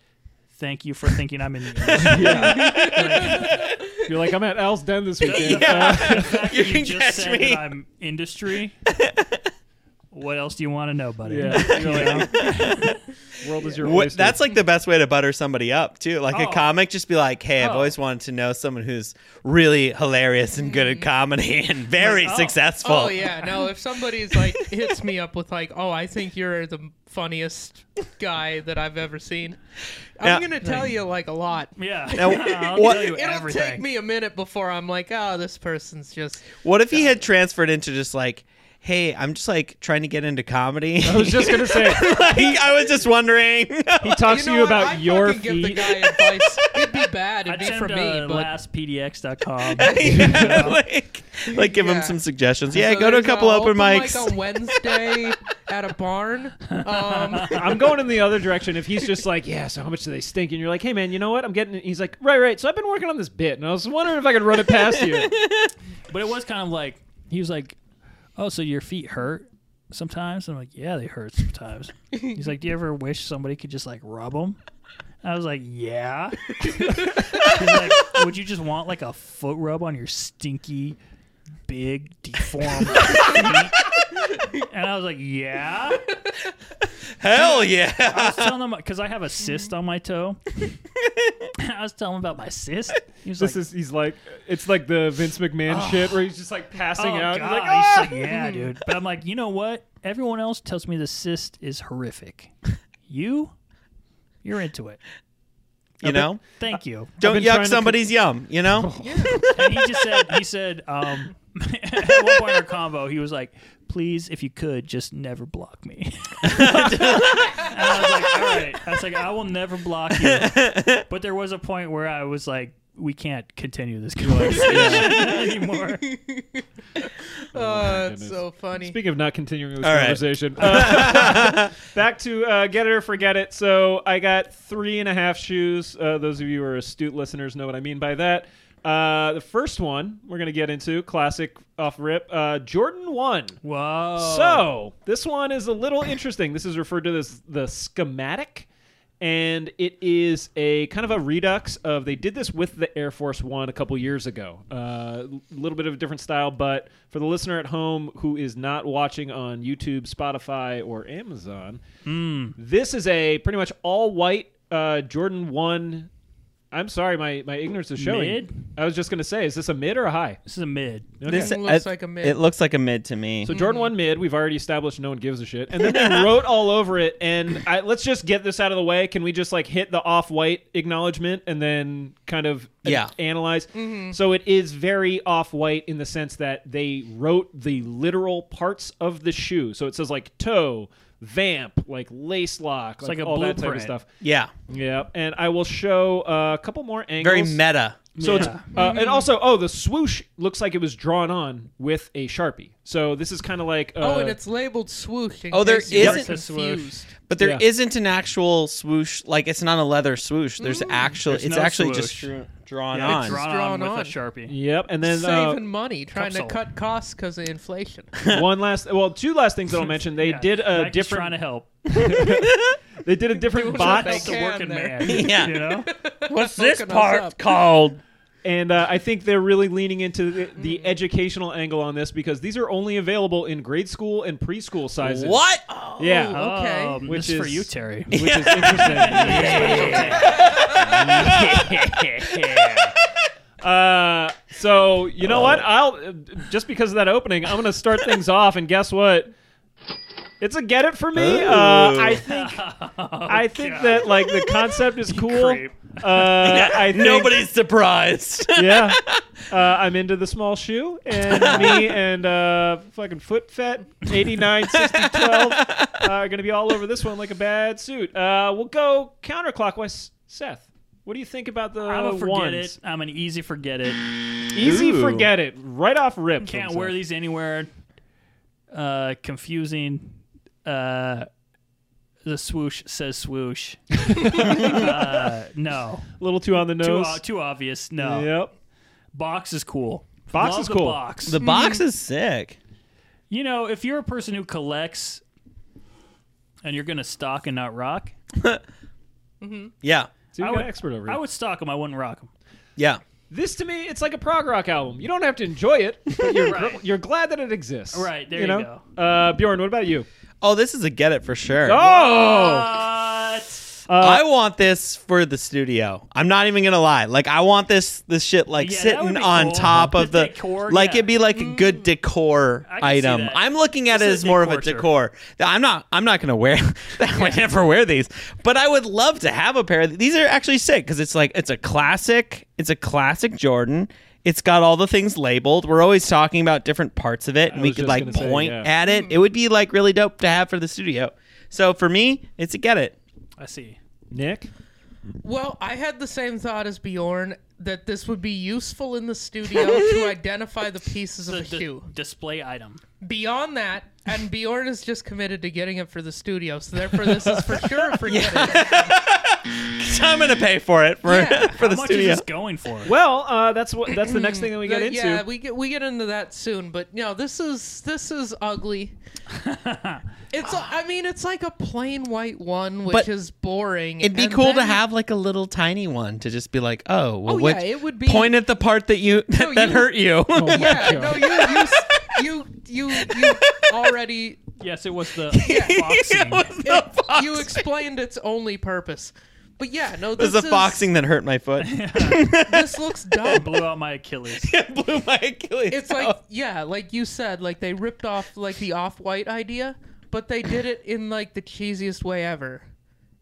B: thank you for thinking I'm in
C: <laughs>
B: the industry.
D: You're like, I'm at Al's Den this
C: <laughs>
D: weekend.
E: Yeah.
D: Uh,
B: The
E: <laughs>
B: fact
E: You
B: that
E: can
B: just
E: catch
B: said
E: me.
B: That I'm industry. what else do you want to know, buddy? <laughs>
D: yeah. You're like, world is your
E: Wha-
D: oyster.
E: that's like the best way to butter somebody up too. Like
B: Oh.
E: a comic, just be like, "Hey, I've
B: Oh.
E: always wanted to know someone who's really hilarious and good at comedy and very
B: Like, oh.
E: successful."
C: Oh yeah, no. If somebody's like hits me up with like, "Oh, I think you're the funniest guy that I've ever seen,"
E: Yeah.
C: I'm gonna tell you like a lot.
B: Yeah.
E: Now,
B: <laughs> I'll
E: what-
B: tell you
C: It'll
B: everything.
C: take me a minute before I'm like, "Oh, this person's just."
E: What if he had transferred into just like, "Hey, I'm just like trying to get into comedy."
D: I was just gonna say,
E: <laughs> like, I was just
D: <laughs>
E: wondering. <laughs>
C: <laughs>
D: he talks to
C: know
D: you
C: what?
D: about
C: I'd
D: your
C: fucking Give the
D: feet.
C: guy advice. It'd be bad. It'd
B: I'd
C: be
B: send
C: for
B: to
C: me,
E: <laughs>
C: but
B: lastpdx.com.
E: Yeah, like, like give him
C: Yeah.
E: some suggestions. Yeah,
C: So
E: go to a
C: there's
E: couple open, mics. <laughs>
C: mic on Wednesday at a
B: <laughs>
C: barn. Um,
D: I'm going in the other direction. If he's just like, yeah, so how much do they stink? And you're like, hey man, you know what? I'm getting. it." He's like, right, right. So I've been working on this bit, and I was wondering if I could run it
B: <laughs>
D: past you.
B: But it was kind of like he was like, "Oh, so your feet hurt sometimes?" And I'm like, "Yeah, they hurt sometimes." He's like, "Do you ever wish somebody could just like rub them?" I was like, "Yeah." <laughs> He's like, "Would you just want like a foot rub on your stinky, big, deformed feet?" And I was like, "Yeah."
E: Hell
D: <laughs>
E: yeah!
B: I was telling him because I have a cyst on my toe. <laughs> I was telling him about my cyst. He was
D: This
B: like,
D: is he's like, it's like the Vince
B: <sighs>
D: McMahon shit where he's just like passing
B: oh,
D: out.
B: God.
D: He's like,
B: He's
D: "Ah!"
B: like, yeah, dude. But I'm like, you know what? Everyone else tells me the cyst is horrific. You, you're into it.
E: You know,
B: Thank you.
E: don't
D: been trying
E: yuck
D: to-
E: somebody's yum. You
D: <laughs>
E: know,
B: And he just said, he said, um, <laughs> at one point in our combo, he was like, please, if you could, just never block me. <laughs> and I was like, all right. I was like, I will never block you. But there was a point where I was like, we can't continue <laughs> this conversation anymore.
C: oh, it's
D: goodness.
C: so funny.
D: Speaking of not continuing this
E: All right. <laughs>
D: conversation, uh, <laughs> back to uh, get it or forget it. So I got three and a half shoes. Uh, those of you who are astute listeners know what I mean by that. Uh, the first one we're going to get into, classic off rip, uh, Jordan 1.
B: Whoa.
D: So this one is a little interesting. This is referred to as the schematic, and it is a kind of a redux of they did this with the Air Force One a couple years ago. Uh, A little bit of a different style, but for the listener at home who is not watching on YouTube, Spotify, or Amazon, this is a pretty much all white uh, Jordan One. I'm sorry, my, my ignorance is showing.
B: Mid?
D: I was just going to say, is this a mid or a high?
B: this is a mid.
D: Okay.
C: It looks like a mid.
E: It looks like a mid to me.
D: So Jordan one mid, we've already established no one gives a shit, and then they wrote all over it. And I, let's just get this out of the way. Can we just like hit the off white acknowledgement and then kind of
E: Yeah.
D: analyze? So it is very off white in the sense that they wrote the literal parts of the shoe. So it says like toe, vamp, like lace lock, like,
B: like a
D: all that type of
B: blueprint.
D: stuff.
E: yeah,
D: Yeah, and I will show uh, a couple more angles.
E: very meta.
D: So it's
B: Yeah.
D: uh, and also oh the swoosh looks like it was drawn on with a sharpie. So this is kind of like uh,
C: oh, and it's labeled swoosh. In
E: Oh, there
C: case you got
E: isn't-
B: Yes, it's swoosh.
C: confused.
E: But there
D: Yeah.
E: not an actual swoosh. Like it's not a leather swoosh. There's
C: Mm.
E: actual.
B: There's
E: it's
B: no
E: actually
B: swoosh.
E: just drew- drawn
B: Yeah,
E: on.
B: it's drawn,
C: drawn
B: on
C: on.
B: with a sharpie.
D: Yep, and then
C: Saving
D: uh,
C: money, trying to
B: sold.
C: cut costs because of inflation. <laughs>
D: <laughs> one last, well, two last things that I'll mention.
B: <laughs>
D: They
B: Yeah.
D: did a
B: Mac is trying
D: different,
B: to help.
D: they did a different
C: what
D: bot,
C: they
B: Help the
C: can
B: working
C: there. <laughs>
B: man.
E: Yeah.
B: You know?
E: What's
C: this Hooking us part up. <laughs>
E: called?
D: and uh, I think they're really leaning into the,
C: Mm.
D: the educational angle on this because these are only available in grade school and preschool sizes.
E: What?
D: Yeah,
C: Oh, Okay.
B: Um,
D: Which
B: this is for
D: is-
B: you,
D: <laughs>
B: Terry.
C: <laughs>
D: which is interesting. <laughs>
B: Yeah.
D: Uh, so you know what? I'll just because of that opening, I'm gonna start
B: <laughs>
D: things off, and guess what? It's a get it for me. Uh, I think
B: <laughs>
D: I think that like the concept is cool.
B: Oh, creep.
D: Uh, I think,
E: Nobody's
C: <laughs>
E: surprised.
D: Yeah, uh, I'm into the small shoe,
B: <laughs>
D: and me and uh, fucking foot fat 89 60 12 uh, are gonna be all over this one like a bad suit. Uh, we'll go counterclockwise. Seth, what do you think about the
B: I'm gonna forget
D: ones?
B: it. I'm an easy forget
D: <gasps>
B: it.
D: Easy,
F: Ooh.
D: forget it. Right off rip.
B: Can't
D: from
B: wear
D: Seth.
B: these anywhere. Uh, confusing. Uh, the swoosh says swoosh.
D: <laughs>
B: uh, no,
D: A little too on the
B: too,
D: nose.
B: o- too obvious. No,
D: Yep.
B: box is cool.
D: Box
B: Love
D: is
B: the
D: cool.
B: Box.
E: The box is sick.
B: you know, if you're a person who collects, and you're gonna stock and not rock,
E: Yeah.
D: So
B: I
D: you're
B: would-
D: an expert over
B: I
D: here.
B: would stock them. I wouldn't rock them.
E: Yeah.
D: This to me, it's like a prog rock album. You don't have to enjoy it, but <laughs> you're, gl- you're glad that it exists.
B: Right, there you
D: know? go. Uh, Bjorn, what about you?
E: Oh, this is a get it for sure.
D: Oh!
B: Uh,
E: I want this for the studio. I'm not even gonna lie. Like I want this this shit like
B: Yeah, that would
E: sitting
B: be
E: on
B: cool.
E: top of
B: The
E: the,
B: decor,
E: like
B: yeah. Mm.
E: it'd be like a good decor
B: I can see
E: item.
B: that.
E: I'm looking at
B: This
E: it
B: is
E: as
B: a
E: more of a
B: decor,
E: decor. I'm not I'm not gonna wear <laughs> I would never wear these. But I would love to have a pair of these are actually sick because it's like it's a classic it's a classic Jordan. It's got all the things labeled. We're always talking about different parts of it, and we
D: was
E: could
D: just
E: like
D: gonna say,
E: point
D: yeah.
E: at it. It would be like really dope to have for the studio. So for me, it's a get it.
B: I see.
D: Nick?
C: Well, I had the same thought as Bjorn that this would be useful in the studio to identify the pieces of
B: The,
C: a
B: the
C: hue.
B: display item.
C: Beyond that, and Bjorn is just committed to getting it for the studio, so therefore this is for sure
E: <laughs>
C: for yeah.
E: I'm gonna pay for it for
C: Yeah.
E: <laughs> for the
B: How much
E: studio.
B: is this going for?
D: Well, uh, that's what that's the next thing that we get into.
C: Yeah, we get we get into that soon, but no, this is this is
E: <laughs>
C: ugly. it's a, I mean it's like a plain white one, which
E: But
C: is boring.
E: It'd be
C: and
E: cool to
C: then-
E: have like a little tiny one to just be like, oh, well,
C: Oh
E: which,
C: yeah, it would be
E: point at the part that you <laughs> that,
C: No,
E: that
C: you-
E: hurt you.
D: Oh,
C: Yeah, no, you you s- you you, you already
B: Yes, it was the
E: <laughs> It
B: boxing.
E: was <laughs>
B: <laughs>
E: the box.
C: you explained its only purpose. But yeah, no,
E: It
C: this
E: was the
C: is,
E: boxing that hurt my
D: <laughs>
E: foot. <laughs>
C: This looks dumb.
B: blew out my Achilles.
E: it blew my Achilles. <laughs>
C: It's like yeah, like you said, like they ripped off like the off-white idea, but they did it in like the cheesiest way ever,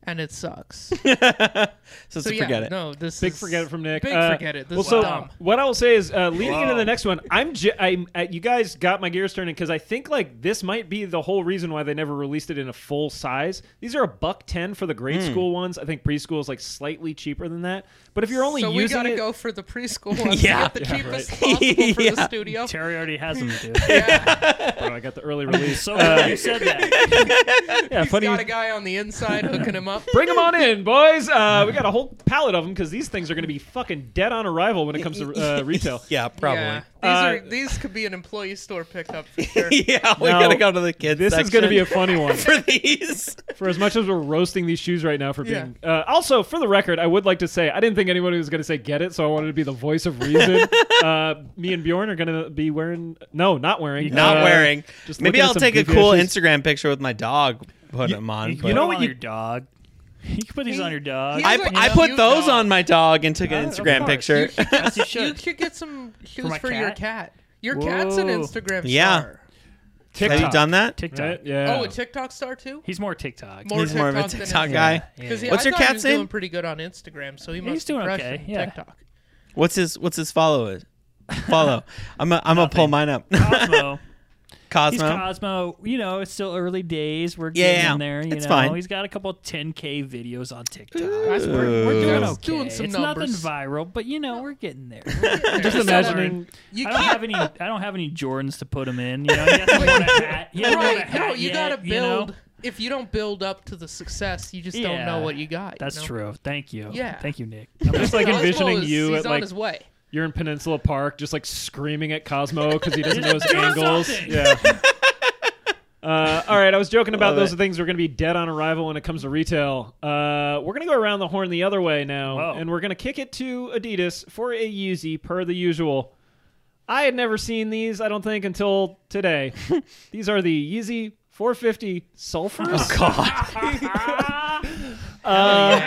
C: and it sucks.
E: <laughs> so,
C: So yeah,
E: forget it.
C: no, this
D: Big
C: is,
D: forget it from Nick.
C: Big
D: Uh,
C: forget it. This
D: well,
C: is
D: so
C: dumb.
D: what I will say is, uh, leading
B: Wow.
D: into the next one, I'm, j- I'm uh, you guys got my gears turning because I think like this might be the whole reason why they never released it in a full size. These are a buck ten for the grade school ones. I think preschool is like slightly cheaper than that. But if you're only
C: So we
D: using
C: gotta
D: it,
C: go for the preschool ones.
E: Yeah.
C: yeah, get the cheapest possible for the
E: Yeah.
C: studio.
B: Terry already has them, dude.
C: <laughs> Yeah,
D: <laughs> Bro, I got the early
C: <laughs>
D: release.
B: So glad you said that.
D: yeah,
C: he's
D: funny.
C: got a guy on the inside hooking him up.
D: Bring them on in, boys. Uh, we got a whole pallet of them because these things are going to be fucking dead on arrival when it comes to
C: <laughs>
D: uh, retail.
E: <laughs> Yeah, probably.
C: Yeah,
E: Yeah,
C: these
D: Uh,
C: are these could be an employee store pickup for sure.
E: we
D: Now,
E: gotta go to the kids.
D: This is going
E: <laughs>
D: to be a funny one.
E: for
D: <laughs>
E: these.
D: for as much as we're roasting these shoes right now for
C: Yeah.
D: being. Uh, also, for the record, I would like to say I didn't think anybody was going to say get it, so I wanted to be the voice of
C: <laughs>
D: reason. uh, me and Bjorn are going to be wearing. No, not wearing.
E: Not
D: uh,
E: wearing.
D: just
E: Maybe
D: looking at
E: I'll
D: some
E: take a
D: goofy
E: cool
D: issues.
E: Instagram picture with my dog. Put them on.
B: You,
E: but-
B: you know
D: what
B: what?
D: you-
B: your dog. You can put these
C: He-
B: on your dog.
C: he-
E: I,
C: He's like,
E: I
C: you
E: put
C: know,
E: those
C: dog.
E: on my dog and took an Instagram
B: course.
E: picture.
B: Yes, you
C: You
B: should.
C: could get some shoes
B: my
C: for, your cat. Your cat's an
B: Whoa.
C: Instagram
E: Yeah.
C: star.
E: <laughs> Have you
D: TikTok,
E: done that?
B: TikTok.
D: Right? Yeah.
C: Oh, a TikTok star too.
B: He's more TikTok.
C: More
E: He's more of a
C: than
E: TikTok
C: Instagram.
E: guy.
B: Yeah.
C: 'Cause he-
E: What's
C: I
E: your
C: thought he
E: cat's
C: was doing
E: name?
C: Pretty good on Instagram, so he must
B: He's doing
C: crush
B: okay,
C: on
B: yeah.
C: TikTok.
E: What's his What's his follow? Follow. I'm a, I'm gonna pull mine up.
B: Cosmo. He's
E: <laughs> Cosmo.
B: Cosmo. You know, it's still early days. We're
E: Yeah,
B: getting
E: yeah.
B: in there. You
E: It's
B: know,
E: fine.
B: he's got a couple 10k videos on TikTok.
C: That's- We're, we're doing,
B: Doing okay.
C: doing some
B: it's
C: numbers.
B: nothing viral, but you know, we're getting there. We're
C: <laughs>
B: getting there.
D: Just
B: Sorry.
D: imagining.
C: You
B: I don't
C: can't.
B: have any. I don't have any Jordans to put him in. You know, he hasn't worn a
C: <laughs>
B: hat. He hasn't worn a
C: Right?
B: hat
C: No, you
B: yet,
C: gotta
B: you know?
C: build. If you don't build up to the success, you just don't know
B: Yeah,
C: what you got. you
B: That's
C: know? <laughs>
B: true. Thank you.
C: Yeah.
B: Thank you, Nick. <laughs>
D: Just like
C: Cosmo
D: envisioning
C: is-
D: you
C: he's
D: at
C: on
D: like
C: his way.
D: you're in Peninsula Park, just like screaming at Cosmo because
B: <laughs>
D: he doesn't know his
B: Do
D: angles.
B: something! <laughs>
D: Yeah. Uh, all right, I was joking about
E: Love
D: those
E: it.
D: are things we're going to be dead on arrival when it comes to retail. Uh, we're going to go around the horn the other way now,
B: Whoa.
D: and we're going to kick it to Adidas for a Yeezy per the usual. I had never seen these, I don't think, until <laughs> today. these are the Yeezy 450 Sulfurs.
B: "Ah,
D: Uh,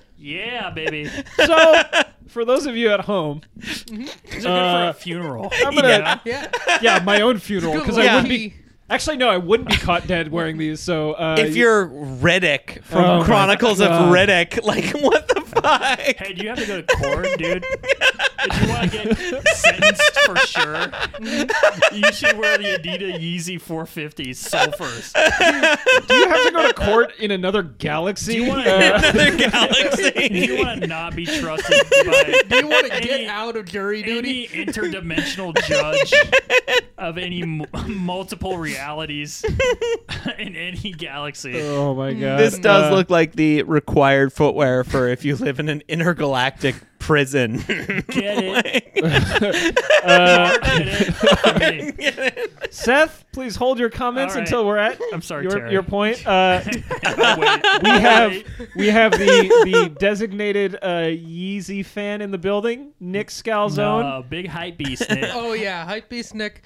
C: <laughs>
B: yeah, baby.
D: so for those of you at home,
B: These are
E: Uh,
B: good for
E: <laughs>
B: a funeral.
D: I'm gonna
C: <laughs> Yeah.
D: yeah my own funeral because I
E: Yeah.
D: would be actually no I wouldn't be caught dead wearing these. So uh,
E: if you're Riddick from
D: Oh my
E: Chronicles of
D: God.
E: Riddick, <laughs> like what the fuck?
B: Hey, do you have to go to court, dude? If you want to get sentenced for sure, you should wear the Adidas Yeezy 450s so first.
D: do you have to go to court in another galaxy?
B: Do you want
D: Uh,
E: <laughs> <laughs>
B: to?
E: Another galaxy.
B: <laughs> you want to not be trusted by?
C: <laughs> Do you want to
B: any-
C: get out of jury duty?
B: Any interdimensional judge of any m- multiple realities in any galaxy.
D: oh my
B: Hmm.
D: god!
E: <laughs> This does
D: Uh,
E: look like the required footwear for if you live in an intergalactic prison. <laughs>
B: Get it?
D: Uh,
B: Get it? For me.
D: Seth, please hold your comments
B: All right.
D: until we're at.
B: I'm sorry,
D: your,
B: Terry.
D: your point.
B: <laughs>
D: Uh,
B: Wait.
D: we have we have the the designated uh, Yeezy fan in the building, Nick Scalzone.
B: Uh, big hype beast, Nick.
C: Oh yeah, hype beast Nick.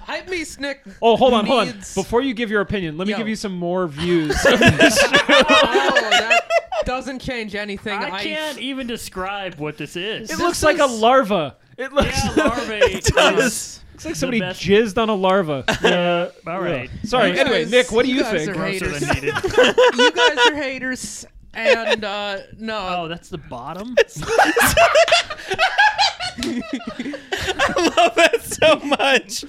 C: Hype beast
B: <laughs>
C: Nick.
D: Oh, hold on, hold on.
C: needs-
D: Before you give your opinion, let me
C: Yo.
D: give you some more
B: <laughs>
D: views.
C: Oh, that doesn't change anything.
B: I can't even describe what this is.
D: it looks like a
C: is-
D: larva. It looks,
B: yeah, larvae. is-
D: looks like somebody
B: best-
D: jizzed on
B: <laughs>
D: a larva. Uh,
B: All
D: yeah.
B: right.
D: Sorry.
C: You
D: anyway,
C: guys-
D: Nick, what do
C: you
D: you
C: guys
D: think?
C: are-
B: Grosser than needed.
C: <laughs> You guys are haters, and uh,
B: Oh,
C: no,
B: that's the
E: <laughs>
B: bottom.
E: love that so much.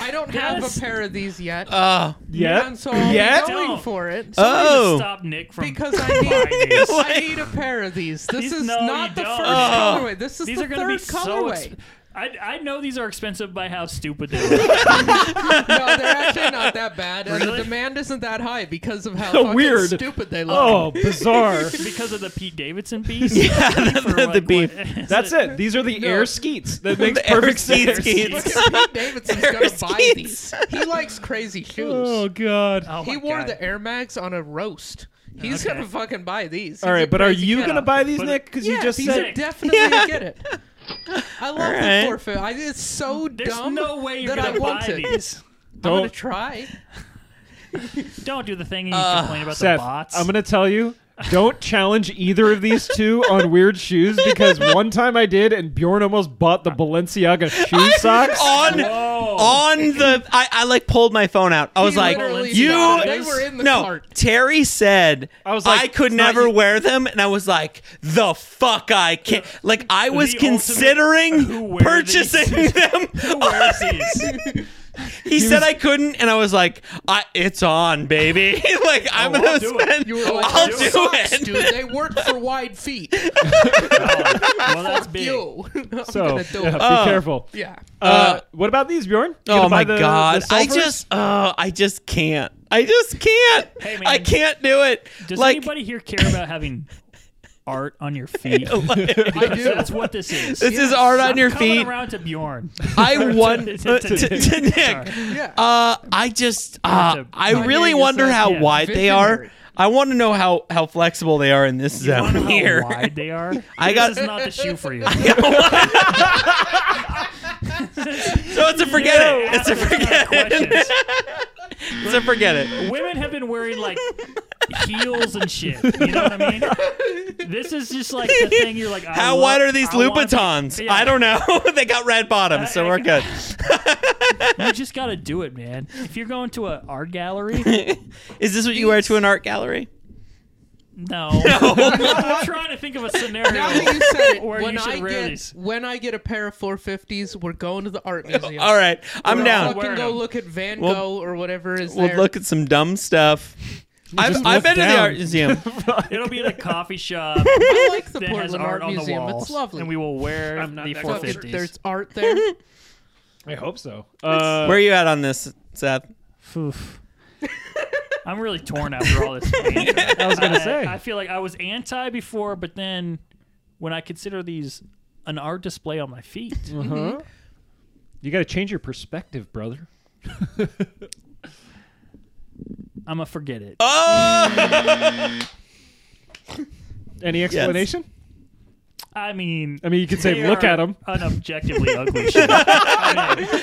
C: I don't have
B: Yes.
C: a pair of these yet,
E: Oh,
D: Yeah. Uh,
C: and so I'm
E: Yet?
C: going
B: No.
C: for it
E: Oh.
B: Stop Nick from
C: because I
B: buying
C: need
B: these.
D: <laughs>
C: I need a pair of these. This
B: These-
C: is
B: no,
C: not
B: you
C: the
B: don't.
C: first
B: Oh.
C: colorway. This is
B: These
C: the
B: are going to
C: third
B: be so.
C: colorway.
B: Exp- I, I know these are expensive by how stupid they were.
C: no, they're actually not that bad, and the
B: Really?
C: demand isn't that high because
D: <laughs>
C: of how
D: So
C: fucking
D: weird.
C: stupid they look.
E: <laughs>
B: <laughs>
D: Oh, <laughs> bizarre.
B: <laughs> because of the Pete Davidson beef.
E: yeah, that's
B: For,
E: <laughs> the
B: like,
E: beef.
B: what- <laughs> is
D: That's it. These are the
E: <laughs>
D: air skeets. That makes perfect sense.
C: Look
E: Skeets.
C: at Pete Davidson's gonna
E: There's
C: buy
E: kids.
C: these. He likes crazy shoes.
D: <laughs> Oh God.
B: Oh
C: he
B: my
C: wore
B: God.
C: the Air Mags on a roast. He's
B: Okay.
C: gonna fucking buy these.
D: All right, but are you
C: gonna
D: gonna buy these,
B: But-
D: Nick? Because
C: Yeah,
D: you just
C: these
D: said.
C: are definitely
E: Yeah.
C: a get it. I love
E: right.
C: the forfeit. I, it's so
B: There's
C: dumb
B: no way you're
C: that
B: gonna
C: I want
B: buy
C: it.
B: these.
C: I'm gonna
D: Don't-
C: try.
B: Don't do the thing and you
E: Uh,
B: complain about
D: Seth,
B: the bots.
D: I'm gonna
E: <laughs>
D: tell you, don't challenge either of these two on weird shoes
E: <laughs>
D: because one time I did, and Bjorn almost bought the Balenciaga shoe socks.
E: On
B: Whoa.
E: on the I, I like pulled my phone out. I was
C: He
E: like
C: literally
E: you
C: bought it. They were in the
E: No,
C: cart.
E: Terry said I
D: was like,
E: could
D: it's not
E: never
D: you-
E: wear them and I was like the fuck I can not like I was
B: ultimate- Who
E: considering
B: wear
E: purchasing
B: these?
E: them.
B: Who wears
C: <laughs>
B: these?
E: <laughs>
B: Oh,
E: He, said I couldn't and I was like I it's on baby. <laughs> like I'm
B: I'll
E: going to
B: do it.
E: spend
C: You were like,
E: I'll
C: "They're
E: do
C: socks,
E: it.
C: dude. They work for wide feet.
B: Oh, well, that's
C: Fuck
B: big.
C: you. <laughs> I'm
D: so
C: gonna do
D: yeah,
C: it.
E: Oh.
D: be careful.
C: Yeah.
D: Uh, what about these, Bjorn? You
E: Oh
D: gonna buy
E: my
D: the- the
E: god! I
D: sulfurs?
E: just, oh, I just can't. I just can't.
B: Hey, man.
E: I can't do it.
B: Does
E: like, <laughs>
B: anybody here care about having art on your feet?
E: Oh,
B: <laughs>
C: I do.
B: That's what this is.
E: this is art on
B: I'm
E: your
B: coming
E: feet.
B: around
E: <laughs>
B: to Bjorn.
E: I want
B: <laughs> to-
E: to, to,
B: to- to-
E: to Nick.
B: Sorry.
C: Yeah.
E: Uh, I just, uh,
B: to-
E: I
B: Like,
E: really
C: yeah,
E: wonder
C: yourself,
E: how
B: yeah.
E: wide they are.
C: Visionary.
E: I want to know how how flexible they are in this
B: I don't
E: zone
B: know
E: here.
B: How wide they are.
E: I
B: I
E: got-
B: got. This is not the shoe for
C: <laughs>
B: you.
E: <laughs> So it's a forget
B: Yeah,
E: it. It's a
B: ask those kind of
E: forget it.
B: questions.
E: <laughs> It's a forget it.
B: Women have been wearing like heels and shit. You know what I mean? This is just like the thing you're like. I
E: How
B: wa-
E: wide are these
B: I wanna be-
E: Louboutins?
B: Yeah.
E: I don't know. <laughs> they got red bottoms, so
B: I- <laughs>
E: we're good. <laughs>
B: You just gotta do it, man. If you're going to an
E: <laughs>
B: art gallery,
E: Is this what you wear to an art gallery?
B: no.
E: <laughs>
B: I'm trying to think of a scenario.
C: Now that you
B: <laughs>
C: said it,
B: Or you
C: when
B: should
C: I
B: wear
C: get
B: these.
C: when I get a pair of 450s, we're going to the art museum.
E: All right, I'm
C: We're
E: down.
C: Fucking
B: Wearing
C: go
B: them.
C: look at Van Gogh
E: We'll-
C: or whatever is
E: We'll
C: there.
E: look at some dumb stuff. I've,
D: just
E: I've
D: look
E: been to the
D: down.
E: art
D: <laughs>
E: museum.
B: It'll be in a coffee
C: <laughs>
B: shop
C: I like the
B: that has
C: Portland
B: art
C: Art
B: on the
C: Museum.
B: walls,
C: It's lovely.
B: and we will wear
D: I'm not
B: the
D: that
C: Fuck it,
B: 450s.
C: There's art there.
D: I hope so. Uh,
E: Where are you at on this, Seth?
B: Oof. <laughs> I'm really torn after all this.
C: <laughs>
B: banter.
D: I was gonna
B: <laughs> I-
D: say.
B: I feel like I was anti before, but then when I consider these an art display on my
D: <laughs>
B: feet,
C: Mm-hmm.
D: Uh-huh. You got to change your perspective, <laughs> brother.
B: I'm gonna forget it.
C: Uh,
B: Uh,
D: Any explanation?
B: I mean,
D: I mean, you could say,
B: they
D: "Look
B: are
D: at 'em."
B: An
D: <laughs>
B: objectively ugly shoe.
E: I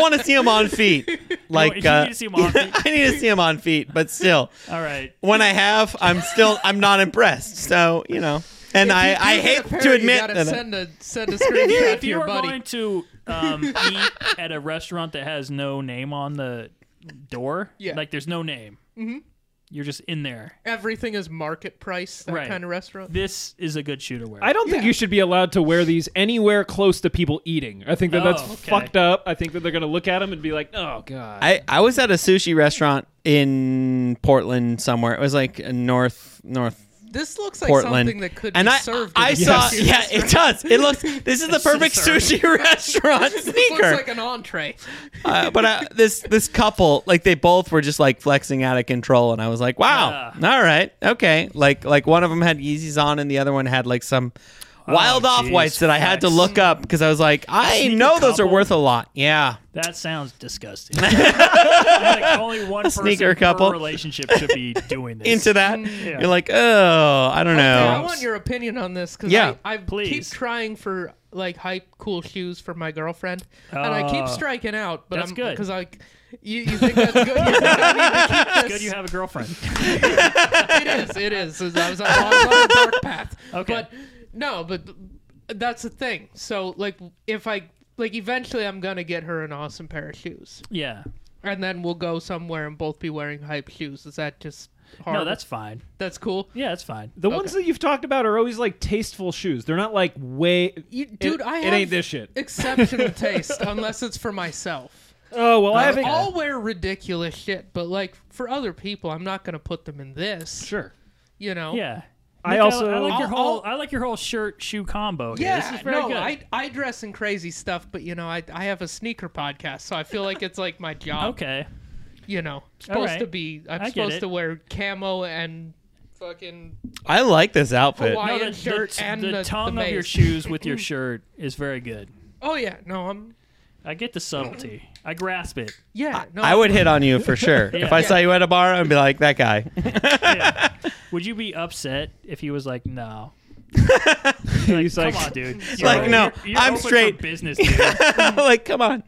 E: want to see him on feet. <laughs> Like
B: <laughs> you
E: uh,
B: need to see 'em on feet?
E: <laughs> I need to see him on feet, but still,
B: all right.
E: when I have, I'm still I'm not impressed. So you know, and
C: If
E: I,
C: you do
E: I
C: get a
E: hate
C: parody,
E: to
C: you
E: admit
C: gotta
E: that
C: send a send a screenshot
B: <laughs> if
C: to
B: you
C: your
B: are
C: buddy.
B: going to um, eat at a restaurant that has no name on the door,
C: Yeah. Mm-hmm.
B: like there's no name, you're just in there.
C: Everything is market price. That
B: Right.
C: kind of restaurant.
B: This is a good shooter wear.
D: I don't think
C: Yeah.
D: you should be allowed to wear these anywhere close to people eating. I think that that's
B: Oh, okay.
D: fucked up. I think that they're going to look at them and be like, "Oh god."
E: I, I was at a sushi restaurant in Portland somewhere. It was like north north
C: This looks like
E: Portland.
C: something that could
E: and
C: be
E: I,
C: served.
E: I
C: in a
E: saw,
C: sushi
E: yeah,
C: restaurant.
E: it does. It
C: <laughs>
E: looks. This is the perfect sushi <laughs> restaurant
C: This looks
E: sneaker.
C: like an entree.
E: Uh, but uh, this this couple, like they both were just like flexing out of control, and I was like, wow, all right, okay. Like like one of them had Yeezys on, and the other one had like some wild off whites
B: geez,
E: that I had to
B: Oh, facts.
E: look up because I was like, I
B: Sneaker
E: know those are
B: couple.
E: worth a lot. Yeah,
B: That sounds disgusting. I think only one person
E: sneaker couple.
B: per relationship should be doing this.
E: into that,
B: Mm,
E: you're like, oh, I don't know.
C: Yeah, I want your opinion on this because
E: Yeah,
C: I, I keep
B: please.
C: trying for like hype, cool shoes for my girlfriend, and I keep
B: Oh.
C: striking out. But
B: That's
C: I'm,
B: good.
C: Because like, you, you think that's good? You
B: <laughs>
C: think I need to keep
B: Good,
C: this?
B: you have a girlfriend.
C: it is. It is. It's- I was on, I
B: <laughs>
C: was on a dark path.
B: Okay.
C: But no, but that's the thing. So like, if I like, eventually I'm gonna get her an awesome pair of shoes,
B: Yeah.
C: and then we'll go somewhere and both be wearing hype shoes. Is that just hard?
B: No, that's fine.
C: that's cool.
B: Yeah, that's fine.
D: the ones that you've talked about are always like tasteful shoes. They're not like way you,
C: Dude,
D: it,
C: I
D: it
C: have
D: ain't this shit.
C: exceptional taste, unless it's for myself.
D: oh, well, I
C: I
D: haven't
C: all wear ridiculous shit, but like for other people, I'm not gonna put them in this.
D: sure.
C: You know.
B: Yeah.
D: I
B: Nick,
D: also-
B: I, like your
C: I'll-
B: whole I like your whole shirt shoe combo. here.
C: Yeah,
B: This is very
C: no,
B: good.
C: I I dress in crazy stuff, but you know, I I have a sneaker podcast, so I feel like it's like my job.
B: Okay.
C: You know, supposed
B: right.
C: to be. I'm
B: I get
C: supposed
B: it.
C: to wear camo and fucking
E: I like this outfit.
C: Hawaii-
B: No, the,
C: Iron shirt
B: the,
C: and
B: the,
C: the-
B: tongue
C: the
B: of your
C: mace.
B: shoes with your shirt is very good.
C: oh yeah, no, I'm
B: I get the subtlety. I grasp it.
C: yeah, no,
E: I would hit on you for
C: <laughs>
E: sure. If I saw you at a bar, I'd be like, that
B: <laughs>
E: guy.
B: Yeah. Would you be upset if he was like, "No,
D: He's like,
B: come on, dude. You're-
E: Like, no,
B: you're- you're
E: I'm
B: open for
E: straight.
B: business, dude.
E: <laughs> like, come on.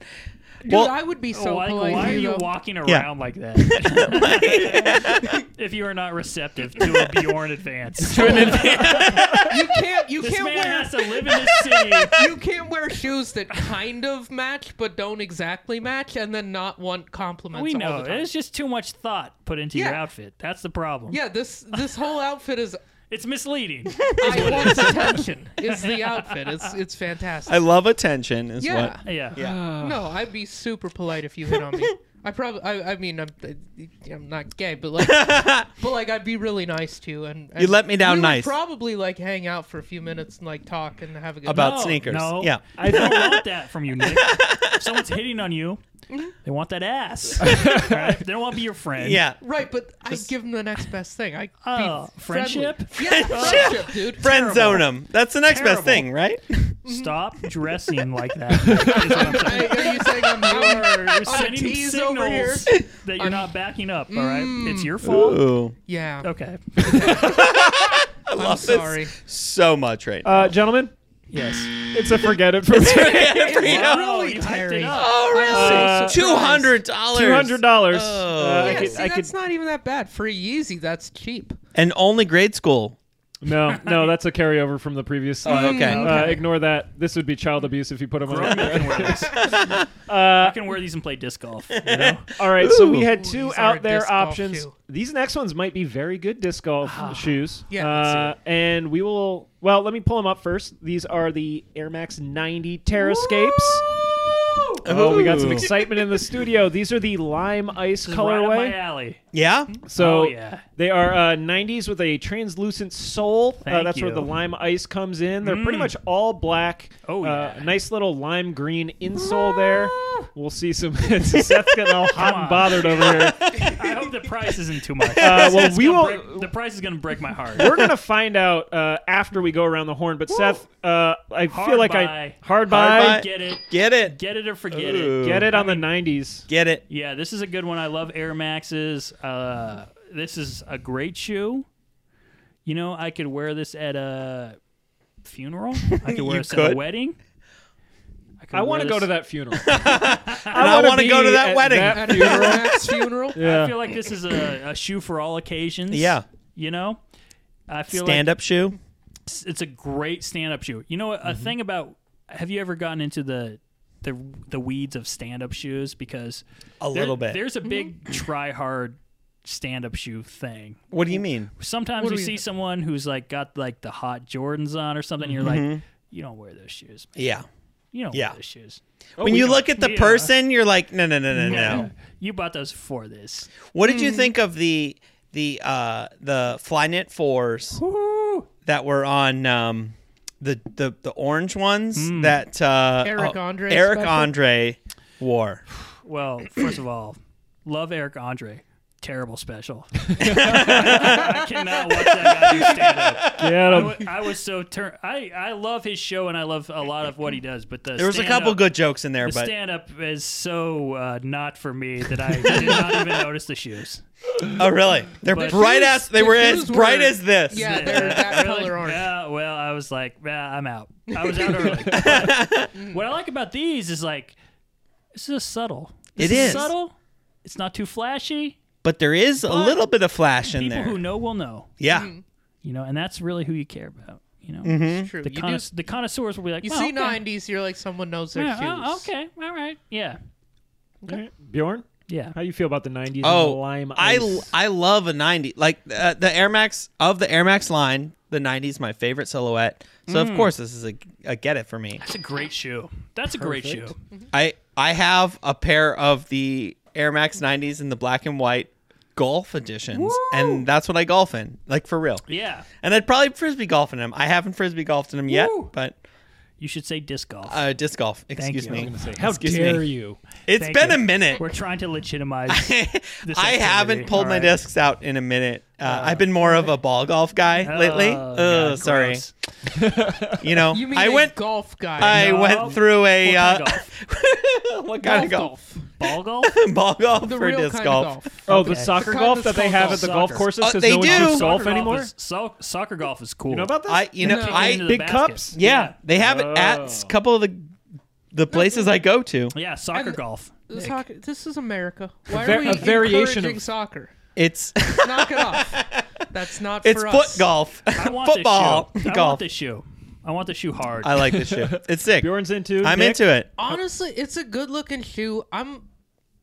C: dude,
E: well-
C: I would be so
B: why,
C: polite.
B: why are
C: to
B: you
C: though.
B: walking around
E: Yeah. <laughs>
B: like <laughs> that? if you are not receptive to a Bjorn <laughs> advance,
C: You can't you
B: this
C: can't
B: man
C: wear
B: has to live in this <laughs> city.
C: you can't wear shoes that kind of match but don't exactly match, and then not want compliments.
B: We
C: all
B: know
C: the time.
B: it's just too much thought put into your
C: Yeah.
B: outfit. That's the problem.
C: Yeah, this this whole
E: <laughs>
C: outfit is.
B: it's misleading.
C: I want attention.
E: <laughs>
C: Is the outfit? It's it's fantastic.
E: I love attention, is
C: yeah.
E: what.
B: yeah.
C: No, I'd be super polite if you hit on me. I probably, I, I mean, I'm, uh, I'm not gay,
E: <laughs>
C: but like, but like, I'd be really nice to you, and, and
E: You let me down
C: we would
E: nice.
C: probably like hang out for a few minutes and like talk and have a good
E: About
B: No,
E: sneakers.
B: No.
E: Yeah.
B: I
E: <laughs>
B: don't want that from you, Nick. If someone's hitting on you. They want
E: <laughs>
B: that ass. Right? They don't want to be your friend.
E: Mm-hmm. Yeah.
C: right. But I would give them the next best thing. I
B: Oh,
C: be friendly.
B: friendship?
C: yeah,
B: <laughs>
C: friendship, dude.
E: Friend zone him. That's the next
B: Terrible.
E: best thing, right?
B: Stop
E: Mm-hmm. <laughs>
B: dressing like that. is what I'm saying.
C: Hey, are you saying <laughs> I'm
B: <laughs>
C: your
B: You're sending
C: tease over here?
B: signals that you're not backing up. All right, it's your fault.
E: Ooh.
C: Yeah,
B: Okay.
E: <laughs> I
C: I'm
E: love
C: sorry.
E: this so much right <laughs> now.
D: uh, <laughs> gentlemen,
B: Yes.
D: it's a forget <laughs> it for me.
C: Wow,
B: you
C: really
B: hyped it
C: tiring.
B: up.
E: oh,
C: I'm
E: really?
C: so surprised.
E: $200.
D: Two hundred dollars.
E: Oh.
C: Yeah, see, that's not even that bad for a Yeezy. That's cheap.
E: And only grade school.
D: No, no, that's a carryover from the previous.
C: Mm.
E: Oh, okay.
D: Uh, ignore that. This would be child abuse if you put them on. Uh,
B: I can wear
D: <laughs>
B: these. I can wear these and play disc golf. You know?
D: All right, so we
E: Ooh.
D: had
C: Ooh,
D: two
C: these are
D: out there
C: disc golf
D: options.
C: shoe. Ah.
D: These next ones might be very good disc golf shoes.
C: Yeah,
D: Uh, and we will. Well, let me pull them up first. These are the Air Max 90 Terrascapes. Oh, we got some
E: Ooh.
D: excitement in the studio. These are the lime ice
B: Right up
D: colorway.
B: my alley.
E: Yeah.
B: Oh,
D: So
B: yeah.
D: they are uh, 90s with a translucent sole. Uh,
B: Thank
D: that's where
B: you. Mm.
D: the lime ice comes in. They're pretty much all black.
B: Oh,
D: uh,
B: yeah. Ah.
D: Nice little lime green insole there. We'll see some. <laughs> Seth's getting all hot
B: on.
D: and bothered over
B: <laughs>
D: here.
B: I hope the price isn't too much.
D: Uh, well,
B: It's
D: we
B: gonna
D: will-
B: break- the price is going to break my heart.
D: We're gonna find out uh, after we go around the horn. But Seth, uh, I feel
B: Hard
D: like
B: buy.
D: I hard buy.
E: buy.
B: Get it.
E: Get it.
B: Get it or forget
E: Ooh.
B: it.
D: Get it on the 90s.
E: Get it.
B: Yeah, this is a good one. I love Air Maxes. Uh, this is a great shoe. You know, I could wear this at a funeral. I
E: <laughs>
B: could wear
E: You
B: this at
E: could.
B: a wedding. could
D: I
B: wear
D: want to go
B: this-
D: to
E: <laughs>
D: that funeral.
E: And I
D: wanna
E: want to go
D: be
E: to that
D: at
E: wedding.
D: that-
B: <laughs>
C: At a Max funeral.
D: Yeah.
B: I feel like this is a, a shoe for all occasions.
E: Yeah.
B: You know? I feel
E: Stand
B: like
E: up shoe.
B: s- it's a great stand-up shoe. You know what?
E: Mm-hmm.
B: A thing about have you ever gotten into the the the weeds of stand-up shoes because
E: A
B: there-
E: little bit.
B: There's a big
D: Mm-hmm.
B: try-hard stand-up shoe thing.
E: What do you mean?
B: Sometimes
C: What
B: you
C: do
B: see
C: we-
B: someone who's like got like the hot Jordans on or something. And you're like, you don't wear those shoes.
E: Yeah.
B: You don't
E: Mm-hmm. Yeah.
B: wear those shoes.
E: when you look at the
B: yeah.
E: person, you're like, no, no, no, no, no.
B: You bought those for this.
E: What did you think of the the uh the Flyknit fours that were on um the the, the orange ones that uh
C: Eric
E: oh,
C: Andre
E: Eric
C: special?
E: Andre wore?
B: Well, first of all, love Eric Andre. Terrible special. <laughs> I cannot watch that guy do stand up.
D: Get
B: I,
D: 'em.
B: wa- I was so turned. I I love his show and I love a lot of what he does, but the
E: There was a couple good jokes in there,
B: The
E: but
B: stand up is so uh, not for me that I did not even notice the shoes.
E: oh really? They're
B: But-
E: bright as they were
C: shoes
E: as bright
C: were-
E: as this.
C: Yeah, <laughs> they're that color orange.
B: Yeah, well, I was like, yeah, I'm out. I was out
E: <laughs>
B: early. what I like about these is like, this is subtle. This
E: It is.
B: subtle. It's not too flashy.
E: But there is a little bit of flash in
B: People
E: there.
B: who know will know.
E: yeah.
B: You know, and that's really who you care about. You know,
E: Mm-hmm.
C: It's true.
B: the,
C: you
B: connois-
C: do,
B: the connoisseurs will be like,
C: you
B: well,
C: see
B: okay.
C: 90s, you're like, someone knows their
B: Yeah, oh,
C: shoes.
B: okay, all right, yeah,
D: Bjorn,
B: yeah.
D: how you feel about the '90s? and
E: Oh,
D: the lime
E: I
D: ice?
E: I love a 90. Like uh, the Air Max of the Air Max line, the 90 is my favorite silhouette. So of course this is a, a get it for me.
B: That's a great shoe. That's a great shoe.
D: Perfect.
E: I I have a pair of the Air Max 90s in the black and white golf editions, and that's what I golf in, like for real.
B: Yeah,
E: And I'd probably frisbee golf in them. I haven't frisbee golfed in them yet,
B: Woo.
E: but
B: you should say disc golf.
E: uh, disc golf. Excuse
B: you. I
E: me.
B: was gonna
D: Say, how
E: Excuse
D: dare
E: me.
D: you?
E: It's
B: Thank
E: been
B: you.
E: a minute. <laughs>
B: We're trying to legitimize.
E: I haven't
B: activity.
E: pulled my
B: Alright.
E: discs out in a minute. Uh, I've been more of a ball golf guy <laughs> lately.
B: Oh,
E: Oh,
B: God,
E: sorry.
B: gross.
E: You know,
C: <laughs> You mean
E: I
C: a
E: went.
C: golf guy?
E: I
B: No.
E: went through a
B: What kind
E: uh,
B: of golf?
E: <laughs> what kind of golf?
B: Ball golf?
E: <laughs> Ball golf
C: the
E: for
C: real
E: disc
C: kind
E: golf?
C: of golf.
D: Oh, the
B: Okay.
D: soccer
C: The kind
D: golf
C: that's
D: that they
C: called
D: have at the
B: soccer.
D: golf courses
E: Uh,
D: because
E: they
D: no one shoots
E: do.
D: golf
B: Soccer
D: anymore.
B: Is, so, soccer golf is cool.
D: you know about that?
E: I you know
C: No.
E: I
B: into the
D: Big
B: basket.
D: cups.
E: Yeah, they have it at
D: Oh.
E: s- couple of the the places I go to.
B: Yeah, soccer
C: And-
B: golf.
C: This, hockey, this is America. Why
D: var-
C: are we
D: a variation
C: encouraging
D: of-
C: soccer?
B: <laughs>
E: It's
C: Knock it off. That's not
E: it's
C: for
E: foot
C: us.
E: golf,
B: I
E: <laughs>
B: want
E: football
B: This shoe. I want
E: golf.
B: this shoe. I want the shoe hard.
E: I like this shit. It's sick.
D: Bjorn's into.
E: I'm
D: Nick?
E: into it.
C: Honestly, it's a good-looking shoe. I'm,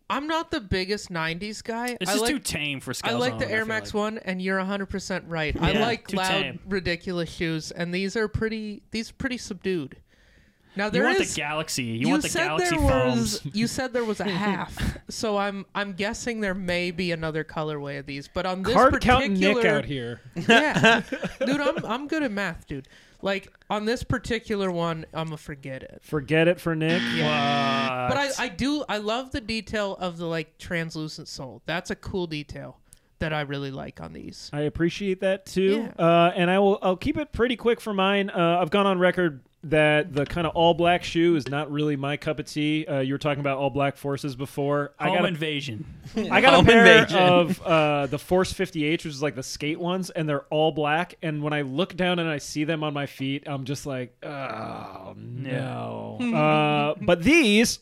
C: I'm not the biggest '90s guy.
B: this
C: I
B: is
C: like,
B: too tame for
C: I
B: Scalzone.
C: like the Air
B: feel
C: Max
B: like.
C: One, and you're 100% right. I
B: Yeah,
C: like
B: too
C: loud,
B: tame.
C: ridiculous shoes, and these are pretty. These are pretty subdued. Now
B: You
C: there is.
B: want the Galaxy. You,
C: you
B: want the
C: said
B: Galaxy
C: there
B: foams.
C: was. <laughs> You said there was
B: <laughs>
C: a half. so I'm. I'm guessing there may be another colorway of these, but on this
D: Card counting
C: particular
D: Nick out here.
B: <laughs>
C: yeah, dude, I'm I'm good at math, dude. Like on this particular one, I'm gonna forget it.
D: Forget it for Nick.
C: <laughs> But I, I do I love the detail of the like translucent sole. That's a cool detail that I really like on these.
D: I appreciate that too. Uh, and I will. I'll keep it pretty quick for mine. Uh, I've gone on record that the kind of all black shoe is not really my cup of tea. Uh, you were talking about all black forces before. I
B: Home
D: got a,
B: invasion.
D: I got a
E: Home
D: pair
E: invasion.
D: of uh, the Force 58s, which is like the skate ones, and they're all black. And when I look down and I see them on my feet, I'm just like, oh no.
C: <laughs>
D: uh, but these.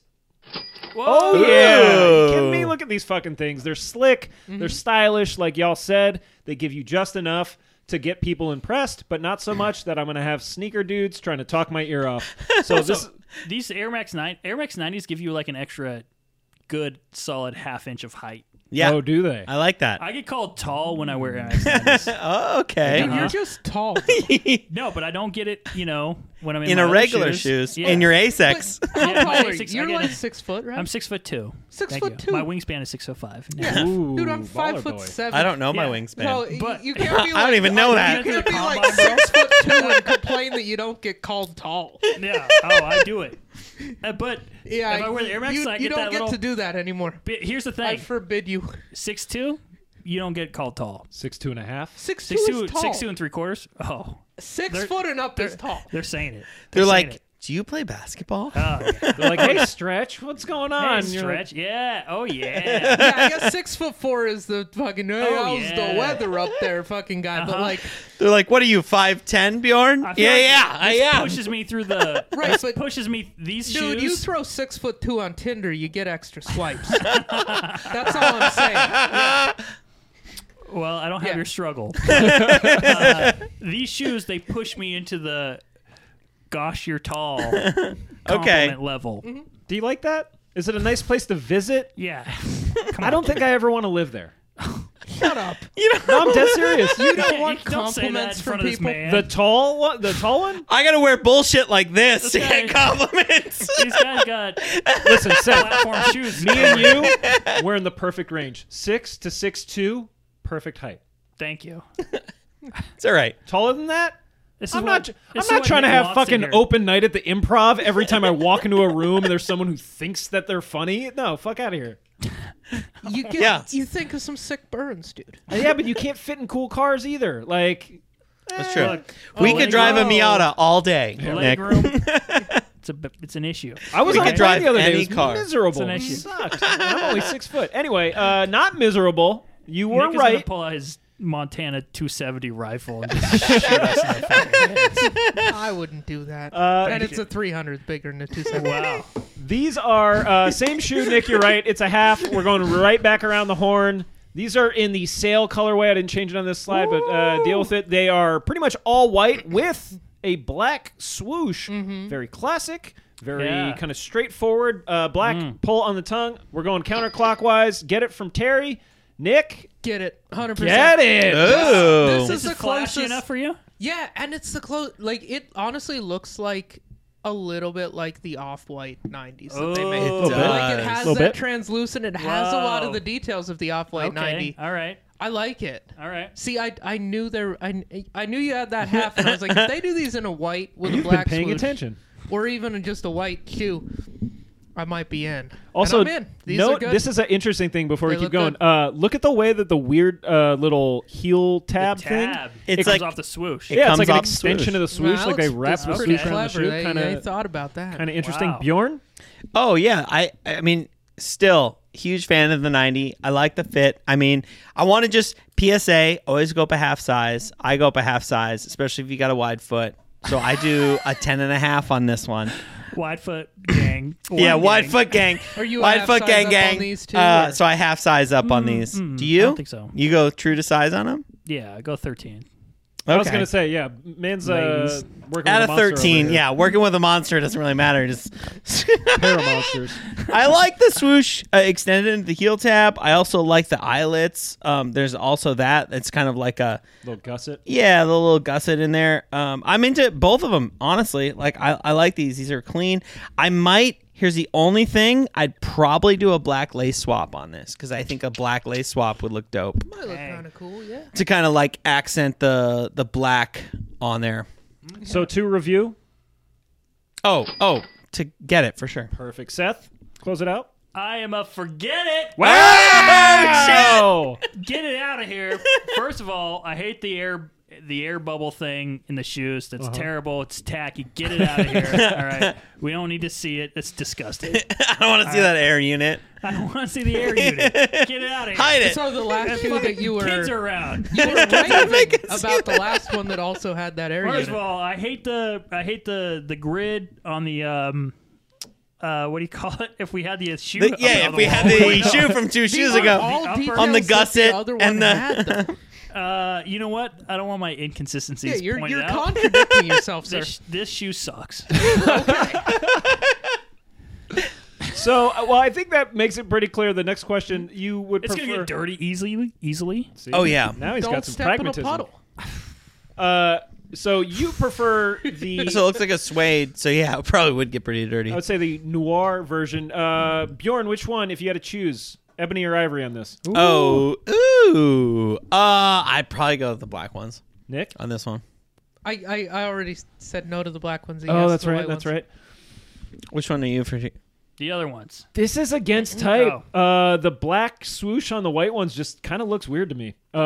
D: Oh yeah! Can me look at these fucking things? They're slick.
C: Mm-hmm.
D: They're stylish, like y'all said. They give you just enough to get people impressed, but not so much that I'm gonna have sneaker dudes trying to talk my ear off.
C: <laughs>
D: So this,
B: These Air Max 9 Air Max 90s give you like an extra good solid half inch of height.
E: Yeah,
D: oh, do they?
E: I like that.
B: I get called tall when I wear Air Max 90s.
E: oh, okay.
C: Dude,
B: uh-huh.
C: you're
B: <laughs>
C: just tall. though.
B: no, but I don't get it, you know, when I'm in,
E: In
B: my
E: a
B: other
E: regular
B: shoes.
E: shoes,
B: Yeah.
E: in your
C: But
E: Asics.
C: how
B: Yeah,
C: tall
B: my
C: are you?
B: six- I
C: You're
B: get
C: like
B: it.
C: six foot, right?
B: I'm six foot two.
C: Six
B: Thank
C: foot
B: you.
C: two.
B: My wingspan is six foot five. No.
D: Ooh,
C: dude, I'm five
D: baller
C: foot
D: boy.
C: seven.
E: I don't know my
B: Yeah.
E: wingspan.
C: So
B: But-
C: you can't be
E: I
B: <laughs>
C: like,
E: don't even know
C: you
E: that.
C: can't be like
B: Combine, bro.
C: six foot two and complain that you don't get
B: <laughs>
C: called tall.
B: <laughs> yeah. Oh, I do it. Uh, but
C: Yeah,
B: if I wear the Air Max,
C: you,
B: I get
C: you don't
B: that
C: get
B: little.
C: to do that anymore.
B: bit- Here's the
C: I
B: thing:
C: forbid you.
B: six two, you don't get called tall.
D: Six two and a half.
C: Six,
B: Six
C: two
B: two,
C: is tall.
B: six two and three quarters. Oh,
C: Six
B: They're-
C: foot and up is tall.
B: <laughs> they're saying
C: <laughs>
B: it.
E: They're
B: saying
E: like,
B: it.
E: do you play basketball?
B: Oh, yeah.
D: They're like, hey, stretch, what's going on?
B: Hey,
D: You're like,
B: stretch. yeah. Oh
C: <laughs>
B: yeah.
C: yeah, I guess six foot four is the fucking hey,
B: Oh,
C: how's the
B: yeah.
C: weather up there, fucking guy. But
B: Uh-huh. <laughs>
C: like,
E: They're like, what are you, five ten, Bjorn?
B: I feel
E: Yeah,
B: like
E: yeah, I
B: this
E: am.
B: Pushes me through the.
C: <laughs> Right,
B: this
C: but-
B: pushes me these
C: dude,
B: shoes.
C: you throw six foot two
B: <laughs>
C: on Tinder, you get extra swipes. That's all I'm saying.
B: Well, I don't have
C: Yeah.
B: your
C: <laughs>
B: struggle. Uh, these shoes they push me into the gosh you're tall compliment level.
D: Do you like that? Is it a nice place to visit?
B: Yeah.
D: I don't think I ever want to live there.
C: Shut up.
D: No, I'm dead serious.
B: <laughs>
C: You <laughs> don't want
B: Don't say that
C: compliments
B: in
C: from
B: front of this
C: people.
B: man.
D: The tall one, the tall one.
E: <laughs> I gotta wear bullshit like <laughs> this to
B: Okay.
E: get
B: <laughs>
E: compliments.
B: These guys got
D: Listen, Seth, <laughs>
B: platform shoes.
D: me and you, we're in the perfect range. Six to six two, perfect height.
B: Thank you.
E: it's all right.
D: Taller than that?
B: This is
D: I'm
B: what-
D: not.
B: this
D: I'm
B: is
D: not
B: what
D: trying to
B: Nick
D: have
B: wants
D: fucking
B: hear.
D: open night at the improv every time I walk into a room and there's someone who thinks that they're funny. No, fuck out of here.
C: You get.
E: Yeah.
C: You think of some sick
B: <laughs>
C: burns, dude.
D: Uh, Yeah, but you can't fit in cool cars either. Like, eh,
E: That's true.
B: Oh,
E: we
B: there
E: could
B: you
E: drive a
B: go.
E: Miata all day.
B: Leg
E: Nick.
B: room. <laughs> it's a b- it's an issue.
D: I was
E: We
D: on
E: could
D: a
E: drive
D: plane the other day.
E: any
D: It was
E: car.
D: miserable.
B: It's an issue.
D: Sucked. And I'm only six foot. Anyway, uh, not miserable. You were
B: Nick is gonna
D: right.
B: pull out his Montana 270 rifle
D: <laughs>
B: and just
C: I wouldn't do that.
D: Uh,
C: and it's a 300 bigger than a
B: <laughs>
C: 270.
B: wow.
D: These are uh, same shoe, Nick. You're right. It's a half. We're going right back around the horn. These are in the sale colorway. I didn't change it on this slide, but uh, deal with it. They are pretty much all white with a black swoosh.
E: Mm-hmm.
D: Very classic. Very
B: Yeah. Mm.
D: kind of straightforward. Uh, black pull on the tongue. We're going counterclockwise. Get it from Terry. Nick,
C: Get it. 100%.
D: get it.
C: This
E: Ooh.
C: is
B: Is
C: the
B: it flashy
C: closest.
B: enough for you?
C: Yeah, and it's the close. Like it honestly looks like a little bit like the off-white '90s that they made.
B: Oh, It
C: Like it
E: does.
C: has
D: Little bit.
C: that translucent. It has a lot
B: Whoa.
C: of the details of the off-white
B: Okay. Uh,
C: '90.
B: All right.
C: I like it.
B: All right.
C: See, I I knew there. I I knew you had that half, and I
B: <laughs>
C: was like, if they do these in a white with a black
D: Paying
C: swoosh,
D: attention.
C: or even in just a white shoe, I might be in. And
D: Also,
C: I'm in. These
D: no,
C: are good.
D: this is an interesting thing. Before
C: They
D: we keep
C: look
D: going,
C: good.
D: uh, look at the way that the weird uh, little heel tab,
B: Tab.
D: thing.
B: It
E: It's
B: comes
E: like-
B: off the swoosh.
D: yeah, it's
E: comes
D: like an
E: off swoosh.
D: extension of the swoosh.
C: Wow,
D: like they
C: that's-
D: wrap the
C: that's
D: swoosh
C: pretty
D: around the
C: clever.
D: shoe.
C: They-
D: Kind
C: they
D: of,
C: thought about that.
D: kind of interesting.
B: Wow.
D: Bjorn,
E: Oh yeah. I I mean, still huge fan of the 90. I like the fit. I mean, I want to just PSA. Always go up a half size. I go up a half size, especially if you got a wide foot. So I do
C: <laughs>
E: a ten and a half on this one.
B: Wide foot gang.
E: yeah,
B: One
E: wide
B: gang.
E: foot gang.
C: Are you a
E: wide
C: half
E: foot
C: size
E: gang
C: up
E: gang?
C: on these too,
E: uh,
C: or- Mm,
E: so I half size up on these. do you?
B: don't think so.
E: You go true to size on them?
B: Yeah, go 13.
E: Okay.
D: I was gonna say, yeah, man's uh,
B: Ladies.
D: working
E: Out of
D: with a monster over
E: 13,
D: here.
E: yeah, working with a monster doesn't really matter. Just
D: pair of monsters.
E: <laughs> I like the swoosh uh, extended into the heel tab. I also like the eyelets. Um, there's also that. It's kind of like a
D: Little gusset.
E: yeah, the little gusset in there. Um, I'm into both of them honestly. Like I, I like these. These are clean. I might. Here's the only thing. I'd probably do a black lace swap on this because I think a black lace swap would look dope
C: Might look kind of cool. Yeah.
E: to kind of like accent the the black on there.
D: So to review,
E: Oh, oh, to get it for sure.
D: perfect. Seth, close it out.
B: I am a forget it.
D: Oh,
B: Get it out of here. First of all, I hate the air the air bubble thing in the shoes. That's
C: Uh-huh.
B: terrible. It's tacky. Get it out of
E: <laughs>
B: here. all right. We don't need to see it. It's disgusting.
E: I don't want to see that air unit.
B: I don't want to see the air unit. Get it out of here.
E: Hide it.
C: So the last two that you were
B: Kids are around.
C: you were raving
E: make us
C: about the last one that also had that area.
B: First of all, I hate the I hate the the grid on the um uh what do you <laughs> call it? If we had the shoe,
E: The- yeah, if we had
B: <laughs>
E: the shoe from two shoes ago. on the gusset and the-
B: uh, you know what? I don't want my inconsistencies
C: yeah, you're,
B: pointed
C: you're
B: out.
C: contradicting yourself, sir.
B: this, this shoe <laughs> sucks.
D: so uh, well, I think that makes it pretty clear. The next question, you would
B: It's
D: prefer.
B: gonna get dirty easily. Easily.
D: See?
E: Oh, yeah.
D: Now he's
C: Don't
D: got some
C: step
D: pragmatism.
C: in a puddle.
D: Uh, so
E: <laughs>
D: you prefer the
E: So it looks like a suede. So yeah, it probably would get pretty dirty.
D: I would say the noir version. Uh, Bjorn, which one, if you had to choose, ebony or ivory on this? Ooh.
E: Oh, ooh. Uh, I'd probably go with the black ones
D: Nick.
E: on this one.
C: I, I, I already said no to the black ones. and yes
D: Oh,
C: to
D: that's
C: the
D: right.
C: white
D: That's
C: ones.
D: right.
E: Which one are you for?
B: The other ones.
D: This is against type. Uh, the black swoosh on the white ones just kind of looks weird to me. Uh,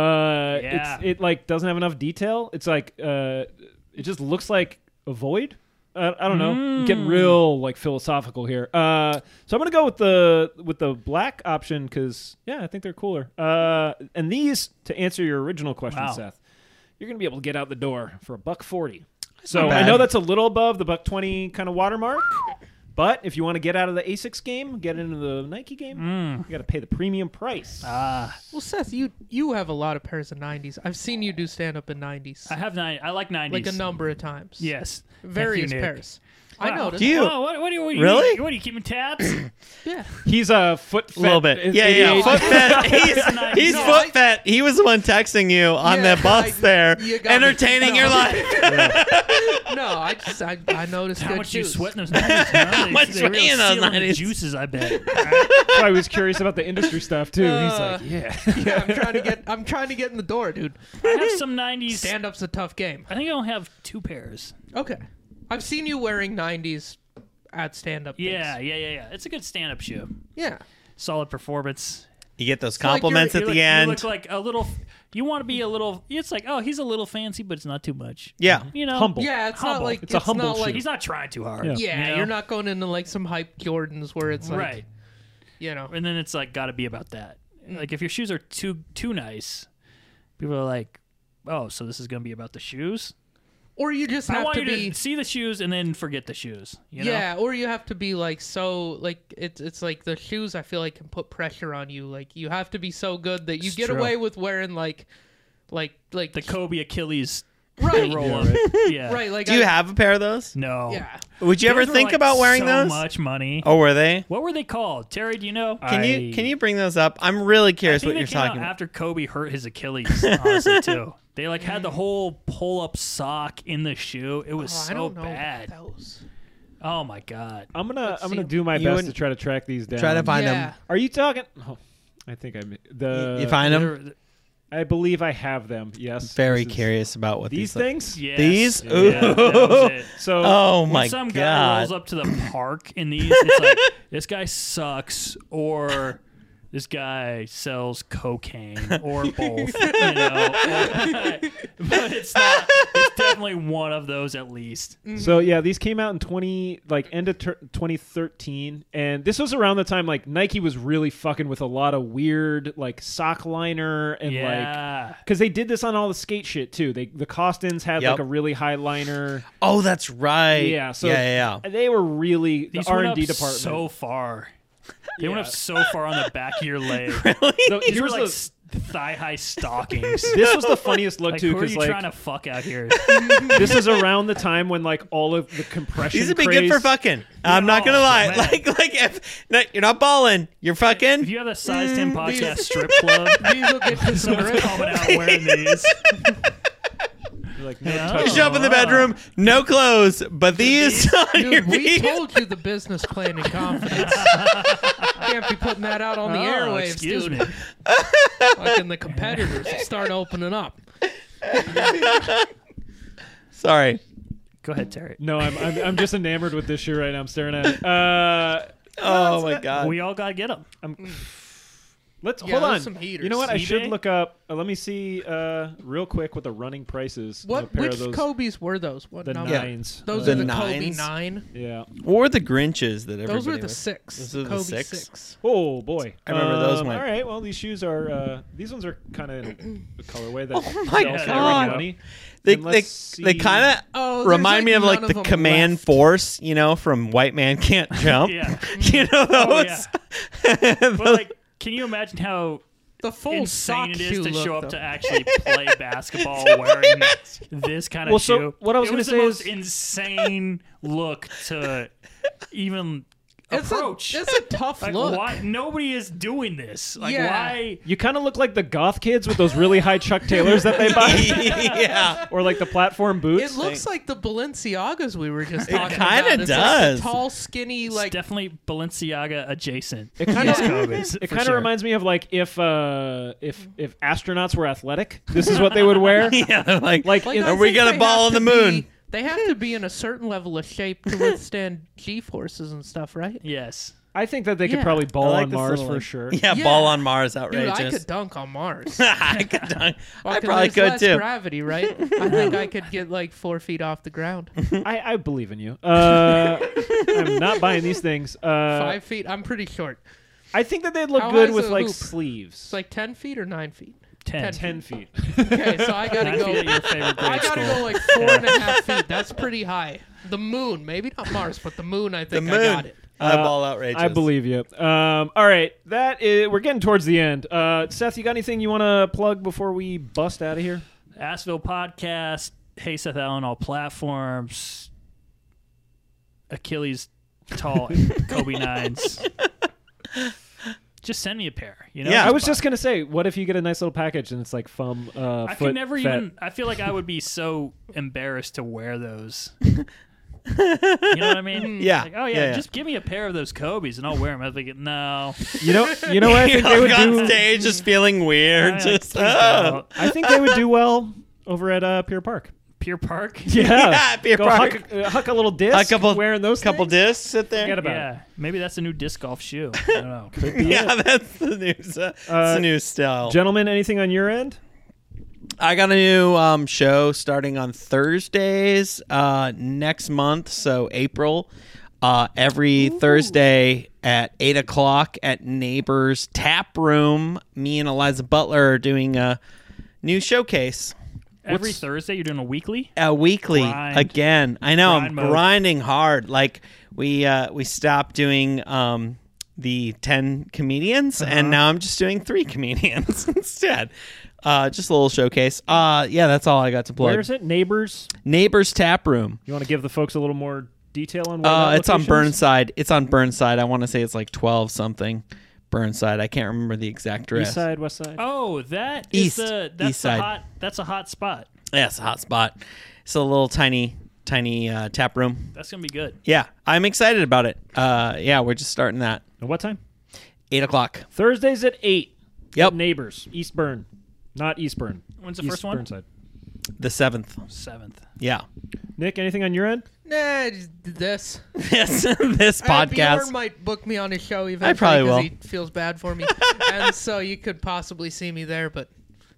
B: Yeah.
D: it's, it like doesn't have enough detail. It's like uh, it just looks like a void. Uh, I don't know. I'm
B: Hmm.
D: Getting real like philosophical here. Uh, so I'm gonna go with the with the black option because yeah, I think they're cooler. Uh, and these to answer your original question,
B: Wow.
D: Seth, you're gonna be able to get out the door for a buck forty. So
E: not
D: I
E: bad.
D: know that's a little above the buck twenty kind of watermark,
G: But if you want to get out of the Asics game, get into the Nike game,
D: Mm.
G: you got to pay the premium price.
D: Uh,
B: Ah.
C: Well, Seth, you you have a lot of pairs of 90s. I've seen you do stand up in 90s,
B: I have nine. I like 90s.
C: like a number of times.
B: Yes. Thank
C: various
B: you, Nick.
C: pairs. I
B: Wow.
C: noticed.
E: Do you-
B: Wow, what, what do you, what do you-
E: Really?
B: What are you keeping tabs?
E: <coughs>
C: Yeah.
D: He's a foot.
E: A little bit. Yeah, yeah. Foot
D: <laughs>
C: <laughs>
E: fat. He's, he's
C: No,
E: foot
C: I-
E: fat. He was the one texting you on
C: Yeah,
E: the bus
C: I-
E: there,
C: you got me.
E: entertaining
C: No.
E: your life. <laughs>
C: <laughs> No, I just I,
B: <laughs>
C: I noticed
B: How
C: good
B: much you
C: juice.
B: sweating <laughs> those 90s? How
E: much
B: they really
E: you in those
B: sealing the
E: 90s?
B: Juices,
E: <laughs>
B: I bet.
D: I was curious about the industry stuff too. He's
C: Uh,
E: <laughs>
D: like, yeah.
C: <laughs> Yeah, I'm trying to get I'm trying to get in the door, dude.
B: I have some 90s.
C: Stand up's a tough game.
B: I think I only have two pairs.
C: Okay. I've seen you wearing 90s at stand up.
B: Yeah, yeah, yeah, yeah. It's a good stand-up shoe.
C: Yeah.
B: Solid performance.
E: You get those
C: like you're-
E: compliments
B: You
E: at
B: look-
E: the
B: You
E: end.
B: look like a little. You want to be a little. It's like, oh, he's a little fancy, but it's not too much.
E: yeah.
B: You know,
D: Humble.
C: Yeah, it's not
B: Humble.
C: like
D: It's a humble
C: not like
D: shoe.
B: He's not trying too hard.
D: Yeah.
C: Yeah,
B: you know?
C: you're not going into like some hype Jordans where it's like
B: right.
C: you know.
B: And then it's like got to be about that.
C: Mm.
B: Like if your shoes are too too nice, people are like, oh, so this is gonna be about the shoes.
C: Or you just
B: I
C: have
B: want
C: to
B: you
C: be
B: to see the shoes and then forget the shoes. You know?
C: Yeah, or you have to be like so like it's it's like the shoes I feel like can put pressure on you. Like you have to be so good that you
B: It's
C: get
B: true.
C: away with wearing like like like
B: The Kobe Achilles
C: <laughs> right
B: roll up. <laughs> Yeah.
C: right like
E: Do you
C: I-
E: have a pair of those?
B: No.
C: yeah Oh,
E: Would you ever
B: Those were,
E: think
B: like,
E: about wearing
B: so
E: those?
B: much money.
E: Oh, were they?
B: What were they called, Terry? Do you know?
E: Can you can you bring those up? I'm really
B: I
E: curious
B: think
E: what
B: they
E: you're
B: came out
E: talking about.
B: after Kobe hurt
E: <laughs>
B: his Achilles, honestly too. They like had the whole pull up sock in the shoe. It was
C: Oh,
B: so
C: I don't know
B: bad.
C: about those.
B: Oh my god.
D: I'm gonna
C: Let's
D: I'm
C: see.
D: gonna do my
E: You
D: best
E: wouldn't-
D: to try to track these down.
E: Try to find
C: yeah.
E: them.
D: Are you talking? Oh, I think I the.
E: you find them?
B: They're-
D: I believe I have them. Yes.
E: Very
D: This is-
E: curious about what
D: These
E: these, look-
D: things.
B: Yes.
E: These?
B: Yeah,
E: Ooh.
B: that
D: <laughs>
B: was it.
D: So
E: Oh
B: When
E: my
B: some guy rolls
E: god!
B: up to
D: <clears throat>
B: the park in these, it's like
D: <laughs>
B: this guy sucks, or this guy sells cocaine,
D: <laughs>
B: or both. you know, <laughs> but it's not.
D: <laughs>
B: It's definitely one of those at least.
D: So yeah, these came out in twenty like end of ter- 2013, and this was around the time like Nike was really fucking with a lot of weird like sock liner and like
B: Yeah.
D: because they did this on all the skate shit too. They the Costins had
E: Yep.
D: like a really high liner.
E: Oh, that's right.
D: Yeah, so
E: yeah, yeah.
D: <laughs>
E: yeah.
D: They were really the
B: These
D: R
B: went
D: and D
B: up
D: department.
B: so far. They went
D: Yeah.
B: up so far on the back of your
D: <laughs>
E: <laughs>
B: leg.
D: So
B: These were
D: here's
B: like
D: the-
B: thigh
D: <laughs>
B: high stockings.
D: <laughs>
B: <laughs>
D: this was the funniest look
B: Like,
D: too
B: who are
D: because
B: you
D: like
B: trying to fuck out
D: <laughs>
B: here?
D: this is around the time when like all of the compression.
E: These would be
D: craze-
E: good for fucking. I'm not gonna
B: Oh,
E: lie.
B: man.
E: Like, like if no, you're not balling, you're
B: If
E: fucking.
B: you have a size 10 podcast strip
C: <laughs>
B: club,
C: Mm, These
E: <laughs>
C: will get you some
B: someone's
C: rip.
B: coming out wearing <laughs> these.
D: Like, no
B: Yeah.
D: touch.
E: You show up in the
B: Oh, Wow.
E: bedroom, no clothes, but these on your
C: Dude, we
E: feet.
C: told you the business plan in confidence. Can't be putting that out on the
B: Oh,
C: airwaves,
B: excuse
C: dude.
B: me.
C: Fucking the competitors will start opening up.
E: <laughs> Sorry.
B: Go ahead, Terry.
D: No, I'm, I'm I'm just enamored with this shoe right now. I'm staring at it. Uh,
E: Oh my
C: Uh,
E: god.
B: We all gotta get
C: <laughs>
B: them.
D: Let's
C: Yeah,
D: hold
C: those
D: on.
C: some heaters.
D: You know what? I should
B: eBay?
D: look up. Uh, let me see uh, real quick what the running price is. on a
C: What
D: pair
C: which
D: of those,
C: Kobe's were those? What
D: The
C: number?
D: nines.
C: Those
E: The
C: are the
E: nines?
C: Kobe nine.
D: Yeah.
E: What were the Grinches that everybody
C: Those were the
E: was-
C: six.
E: Those are the
C: Kobe
E: six?
D: Oh boy.
E: I remember those
D: Um,
E: went-
D: All right. Well, these shoes are. Uh, these ones are kind of in
C: <coughs>
D: a colorway that. Oh
E: my God.
D: Money.
E: They
D: And
E: they,
D: let's see-
E: they kind of
C: Oh, there's,
E: remind
C: like,
E: me of like
C: none
E: the
C: of 'em
E: Command
C: left.
E: Force, you know, from White Man Can't
D: <laughs>
E: Jump.
B: Yeah.
E: <laughs> you know those.
B: Oh, yeah.
E: Those- <laughs>
B: But like, can you imagine how
C: The full sock
B: insane it is
C: shoe
B: to
C: look,
B: show up
C: though.
B: to
C: <laughs>
B: actually play basketball wearing this kind of
D: Well, so
B: shoe?
D: what I was
B: It
D: gonna
B: the
D: say
B: most
D: is-
B: insane look to even
C: It's a,
B: approach.
C: it's a
B: <laughs>
C: tough
B: like,
C: look.
B: why nobody is doing this? Like,
C: Yeah.
B: why?
D: You kind of look like the goth kids with those really high Chuck Taylors that they
E: <laughs>
D: buy, <laughs>
E: yeah.
D: or like the platform boots.
C: It looks like the Balenciagas we were just talking
E: kinda
C: about. It's like the
E: does.
C: tall, skinny,
B: Like,
C: like
B: definitely Balenciaga adjacent.
D: It kind of <laughs>
B: Kobe's, for
D: it kind of
B: sure.
D: reminds me of like if uh, if if astronauts were athletic, this is what they would wear.
E: <laughs> Yeah, like,
D: Like,
C: Like,
D: in-
C: I
E: Are we
C: think
E: gonna
C: they
E: ball
C: have
E: on
C: to
E: the
C: be-
E: moon?
C: they have to be in a certain level of shape
E: <laughs>
C: to withstand G forces and stuff, right?
B: Yes.
D: I think that they could
C: Yeah.
D: probably
E: I
D: ball
E: like
D: on
E: this
D: Mars
E: little,
D: for
E: like- <laughs>
D: sure.
E: Yeah,
C: Yeah.
E: ball on Mars,
C: Dude,
E: outrageous.
C: I
E: <laughs>
C: could dunk on Mars.
E: I
C: <laughs>
E: could dunk. I
C: Fucking
E: probably
C: there's
E: could
C: less
E: too.
C: Gravity, right? I think I could get like four feet off the ground.
E: <laughs> Uh,
D: I, I believe in you. Uh, I'm not buying these things. Uh,
C: Five feet. I'm pretty short.
D: I think that they'd look
C: How
D: good
C: high's
D: with
C: a
D: like
C: hoop?
D: sleeves.
C: It's like ten feet or nine feet.
B: Ten.
C: Ten.
G: Ten feet.
C: Okay, so I gotta
B: Nine feet at
C: go.
B: your favorite
C: <laughs>
B: grade
C: I gotta
B: school.
C: go like four and a half feet. That's pretty high. The moon, maybe not Mars, but the moon. I think I got it.
E: I'm all Uh, outrageous.
D: Uh, I believe you. Um, all right, that is, we're getting towards the end. Uh, Seth, you got anything you want to plug before we bust out of here?
B: Asheville podcast. Hey Seth Allen, all platforms. Achilles, tall
C: <laughs>
B: Kobe nines. Just send me a pair. You know.
E: Yeah.
D: I was just gonna say, what if you get a nice little package and it's like from uh,
B: I
D: foot
B: could never
D: fat-
B: even. I feel like I would be so embarrassed to wear
C: <laughs>
B: those. you know what I
C: Mm.
B: mean?
E: Yeah.
B: Like, oh yeah,
E: Yeah, yeah.
B: Just give me a pair of those Kobe's and I'll wear them. I think no.
D: You know, you know
E: <laughs>
D: what I think
E: <laughs>
D: they
E: You're
D: would
E: like on
D: do.
E: stage, just feeling weird.
B: I, like,
E: just
B: please
E: oh.
B: don't.
D: <laughs> I think they
E: <laughs>
D: would do well over at uh, Pier Park.
B: Pier Park.
D: <laughs> Yeah,
E: Yeah, Pier
D: Go
E: Park.
D: Huck, uh, huck a little disc.
E: A couple-
D: wearing those.
E: couple
D: things?
E: discs sit
D: Forget
E: there.
D: about it.
B: Yeah, maybe that's a new disc golf shoe. I don't know.
E: <laughs> Yeah, that's the new. s- That's
D: Uh,
E: the new style.
D: Gentlemen, anything on your end?
E: I got a new um, show starting on Thursdays uh, next month, so April. Uh, every Thursday at eight o'clock at Neighbors Tap Room, me and Eliza Butler are doing a new showcase,
B: Every Thursday, you're doing a weekly.
E: a weekly
B: Grind.
E: again. I know
B: Grind
E: I'm
B: mode.
E: grinding hard. Like we uh, we stopped doing um, the ten comedians,
B: Uh-huh.
E: and now I'm just doing three <laughs> comedians instead. Uh, just a little showcase. Uh, yeah, that's all I got to plug.
D: Where is it? Neighbors.
E: Neighbors Tap Room.
D: You want to give the folks a little more detail on? where
E: Uh,
D: that
E: it's on
D: location's?
E: Burnside. It's on Burnside. I want to say it's like twelve something. Burnside. I can't remember the exact
D: East
E: address.
D: side, west side.
B: Oh, that is
E: East.
B: the that's
E: East
B: the
E: side.
B: hot that's a hot spot.
E: Yeah, it's a hot spot. It's a little tiny, tiny uh, tap room.
B: That's gonna be good.
E: Yeah, I'm excited about it. Uh, yeah, we're just starting that.
D: At what time?
E: Eight o'clock.
D: Thursdays at eight.
E: Yep.
D: Neighbors, East Burn, not East Burn.
B: When's the
D: East
B: first one?
D: Burnside.
E: The seventh.
B: Seventh.
E: Yeah. <laughs>
D: Nick, anything on your end?
C: Nah, just did this
E: This this
C: Uh, Bjorn
E: podcast.
C: might book me on his show. Eventually
E: probably
C: 'cause
E: will.
C: He feels bad for me, and so you could possibly see me there. But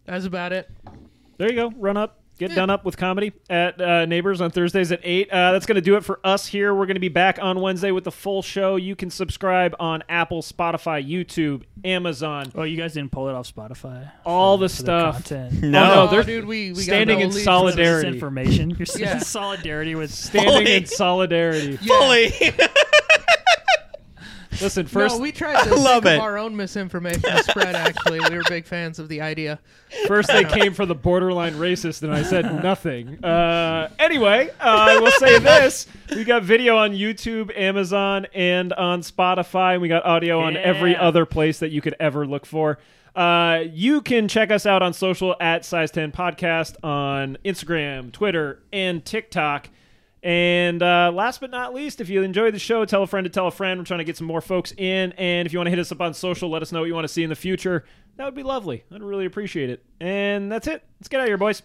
C: that's about it.
D: There you go. Run up. Get done up with comedy at uh, Neighbors on Thursdays at 8. Uh, that's going to do it for us here. We're going to be back on Wednesday with the full show. You can subscribe on Apple, Spotify, YouTube, Amazon,
B: Oh, you guys didn't pull it off Spotify. Uh,
D: all the
B: Oh, for the
D: stuff.
B: content. <laughs>
D: Oh, No,
C: Aw,
D: they're
C: dude, we, we
D: standing
C: got
D: in
C: no leads.
D: solid- Solidarity.
B: Information.
D: <laughs>
B: You're s-
C: Yeah.
B: solidarity with
D: standing
E: Fully.
D: in
C: <laughs>
D: solidarity.
C: Yeah.
D: <laughs> Listen, first
C: no, we tried to
E: love
C: think
E: it.
C: of our own misinformation spread. Actually, we were big fans of the idea.
D: First, they came for the borderline racist, and I
C: <laughs>
D: said nothing. Uh, anyway, uh, I will say this: we got video on YouTube, Amazon, and on Spotify. We got audio on every
B: Yeah.
D: other place that you could ever look for. Uh, you can check us out on social at Size Ten Podcast on Instagram, Twitter, and TikTok. And uh, last but not least, if you enjoyed the show, tell a friend to tell a friend. We're trying to get some more folks in. And if you want to hit us up on social, let us know what you want to see in the future. That would be lovely. I'd really appreciate it. And that's it. Let's get out of here, boys.